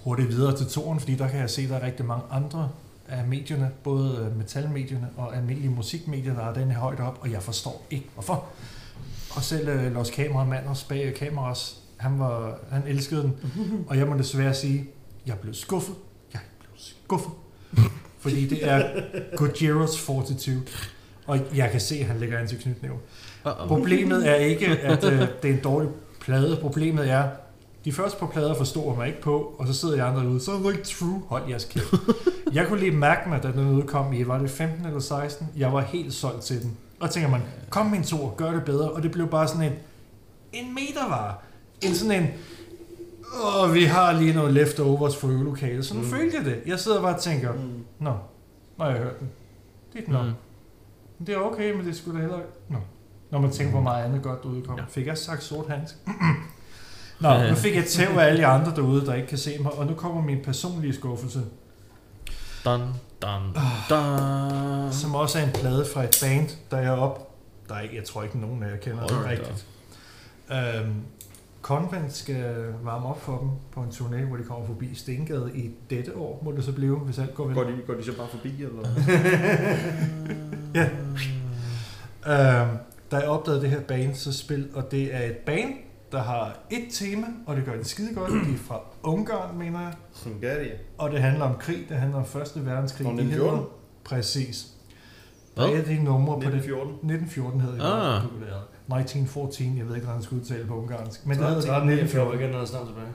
Hurtigt videre til toren, fordi der kan jeg se, at der er rigtig mange andre af medierne, både øh, metalmedierne og almindelige musikmedier, der har den her højt op, og jeg forstår ikke, hvorfor. Og selv øh, Lars Kameramand også bag kameras, han, var, han elskede den, og jeg må desværre sige, jeg blev skuffet. Jeg blev skuffet. Fordi det er Gojiros Fortitude. Og jeg kan se, at han lægger an til knytnæven. Problemet er ikke, at øh, det er en dårlig plade. Problemet er, de første par plader forstår mig ikke på, og så sidder jeg andre ude, så er det ikke true. Hold jeres kæft. Jeg kunne lige mærke mig, da den udkom i, var det 15 eller 16? Jeg var helt solgt til den. Og tænker man, kom min tor, gør det bedre. Og det blev bare sådan en, en metervare. En sådan en, åh, vi har lige noget leftovers fra øvelokalet. Sådan mm. følte jeg det. Jeg sidder bare og tænker,
Mm.
nå, når jeg hørt den. Det er nok. Mm. Det er okay, men det skulle da heller ikke... Nå. Når man tænker, hvor meget andet godt der udkom. Ja. Fik jeg sagt sort handsk? (clears throat)
Øh.
Nå, nu fik jeg tæv af alle jer andre derude, der ikke kan se mig, og nu kommer min personlige skuffelse,
Dun, dun,
Ah.
dun.
som også er en plade fra et band, der er op. Der er ikke, jeg tror ikke, nogen af jer kender det
Hold da
rigtigt. Øhm, Convent skal varme op for dem på en turné, hvor de kommer forbi Stengade i dette år, må det så blive, hvis alt går vel. (laughs)
Går de, går de så bare forbi, eller?
Ja. Øhm, da jeg opdagede det her band, så spil, og det er et band, der har et tema, og det gør det skide godt. De er fra Ungarn, mener jeg.
Hungaria.
Og det handler om krig, det handler om Første Verdenskrig.
Om
De hedder-
1914?
Præcis.
Hvad?
Hvad? Der er de numre på det.
1914.
1914 hed det.
Ah.
1914, jeg ved ikke, hvordan man skulle udtale på ungarsk. Men det
havde
hedder bare
1914.
1914.
Jeg noget snart tilbage.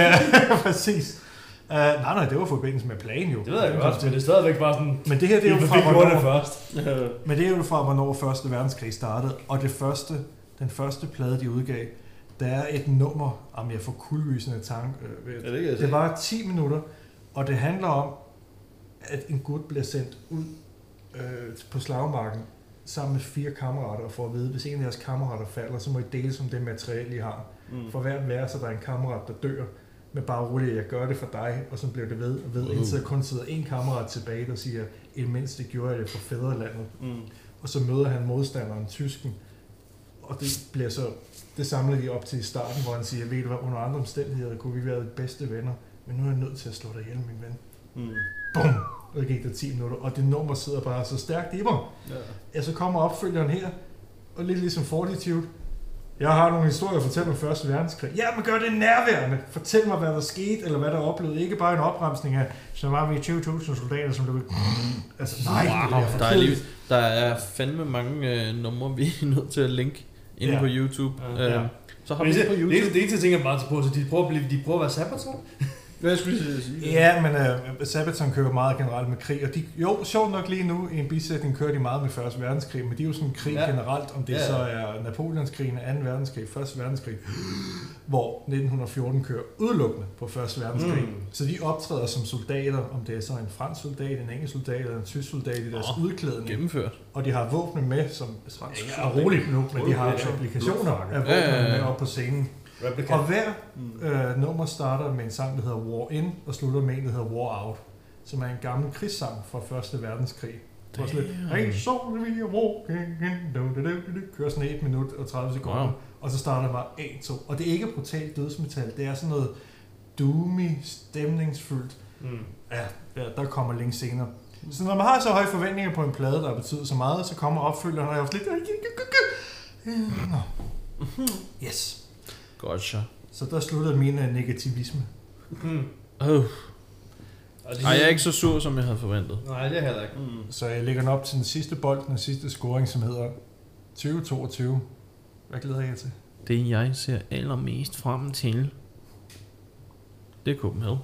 Ja, (laughs) præcis. Uh, nej, nej, det var i forbindelse med planen jo.
Det ved jeg godt, men det er stadigvæk bare sådan...
Men det her, det er jo
vi
fra,
gjorde det
hvornår-
først.
Men det er jo fra, hvornår Første Verdenskrig startede, og det første, den første plade, de udgav, der er et nummer, om jeg får kuldegysende tanke. Øh, ved-
Er det ikke, jeg
Det var 10 minutter, og det handler om, at en gut bliver sendt ud øh, på slagmarken sammen med fire kammerater, og får at vide, hvis en af deres kammerater falder, så må I dele som det materiale, I har.
Mm.
For hver vers er der en kammerat, der dør, men bare roligt, jeg gør det for dig, og så bliver det ved og ved,
Mm.
Uh.
indtil der kun sidder en kammerat tilbage, der siger, imens det gjorde jeg det for fædrelandet
Mm.
og så møder han modstanderen, tysken, og det bliver så, det samler de op til i starten, hvor han siger, ved du hvad, under andre omstændigheder kunne vi være de bedste venner, men nu er jeg nødt til at slå dig ihjel, min ven.
Mm.
Bum! Og det gik der 10 minutter, og det nummer sidder bare så stærkt i mig.
Ja.
Ja, så kommer opfølgeren her, og lidt ligesom Fortitude. Jeg har nogle historier at fortælle om Første Verdenskrig. Ja, men gør det nærværende. Fortæl mig, hvad der skete, eller hvad der oplevede. Ikke bare en opremsning af, så var vi 20.000 soldater, som blev... (laughs) Altså, nej, det
Wow,
for
der er,
(laughs)
kedeligt.
lige, der er fandme mange øh, numre, vi er nødt til at linke.
inde
Ja.
på YouTube.
Ja.
Øh,
Ja.
så har
Men
vi det på
det,
YouTube.
det, det eneste ting, jeg bare tager på, så de prøver, at blive, de prøver at være sabaton.
Hvad skulle jeg sige?
Ja, men øh, Sabaton kører meget generelt med krig, og de, jo, sjovt nok lige nu i en bisætning kører de meget med 1. verdenskrig, men det er jo sådan en krig
Ja.
ja. generelt, om det
Ja,
ja.
ja.
så er Napoleonskrigen, 2. verdenskrig, 1. verdenskrig, hvor 1914 kører udelukkende på 1. verdenskrig.
Mm.
Mm. Så de optræder som soldater, om det er så en fransk soldat, en engelsk soldat eller en tysk soldat i deres oh, udklædning,
Gennemført.
og de har våbne med, som
Fransk
ja, er roligt nu, men de har altså
Roligt, ja.
applikationer af
Ja, ja,
våbnene
ja.
med op på scenen.
Replica.
Og hver
Mm.
øh, nummer starter med en sang, der hedder War In, og slutter med en, der hedder War Out, som er en gammel krigssang fra 1. verdenskrig. Det var sådan lidt, hey, so we are walking in, du, du, du, du, du, kører sådan 1 minut og 30 sekunder,
Wow.
og så starter der bare 1, 2, og det er ikke brutalt dødsmetal, det er sådan noget doomy, stemningsfuldt,
Mm.
ja, ja, der kommer længe senere. Så når man har så høje forventninger på en plade, der betyder så meget, så kommer opfølgeren, og jeg er også lidt, Øh, nå. yes.
Gotcha.
Så der sluttede min øh, negativisme.
Mm.
Oh.
Og de-
Ej, jeg er ikke så sur, som jeg havde forventet.
Nej, det er heller
Mm.
ikke.
Så jeg lægger den op til den sidste bold, den sidste scoring, som hedder 2022. Hvad glæder jeg jer til?
Det, jeg ser allermest frem til, det er Copenhagen.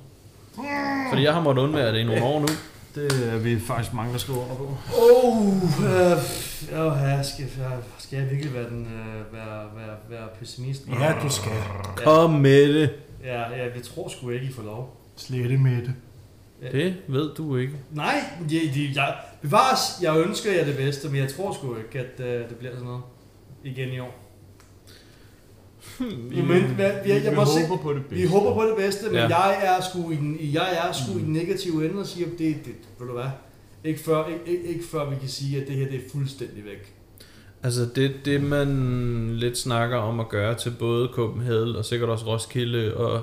Fordi jeg har måttet undvære det i nogle år nu.
Det er vi faktisk mange, der skriver under på.
Oh, øh, øh, skal, jeg, skal jeg virkelig være, den, øh, være, være, være pessimist?
Ja, du skal.
Kom med det.
Ja, ja, vi tror sgu ikke, I får lov.
Slette med det.
Det ved du ikke.
Nej, de, de, jeg, bevares, jeg ønsker jer det bedste, men jeg tror sgu ikke, at øh, det bliver sådan noget igen i år. Men, hvad, jeg, jeg må se,
håber på det bedste.
vi håber
(laughs)
på det bedste, men
Ja.
ja. jeg er sgu i den, jeg er sgu mm. i den negative ende og siger, at det, det, ved du hvad, ikke før, ikke, ikke, ikke før vi kan sige, at det her det er fuldstændig væk.
Altså det, det man lidt snakker om at gøre til både Copenhagen og sikkert også Roskilde og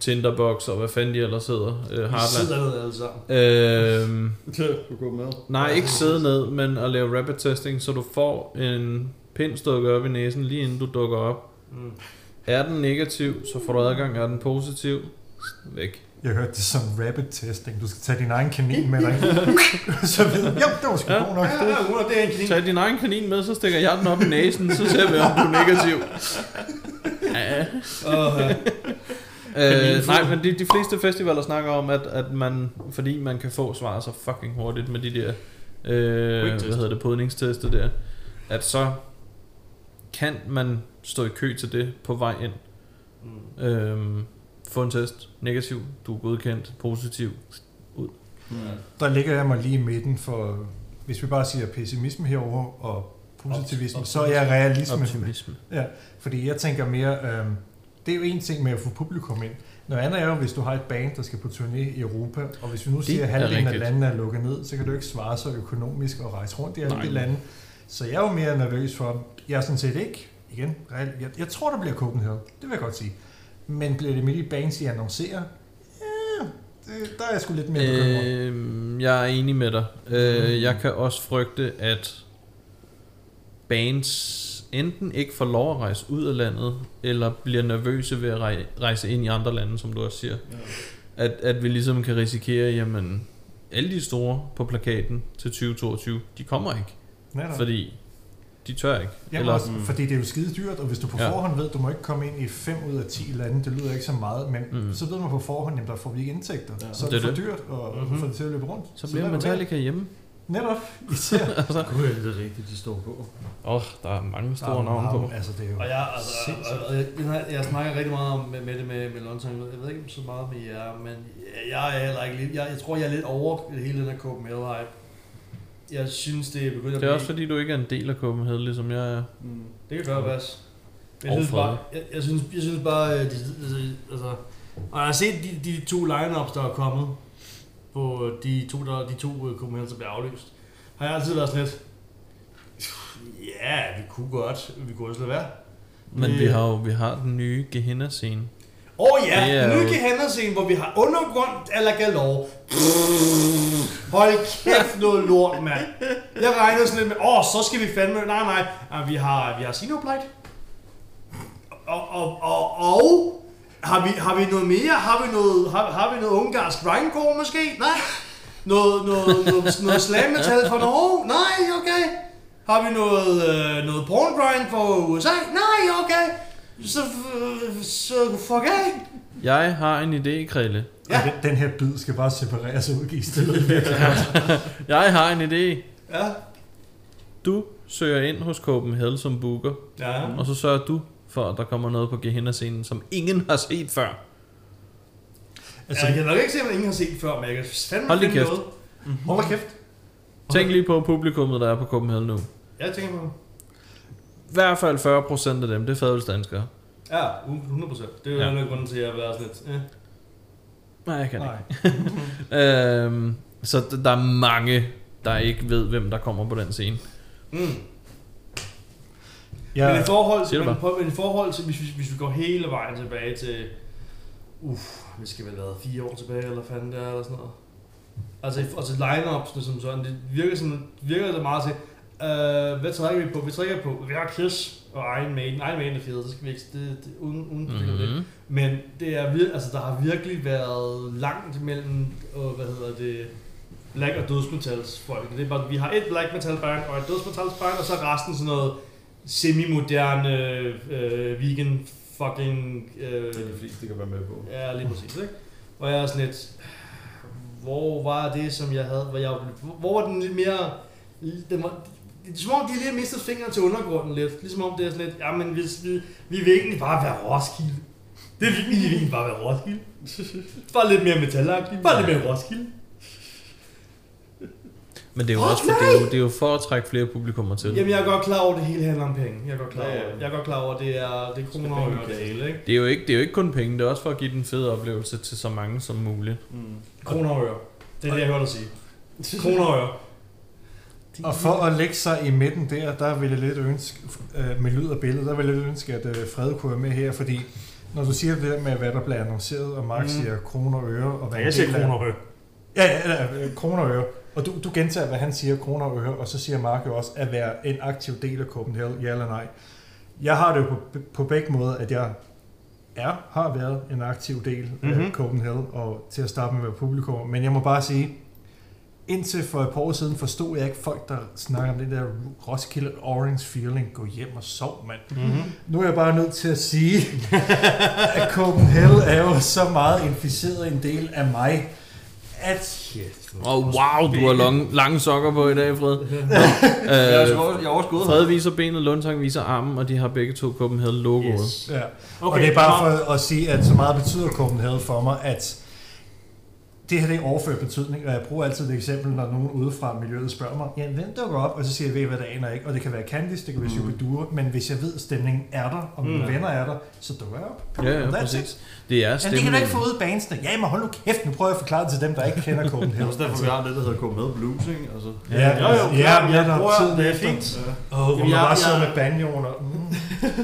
Tinderbox og hvad fanden de ellers hedder. Øh,
Vi
Heartland.
sidder ned alle sammen.
Øhm,
Du går med.
nej, ikke sidde ned, men at lave rapid testing, så du får en pind stukket op i næsen, lige inden du dukker op.
Mm.
Er den negativ, så får du adgang. Er den positiv, væk.
Jeg hørte det som rapid testing. Du skal tage din egen kanin (laughs) med dig. så ved jeg, jo, det var sgu
Ja.
god nok.
(laughs) Ja, ja, Rune, det er en kanin.
Tag din egen kanin med, så stikker jeg den op i næsen, så ser vi, om du er negativ. Ja.
Åh, (laughs) ja.
Øh, nej, men de, de fleste festivaler snakker om, at, at man, fordi man kan få svar så fucking hurtigt med de der, øh, hvad
Quick-test.
hedder det, podningstester der, at så kan man stå i kø til det på vej ind.
Mm.
Øh, få en test, negativ, du er godkendt, positiv.
Der ligger jeg mig lige i midten, for hvis vi bare siger pessimisme herover og positivisme, så er jeg realisme.
Optimisme.
Ja, fordi jeg tænker mere, øh, det er jo en ting med at få publikum ind. Noget andet er jo, hvis du har et band, der skal på turné i Europa, og hvis vi nu det
er
siger, at halvdelen af
rigtigt.
landene er lukket ned, så kan du ikke svare så økonomisk og rejse rundt i alle
Nej.
de lande. Så jeg er jo mere nervøs for, jeg er sådan set ikke, igen, reelt- jeg, jeg tror, der bliver Copenhagen, det vil jeg godt sige. Men bliver det midt i bands, I annoncerer? Ja, det, der er jeg sgu lidt mere Mm. bekymret.
Øh, jeg er enig med dig. Øh, jeg kan også frygte, at bands enten ikke får lov at rejse ud af landet, eller bliver nervøse ved at rej- rejse ind i andre lande, som du også siger. At, at vi ligesom kan risikere, jamen, alle de store på plakaten til 2022, de kommer ikke,
Nej, nej.
fordi de tør ikke.
Jamen eller, også, fordi det er jo skide dyrt, og hvis du på
Ja.
ja. forhånd ved, at du må ikke komme ind i 5 ud af 10 lande, det lyder ikke så meget, men
Mm.
mm. så ved man på forhånd, jamen der får vi ikke indtægter. Ja. Så er det,
Det er
for dyrt og
Mhm.
mm-hmm. for det til at løbe rundt.
så bliver
lad det
Metallica hjemme.
være. Netop,
(laughs)
især.
Gud, er det rigtigt, de står på.
Åh, oh, der er mange
Der er
store navne på.
meget- Altså, det er jo...
Og jeg, altså, og, og, jeg, jeg, jeg snakker rigtig meget om med, med det med, med London. Jeg ved ikke så meget med jer, men jeg, jeg er heller ikke lidt... Jeg, jeg tror, jeg er lidt over hele den her Copenhagen-hype. Jeg synes, det er begyndt at
Det er også fordi, du ikke er en del af Copenhagen, ligesom jeg er.
Mm.
Det kan gøre, Bas. Jeg
Og
synes,
Frederik.
bare, jeg, jeg, synes, jeg synes bare, øh, de, de, altså, og jeg har set de, de to lineups, der er kommet på øh, de to, der, de to øh, komponenter, der bliver aflyst, har jeg altid været sådan lidt, ja, vi kunne godt, vi kunne også lade være.
Men
Det-
vi har jo vi har den nye Gehenna-scene.
Åh oh, ja,
Det er
yeah.
jo-
Lykke Henderson, hvor vi har undergrund eller galore. Hold kæft noget lort, mand. Jeg regnede sådan lidt med, åh, oh, så skal vi fandme... Nej, nej, ah, vi har, vi har Sinoblight. Og, og, og, og har, vi, har vi noget mere? Har vi noget, har, har vi noget ungarsk grindcore måske? Nej. Noget, noget, noget, noget slam metal fra Norge? Nej, okay. Har vi noget, øh, noget porn grind fra USA? Nej, okay. Så, f- så fuck af.
Jeg har en idé,
(laughs)
Krille.
Ja.
Den, den her bid skal bare separeres og udgives til det.
(laughs) Jeg har en idé.
Ja.
Du søger ind hos Copenhagen som booker,
Ja.
og så sørger du for, at der kommer noget på Gehenna-scenen, som ingen har set før.
Altså, jeg kan nok ikke se, hvad ingen har set før, men jeg kan fandme
Hold lige
finde
kæft.
noget.
Hold da kæft.
Tænk lige på publikummet, der er på Copenhagen nu.
Jeg tænker på
I hvert fald 40% af dem, det er fadelsdanskere.
Ja, 100 procent. Det er jo
Ja.
ja. grunden til, at jeg har været sådan lidt. Ja.
Nej, jeg kan
Nej.
ikke. Øhm, så d- der er mange, der ikke ved, hvem der kommer på den scene.
Mm. Ja. Men i
Jeg,
forhold
Siger
til,
du
men, på, men i forhold til hvis, vi, hvis vi går hele vejen tilbage til, uff, vi skal vel være fire år tilbage, eller hvad fanden det er, eller sådan noget. Altså, i- altså line-upsene som sådan, det virker, sådan, virker det meget til, øh, hvad trækker vi på? Vi trækker på, vi har Kiss og Iron Maiden. Iron Maiden er fede, så skal vi ikke, det, det, uden, uden mm-hmm. det.
Mm-hmm.
Men det er, vir- altså, der har virkelig været langt mellem, øh, hvad hedder det, black og dødsmetals folk. Det er bare, vi har et black metal band og et dødsmetals band, og så er resten sådan noget semi-moderne øh, vegan fucking... Øh,
Det er de fleste, der kan være med på.
ja, lige præcis, ikke? Hvor jeg er sådan lidt, hvor var det, som jeg havde, hvor, jeg, hvor var den lidt mere, den var, det er som om, de lige har mistet fingeren til undergrunden lidt. Ligesom om det er sådan lidt, jamen vi, vi, vi vil egentlig bare være Roskilde. Det vil vi vi vil egentlig bare være Roskilde. Bare lidt mere metalagtigt, bare lidt mere Roskilde.
Men det er jo
Åh,
også for, det er jo, det er jo for at trække flere publikummer til.
Jamen jeg er godt klar over, at det hele handler om penge. Jeg er godt klar
Ja,
over,
ja.
jeg er godt klar over at det er, det er kroner og øre det hele, ikke?
Det er, jo ikke, det er jo ikke kun penge, det er også for at give den fede oplevelse til så mange som muligt.
Mm.
Kroner og øre. Det er det, jeg hørte dig sige. (laughs) Kroner og øre.
og for at lægge sig i midten der, der ville jeg lidt ønske, øh, med lyd og billede, der ville jeg lidt ønske, at øh, Frede kunne være med her, fordi når du siger det der med, hvad der bliver annonceret, og
Mhm.
Mark mm.
Mm.
siger kroner og øre, og hvad
Ja,
en
jeg siger
del af-
kroner og øre.
Ja, ja, ja, øh, kroner og øre. Og du, du gentager, hvad han siger, kroner og øre, og så siger Mark jo også, at være en aktiv del af Copenhagen, ja eller nej. Jeg har det jo på, på begge måder, at jeg er, har været en aktiv del mm-hmm. af
Mhm.
Copenhagen, og til at starte med at være publikum. Men jeg må bare sige, indtil for et par år siden forstod jeg ikke folk, der snakker om det der Roskilde Orange Feeling. Gå hjem og sov, mand.
Mhm.
Mm-hmm.
Nu er jeg bare nødt til at
(laughs)
sige, at Copenhagen er jo så meget inficeret en del af mig, at
Og oh, wow, du har long, lange sokker på i dag, Fred.
Jeg
Nå,
har også, jeg har også gået
øh, Fred viser benet, Lundtang viser armen, og de har begge to Copenhagen logoet. Yes.
Ja. Okay, og det er bare for at sige, at så meget betyder Copenhagen for mig, at det her det er overført betydning, og jeg bruger altid et eksempel, når nogen udefra miljøet spørger mig, ja, hvem dukker op, og så siger jeg, ved I hvad, det aner jeg ikke, og det kan være Candice, det kan være
Mm.
Shubidua, men hvis jeg ved, at stemningen er der, og mine
Mm.
venner er der, så dukker jeg op.
Ja, ja,
That's it.
præcis. Det er
Ja, det kan
stemningen.
du ikke få ud i bansene. Ja, men hold nu kæft, nu prøver jeg at forklare det til dem, der ikke kender
(laughs) Det er
Copenhagen.
også derfor, vi har det, der hedder Copenhagen Blues, ikke? Altså,
Ja, ja,
Jo, jo,
ja,
klart, jeg
netop
bruger-
tiden
det er
efter.
fint.
Åh, oh, hvor man
Jeg-
bare
jeg-
sidder med banjoen og...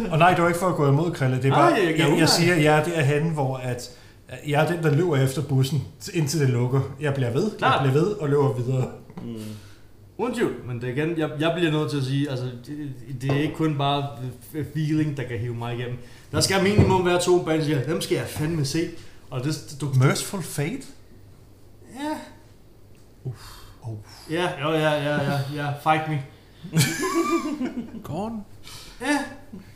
Mm. (laughs) og nej, det var ikke for at gå imod, Krille. Det er
Nej,
bare,
jeg-
jeg,
jeg-
jeg, jeg siger, jeg er derhen, hvor at, jeg er den, der løber efter bussen, indtil det lukker. Jeg bliver ved,
Klart.
jeg bliver ved og løber videre.
Mm.
Uden tvivl, men det er igen, jeg, jeg bliver nødt til at sige, altså, det, det er ikke kun bare f- feeling, der kan hive mig igennem. Der skal minimum være to bands, jeg, dem skal jeg fandme se. Og det, du,
Merciful Fate?
ja.
Uff. Uff.
Ja, jo, ja, ja, ja, ja, fight me.
Gordon.
Ja,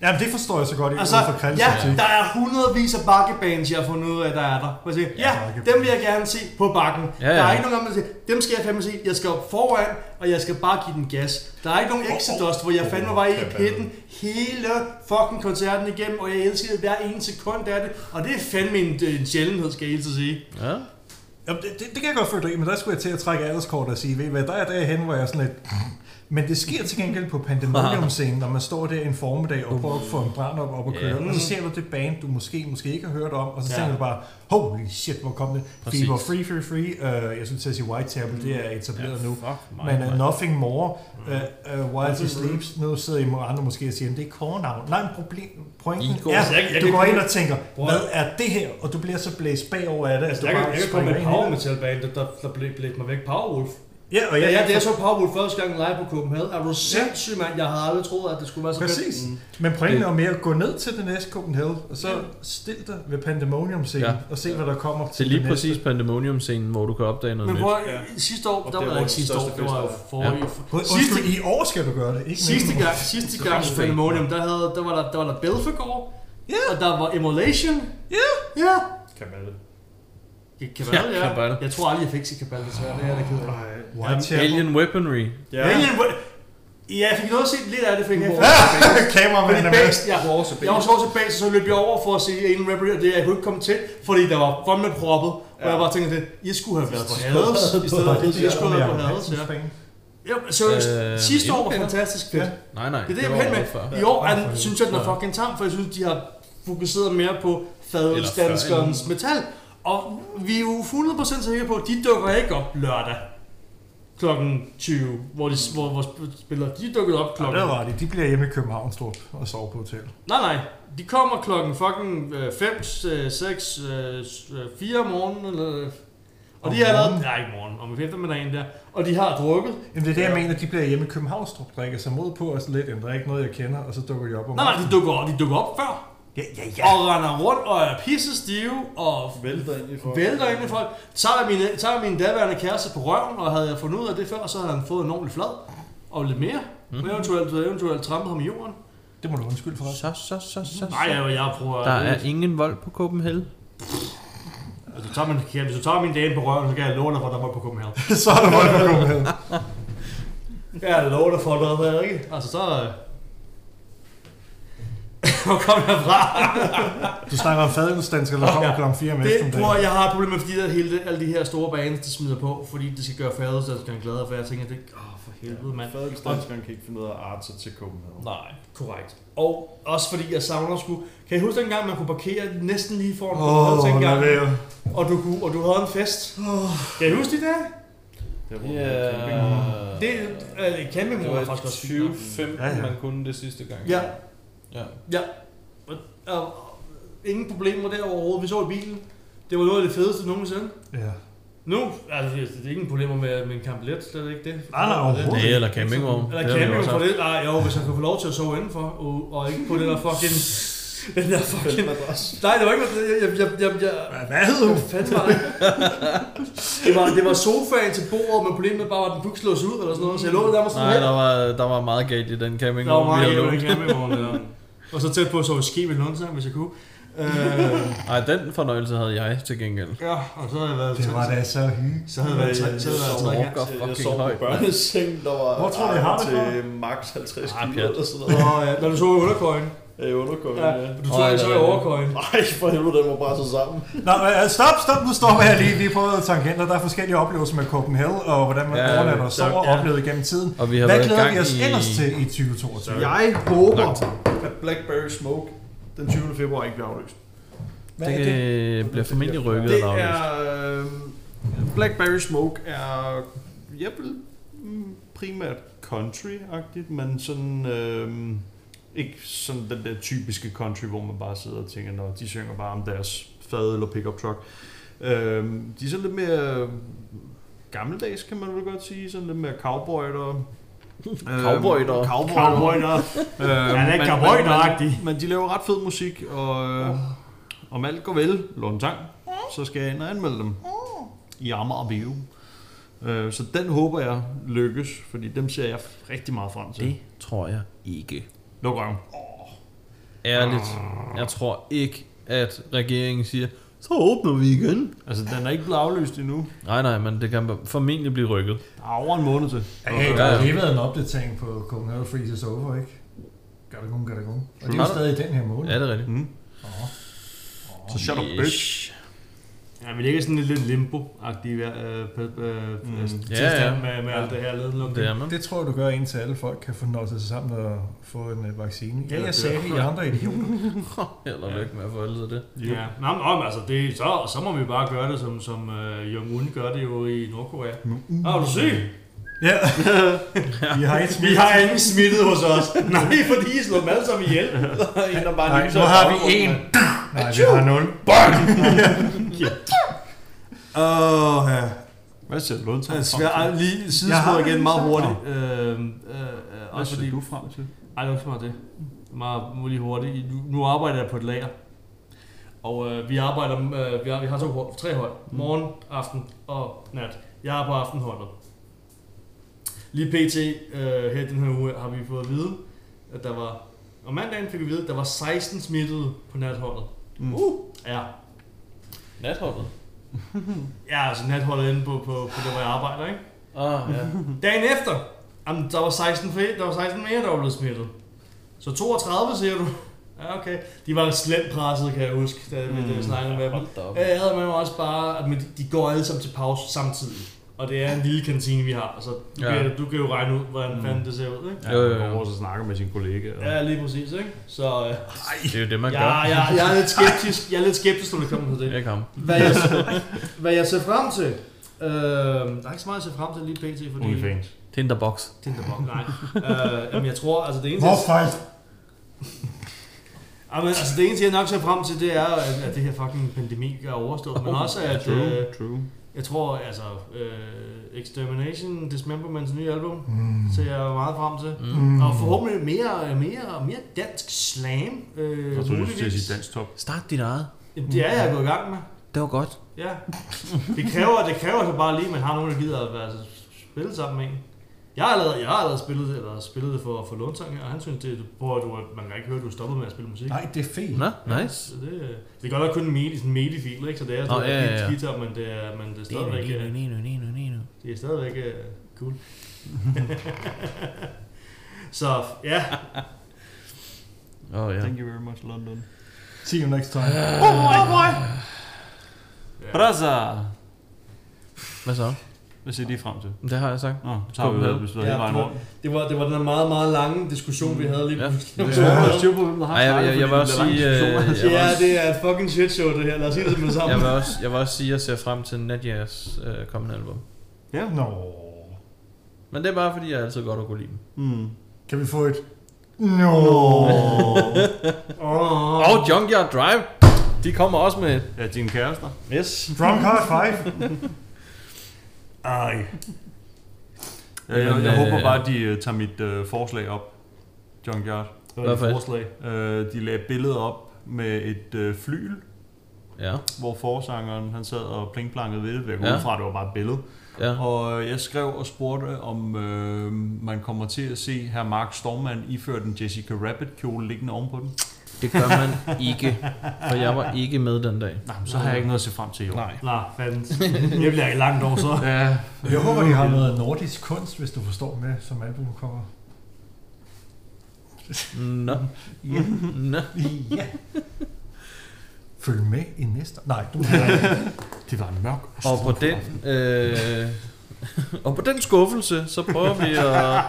Jamen, det forstår jeg så godt ikke
altså,
altså, for Krilles
ja,
optik.
der er hundredvis af bakkebands, jeg har fundet ud af, der er der. Hvor jeg siger,
Ja,
ja,
bakke-
dem vil jeg gerne se på bakken.
Ja,
Ja,
ja.
ja. Der er ikke nogen, gange, man siger, dem skal jeg fandme se. Jeg skal op foran, og jeg skal bare give den gas. Der er ikke nogen Exodus, hvor jeg fandme var i pitten hele fucking koncerten igennem, og jeg elskede hver en sekund af det. Og det er fandme en, øh, en sjældenhed, skal jeg helt sige.
Altså,
Ja.
Jamen, det, det, det, kan jeg godt følge dig i, men der skulle jeg til at trække alderskort og sige, ved I hvad, der er derhen, hvor jeg er sådan lidt... "Hmm." Men det sker til gengæld på pandemonium-scenen, når man står der en formiddag og prøver at få en brand op, op at køre,
Ja.
og så ser du det band, du måske måske ikke har hørt om, og så
Ja.
tænker du bare, holy shit, hvor kom det?
Præcis.
Fever Free Free Free, øh, jeg synes til at sige White Table, det er etableret nu.
Fuck mig.
Men uh,
mand.
Nothing More,
Mm.
uh, uh, While She Sleeps, nu sidder I med andre måske og siger, at det er korenavn. Nej, men problem, pointen
Igor.
er,
Altså, jeg- jeg
du
kan
går
kun-
ind og tænker,
Bror. Altså,
hvad er det her? Og du bliver så blæst bagover af det, at du
Jeg kan,
bare
jeg kan komme med
springer ind
et
i det.
power metal band, der, der, der blæ, blæste mig væk. Powerwolf.
Ja, og
Ja,
jeg,
ja, det er så Powerwolf første gang live på Copenhagen. Er du sindssyg, mand? Jeg havde aldrig troet, at det skulle være så
Præcis.
fedt. Mm.
Men pointen er jo mere at gå ned til det næste Copenhagen, og så stil dig ved Pandemonium-scenen,
Ja.
ja. og se, hvad der kommer
Det er lige præcis Pandemonium-scenen, hvor du kan opdage noget
Men
nyt.
prøv at- sidste år, der
det
var
var
det ikke
den
sidste år,
største
det var
fest, der
forrige. Sidste-
Undskyld, i år skal du gøre det, ikke?
Sidste
næste år.
gang, sidste gang på Pandemonium, der, havde, der var der, der, var der Belfagor,
Ja.
og der var Immolation. Ja. Ja.
Kabale.
Kabal,
Ja,
ja.
Kabal.
Jeg tror aldrig, jeg fik til Kabal, desværre. Det er jeg da ked af.
Whitechapel.
Alien Weaponry.
Ja.
Alien, hvor- Ja, jeg fik noget at se lidt af det, fik jeg.
(laughs) Kameramanden er
Fordi
med.
bag- ja. Jeg var så også bag, så løb jeg over for at se Alien Reaper, og det jeg kunne ikke komme til, fordi der var fandme proppet, og jeg bare tænkte, at I skulle have været på Hades, i stedet for at I skulle have været på Hades, ja. Ja, seriøst,
Øh,
sidste år var
endnu
fantastisk fedt.
Ja.
Nej, nej.
Det er det, jeg
var
vil hen
året før.
med. I år
Ja.
er, synes jeg, den er fucking tam, for jeg synes, de har fokuseret mere på fadelsdanskerens metal. Og vi er jo 100% sikre på, at de dukker ikke op lørdag klokken 20, hvor, de, hvor, hvor spiller, de dukkede op klokken...
Ja, det var det. De bliver hjemme i København Strup og sover på hotel.
Nej, nej. De kommer klokken fucking øh, 5, 6, 4 øh, om morgenen, eller... Og
Om
de har lavet...
morgenen?
Nej, ikke morgen, om eftermiddagen der. Og de har drukket.
Jamen, det er det, jeg mener, de bliver hjemme i København Strup, drikker sig mod på os lidt, jamen, der er ikke noget, jeg kender, og så dukker de op om
Nej, nej, de dukker op, de dukker op før.
Ja, ja, ja.
og render rundt og er pisse stive og
Vælter ind i folk.
vælter ind i folk. Så er min, så er min daværende kæreste på røven, og havde jeg fundet ud af det før, så havde han fået en ordentlig flad og lidt mere. Mm. Og eventuelt, eventuelt trampet ham i jorden.
Det må du undskylde for
(laughs)
os.
Så, så, så, så, så.
Nej, jeg, jeg prøver...
Der er ingen vold på Copenhagen.
Hvis du tager min, ja, hvis du tager min dame på røven, så kan jeg love dig for, at der må på Copenhagen.
så er der vold på København.
Jeg lover dig for noget, der ikke? Altså, så... øh. (laughs) Hvor kom jeg fra?
Du snakker om fadelsdansker, der kommer
Ja.
klokken 4 om
Det, prøv,
eftermiddagen.
at- jeg har et problem med, fordi der hele, det- alle de her store baner, de smider på, fordi det skal gøre færdet, så jeg skal glade for, jeg tænker, det, åh, for helvede, mand.
Fadelsdanskeren kan ikke finde ud af at arte sig til Copenhagen.
Nej, korrekt. Og også fordi jeg savner sgu... Kan I huske dengang, man kunne parkere næsten lige foran
Åh,
oh,
lad
dengang,
være.
og, du kunne, og du havde en fest? Oh. Kan I huske det der?
Det er rundt med campingvognen.
Yeah.
Det øh, kæmpe
Det
mor,
var
var
i
faktisk også fint nok.
2015,
Ja, ja.
man kunne det sidste gang.
Ja.
ja.
Ja. Og, og, ingen problemer der overhovedet. Vi så i bilen. Det var noget af det fedeste nogensinde.
Ja.
Nu, altså, det er ingen problemer med min kampelet, slet ikke det.
Nej, nej, overhovedet.
Nej, eller campingvogn. Det har
Eller
vi
camping
også
for
haft.
det. Ej, jo, hvis han kunne få lov til at sove indenfor, og, og ikke på den der fucking...
(laughs)
Den der fucking... Nej, det var ikke... Jeg, jeg, jeg, jeg, jeg,
Hvad hed hun?
hvad fanden var det? det, var, det var sofaen til bordet, men problemet bare var, at den kunne ikke slås ud eller sådan noget, så jeg lå der med sådan
Nej,
her.
der var, der var meget galt i den
Der var
campingvogn, vi
meget
havde
galt i
lånt.
den campingvogn, der. Og så tæt på at sove i ski ved Lundsang, hvis jeg kunne. Øh,
Nej, den fornøjelse havde jeg til gengæld.
ja, og så havde jeg været...
Det var da så hyggeligt.
Så havde jeg været... Så havde jeg været, så havde jeg været tre gange.
Walker
Jeg
fucking
sov på
højt.
børneseng, der var
Hvor tror du, jeg har det
til max 50
Ah,
kilo
pjat.
eller sådan noget.
Nå, ja, når du så i underkøjen.
Jeg er i underkøjen,
Ja,
ja.
du tog
Ej,
jeg så
nej,
i
nej.
overkøjen.
Nej, for helvede, den var bare så sammen.
Nå, øh, stop, stop, nu stopper jeg lige. Vi er på tangenter. Der er forskellige oplevelser med Copenhagen, og hvordan man
Ja,
overnatter og
så-
sover
ja.
og oplevet gennem tiden.
Og vi har
Hvad
været i
glæder
gang
vi os
i...
ellers til i 2022?
Jeg håber, at Blackberry Smoke den 20. februar ikke bliver afløst.
Hvad er
Det
det?
øh, bliver formentlig rykket
Det
eller aflyst.
er... øh, Blackberry Smoke er... Jeg vil mm, primært country-agtigt, men sådan... Øh, ikke sådan den der typiske country, hvor man bare sidder og tænker, når de synger bare om deres fad eller pickup truck. Øh, de er sådan lidt mere øh, gammeldags, kan man vel godt sige. Sådan lidt mere cowboyter.
Cowboyter.
Øh, cowboyter. Øh,
Han er ikke
men-
cowboyteragtig.
men de laver ret fed musik, og øh, om alt går vel, Lundtang, så skal jeg ind og anmelde dem i Amager Bio. Øh, så den håber jeg lykkes, fordi dem ser jeg rigtig meget frem til.
Det tror jeg ikke.
Luk røven.
Ærligt, jeg tror ikke, at regeringen siger, så åbner vi igen.
Altså, den er ikke blevet afløst endnu.
Nej, nej, men det kan formentlig blive rykket.
Der er over en måned til.
Hey,
Ja,
der
ja.
har lige været en opdatering på Copenhagen Freezes Over, ikke? Gør det kun, gør det kun. Og det er jo
Mm.
stadig i den her måned.
Ja, det er rigtigt.
Mm. Så shut up, bitch.
Ja, vi ligger sådan lidt, lidt limbo-agtig øh, p- øh, mm. tilstand
Ja, ja.
med, med alt det her
Det er
ledelukning.
man.
Det tror jeg, du gør, indtil alle folk kan få nået sig sammen og få en øh, vaccine. Ja,
Eller
jeg sagde det, I andre idioter.
Held og lykke med at få det. det.
Ja. Nå, men om, altså, det, så, så må vi bare gøre det, som, som uh, Jong Un gør det jo i Nordkorea. Mm. Er du syg?
(laughs) Ja. (laughs) Vi har et
Vi har ingen smittet hos (laughs) os. Nej, fordi I slår dem alle sammen ihjel.
En, der bare
Nej,
lige
nu
så
har vi en. (laughs) Nej, vi har nul.
Åh, oh, ja. Hvad siger du?
Han svær ej, lige sidespor
har
igen
det
meget
ligesom.
hurtigt. Øh, øh, øh,
Hvad
også fordi,
ser du frem til?
ej, det var ikke så meget det. Meget muligt hurtigt. Nu, nu arbejder jeg på et lager. Og øh, vi arbejder, øh, vi, har, vi har to hold, tre hold. Morgen, aften og nat. Jeg er på aftenholdet. Lige pt. Øh, her i den her uge har vi fået at vide, at der var... Om mandagen fik vi at vide, at der var 16 smittede på natholdet.
Mm.
Uh. Ja.
Nathoppet.
Ja, altså natholdet inde på, på, på det, hvor jeg arbejder, ikke?
Ah, ja.
Dagen efter, jamen, der var 16 flere, der var 16 mere, der var blevet smittet. Så 32, siger du? Ja, okay. De var slemt presset, kan jeg huske, da mm. det, vi snakkede med dem.
(laughs) Hold da op.
Jeg havde med mig også bare, at men de- de går alle sammen til pause samtidig. Og det er en lille kantine, vi har, så du,
Ja.
ja. kan, du kan jo regne ud, hvordan mm. fanden det ser ud, ikke?
Ja, jo, jo, jo.
Og så snakker med sin kollega. Og...
Ja, lige præcis, ikke? Så øh,
Det er jo det, man
jeg,
gør.
jeg, jeg, er lidt skeptisk, jeg er lidt skeptisk, når det kommer til det.
Ikke ham.
Hvad jeg, hvad jeg ser frem til? Øh, der er ikke så meget, jeg ser frem til lige pt. Fordi
Onlyfans.
Tinderbox.
Tinderbox, nej. øh, jamen, jeg tror, altså det eneste...
Hvor fejl?
Jamen, altså det eneste, jeg nok ser frem til, det er, at, at det her fucking pandemi er overstået,
Oh,
men også at... Øh,
True.
jeg tror, altså... Øh, Extermination, Dismemberments nye album, mm. ser jeg meget frem til. Mm. Og forhåbentlig mere, mere, mere dansk slam, øh,
Jeg troede, du skulle til at
muligvis.
sige dansk top.
Start dit eget.
Jamen, det er jeg gået i gang med.
Det var godt.
Ja. Det kræver, det kræver så bare lige, at man har nogen, der gider at være, spille sammen med en. Jeg har allerede, jeg har allerede spillet, det, eller spillet det for, for Lundtang her, og han synes, det prøver du, at man kan ikke høre, at du er stoppet med at spille musik.
Nej, det er fint.
Nå, nice.
Så det, øh, det er godt nok kun en midi, sådan en midi-fil, ikke? Så det er
Nå,
sådan oh,
ja, ja,
ja,
ja.
guitar, men det er, men det er stadigvæk, øh, det er stadigvæk øh, cool. (laughs) så ja,
Åh, oh, ja.
Thank you very much, London.
See you next time.
ja.
Brasa!
Hvad så?
Hvad ser de frem til?
Det har jeg sagt.
Nå, så tager vi
Kom med.
det, hvis vi er
Ja,
hele vejen
du-
rundt.
Det var, det var den her meget, meget lange diskussion, vi havde lige
Ja.
pludselig.
styr på, hvem der
Ej, jeg, jeg, jeg, vil også sige, øh, jeg, vil
Ja,
også,
det er et fucking shit show det her. Lad os sige det med det samme.
jeg, vil også, jeg vil også sige, at jeg ser frem til Nadias øh, kommende album.
Ja, nå.
Men det er bare fordi, jeg altid godt har kunne lide dem.
Mm.
Kan vi få et... Nå.
Åh.
Og Junkyard Drive, de kommer også med.
Ja, dine kærester.
Yes.
Drunk Hard 5.
Ej. Jeg, jeg,
Jamen,
jeg
øh,
håber bare, at de øh, tager mit øh, forslag op, John Gjart.
Hvad for et?
forslag?
Øh, de lagde billedet op med et øh, flyl,
Ja,
hvor forsangeren han sad og plinkplankede ved det. Jeg går
Ja.
ud fra, at det var bare et billede.
ja.
Og jeg skrev og spurgte, om øh, man kommer til at se her Mark Stormand iføre den Jessica Rabbit kjole liggende ovenpå den.
Det gør (laughs) man ikke, for jeg var ikke med den dag.
Nej, men så har jeg ikke noget at se frem til i år.
(laughs) Nej.
Nej, fanden. Jeg bliver ikke langt over
(laughs)
så.
Ja,
Jeg håber, de har noget nordisk kunst, hvis du forstår med, som album kommer.
Nå. Nå.
Ja. Følg med i næste... Nej, du har
det var en mørk.
Og på den, øh, og på den skuffelse, så prøver vi at,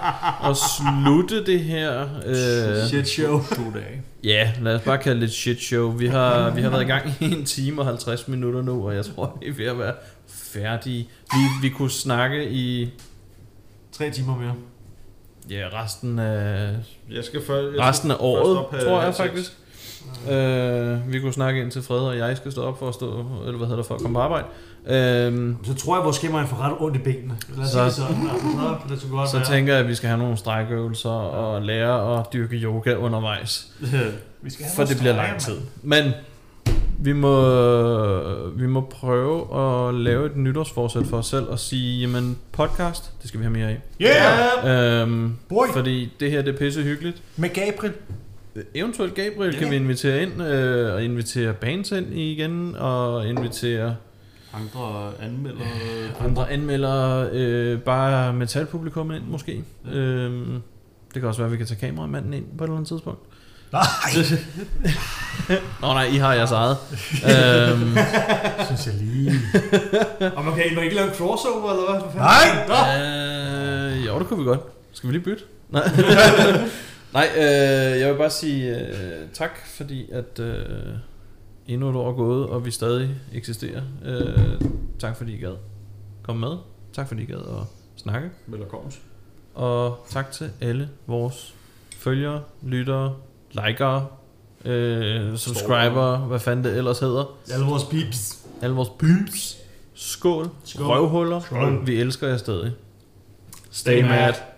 at slutte det her. Øh,
Shit show. To dage.
Ja, lad os bare kalde det et shit show. Vi har, vi har været i gang i en time og 50 minutter nu, og jeg tror, vi er ved at være færdige. Vi, vi kunne snakke i
Tre timer mere.
ja, resten af,
Jeg skal først... Jeg
resten af
op
året,
have
tror jeg
halv
faktisk. Øh, vi kunne snakke indtil Fred og jeg skal stå op for at stå, eller hvad hedder det, for at komme på arbejde. Øh,
Så tror jeg, vores skæmmeren får ret ondt i benene. Lad os
Så-
sige det sådan. Altså, så kan det så godt
så
være. (laughs)
tænker jeg, at vi skal have nogle strækøvelser og lære at dyrke yoga undervejs.
vi skal have
For
noget
det bliver
streger,
lang
mand.
tid. Men vi må, vi må prøve at lave et nytårsforsæt for os selv og sige, jamen podcast, det skal vi have mere af.
Yeah!
Øhm,
Boy.
fordi det her det er pisse hyggeligt.
Med Gabriel.
Øh, Eventuelt Gabriel kan vi invitere ind øh, og invitere bands ind igen og invitere
Andre anmelder.
andre anmeldere, øh, bare metalpublikum ind måske. Øhm, det kan også være, at vi kan tage kameramanden ind på et eller andet tidspunkt.
Nej,
(laughs) Nå nej, I har jeres eget.
(laughs)
øhm,
synes jeg lige.
Og man kan man kan ikke lave en crossover, eller hvad? Hvad fanden?
Nej!
Øh, jo, det kunne vi godt. Skal vi lige bytte? (laughs) Nej, Nej øh, jeg vil bare sige øh, tak, fordi at øh, endnu et år er gået, og vi stadig eksisterer. Øh, tak fordi I gad komme med. Tak fordi I gad at snakke.
Velkommen.
Og tak til alle vores følgere, lyttere, likere, øh, subscriber, hvad fanden det ellers hedder.
Alle vores pips.
Alle vores peeps, skål, skål. røvhuller.
Skål.
Vi elsker jer stadig.
Stay mad.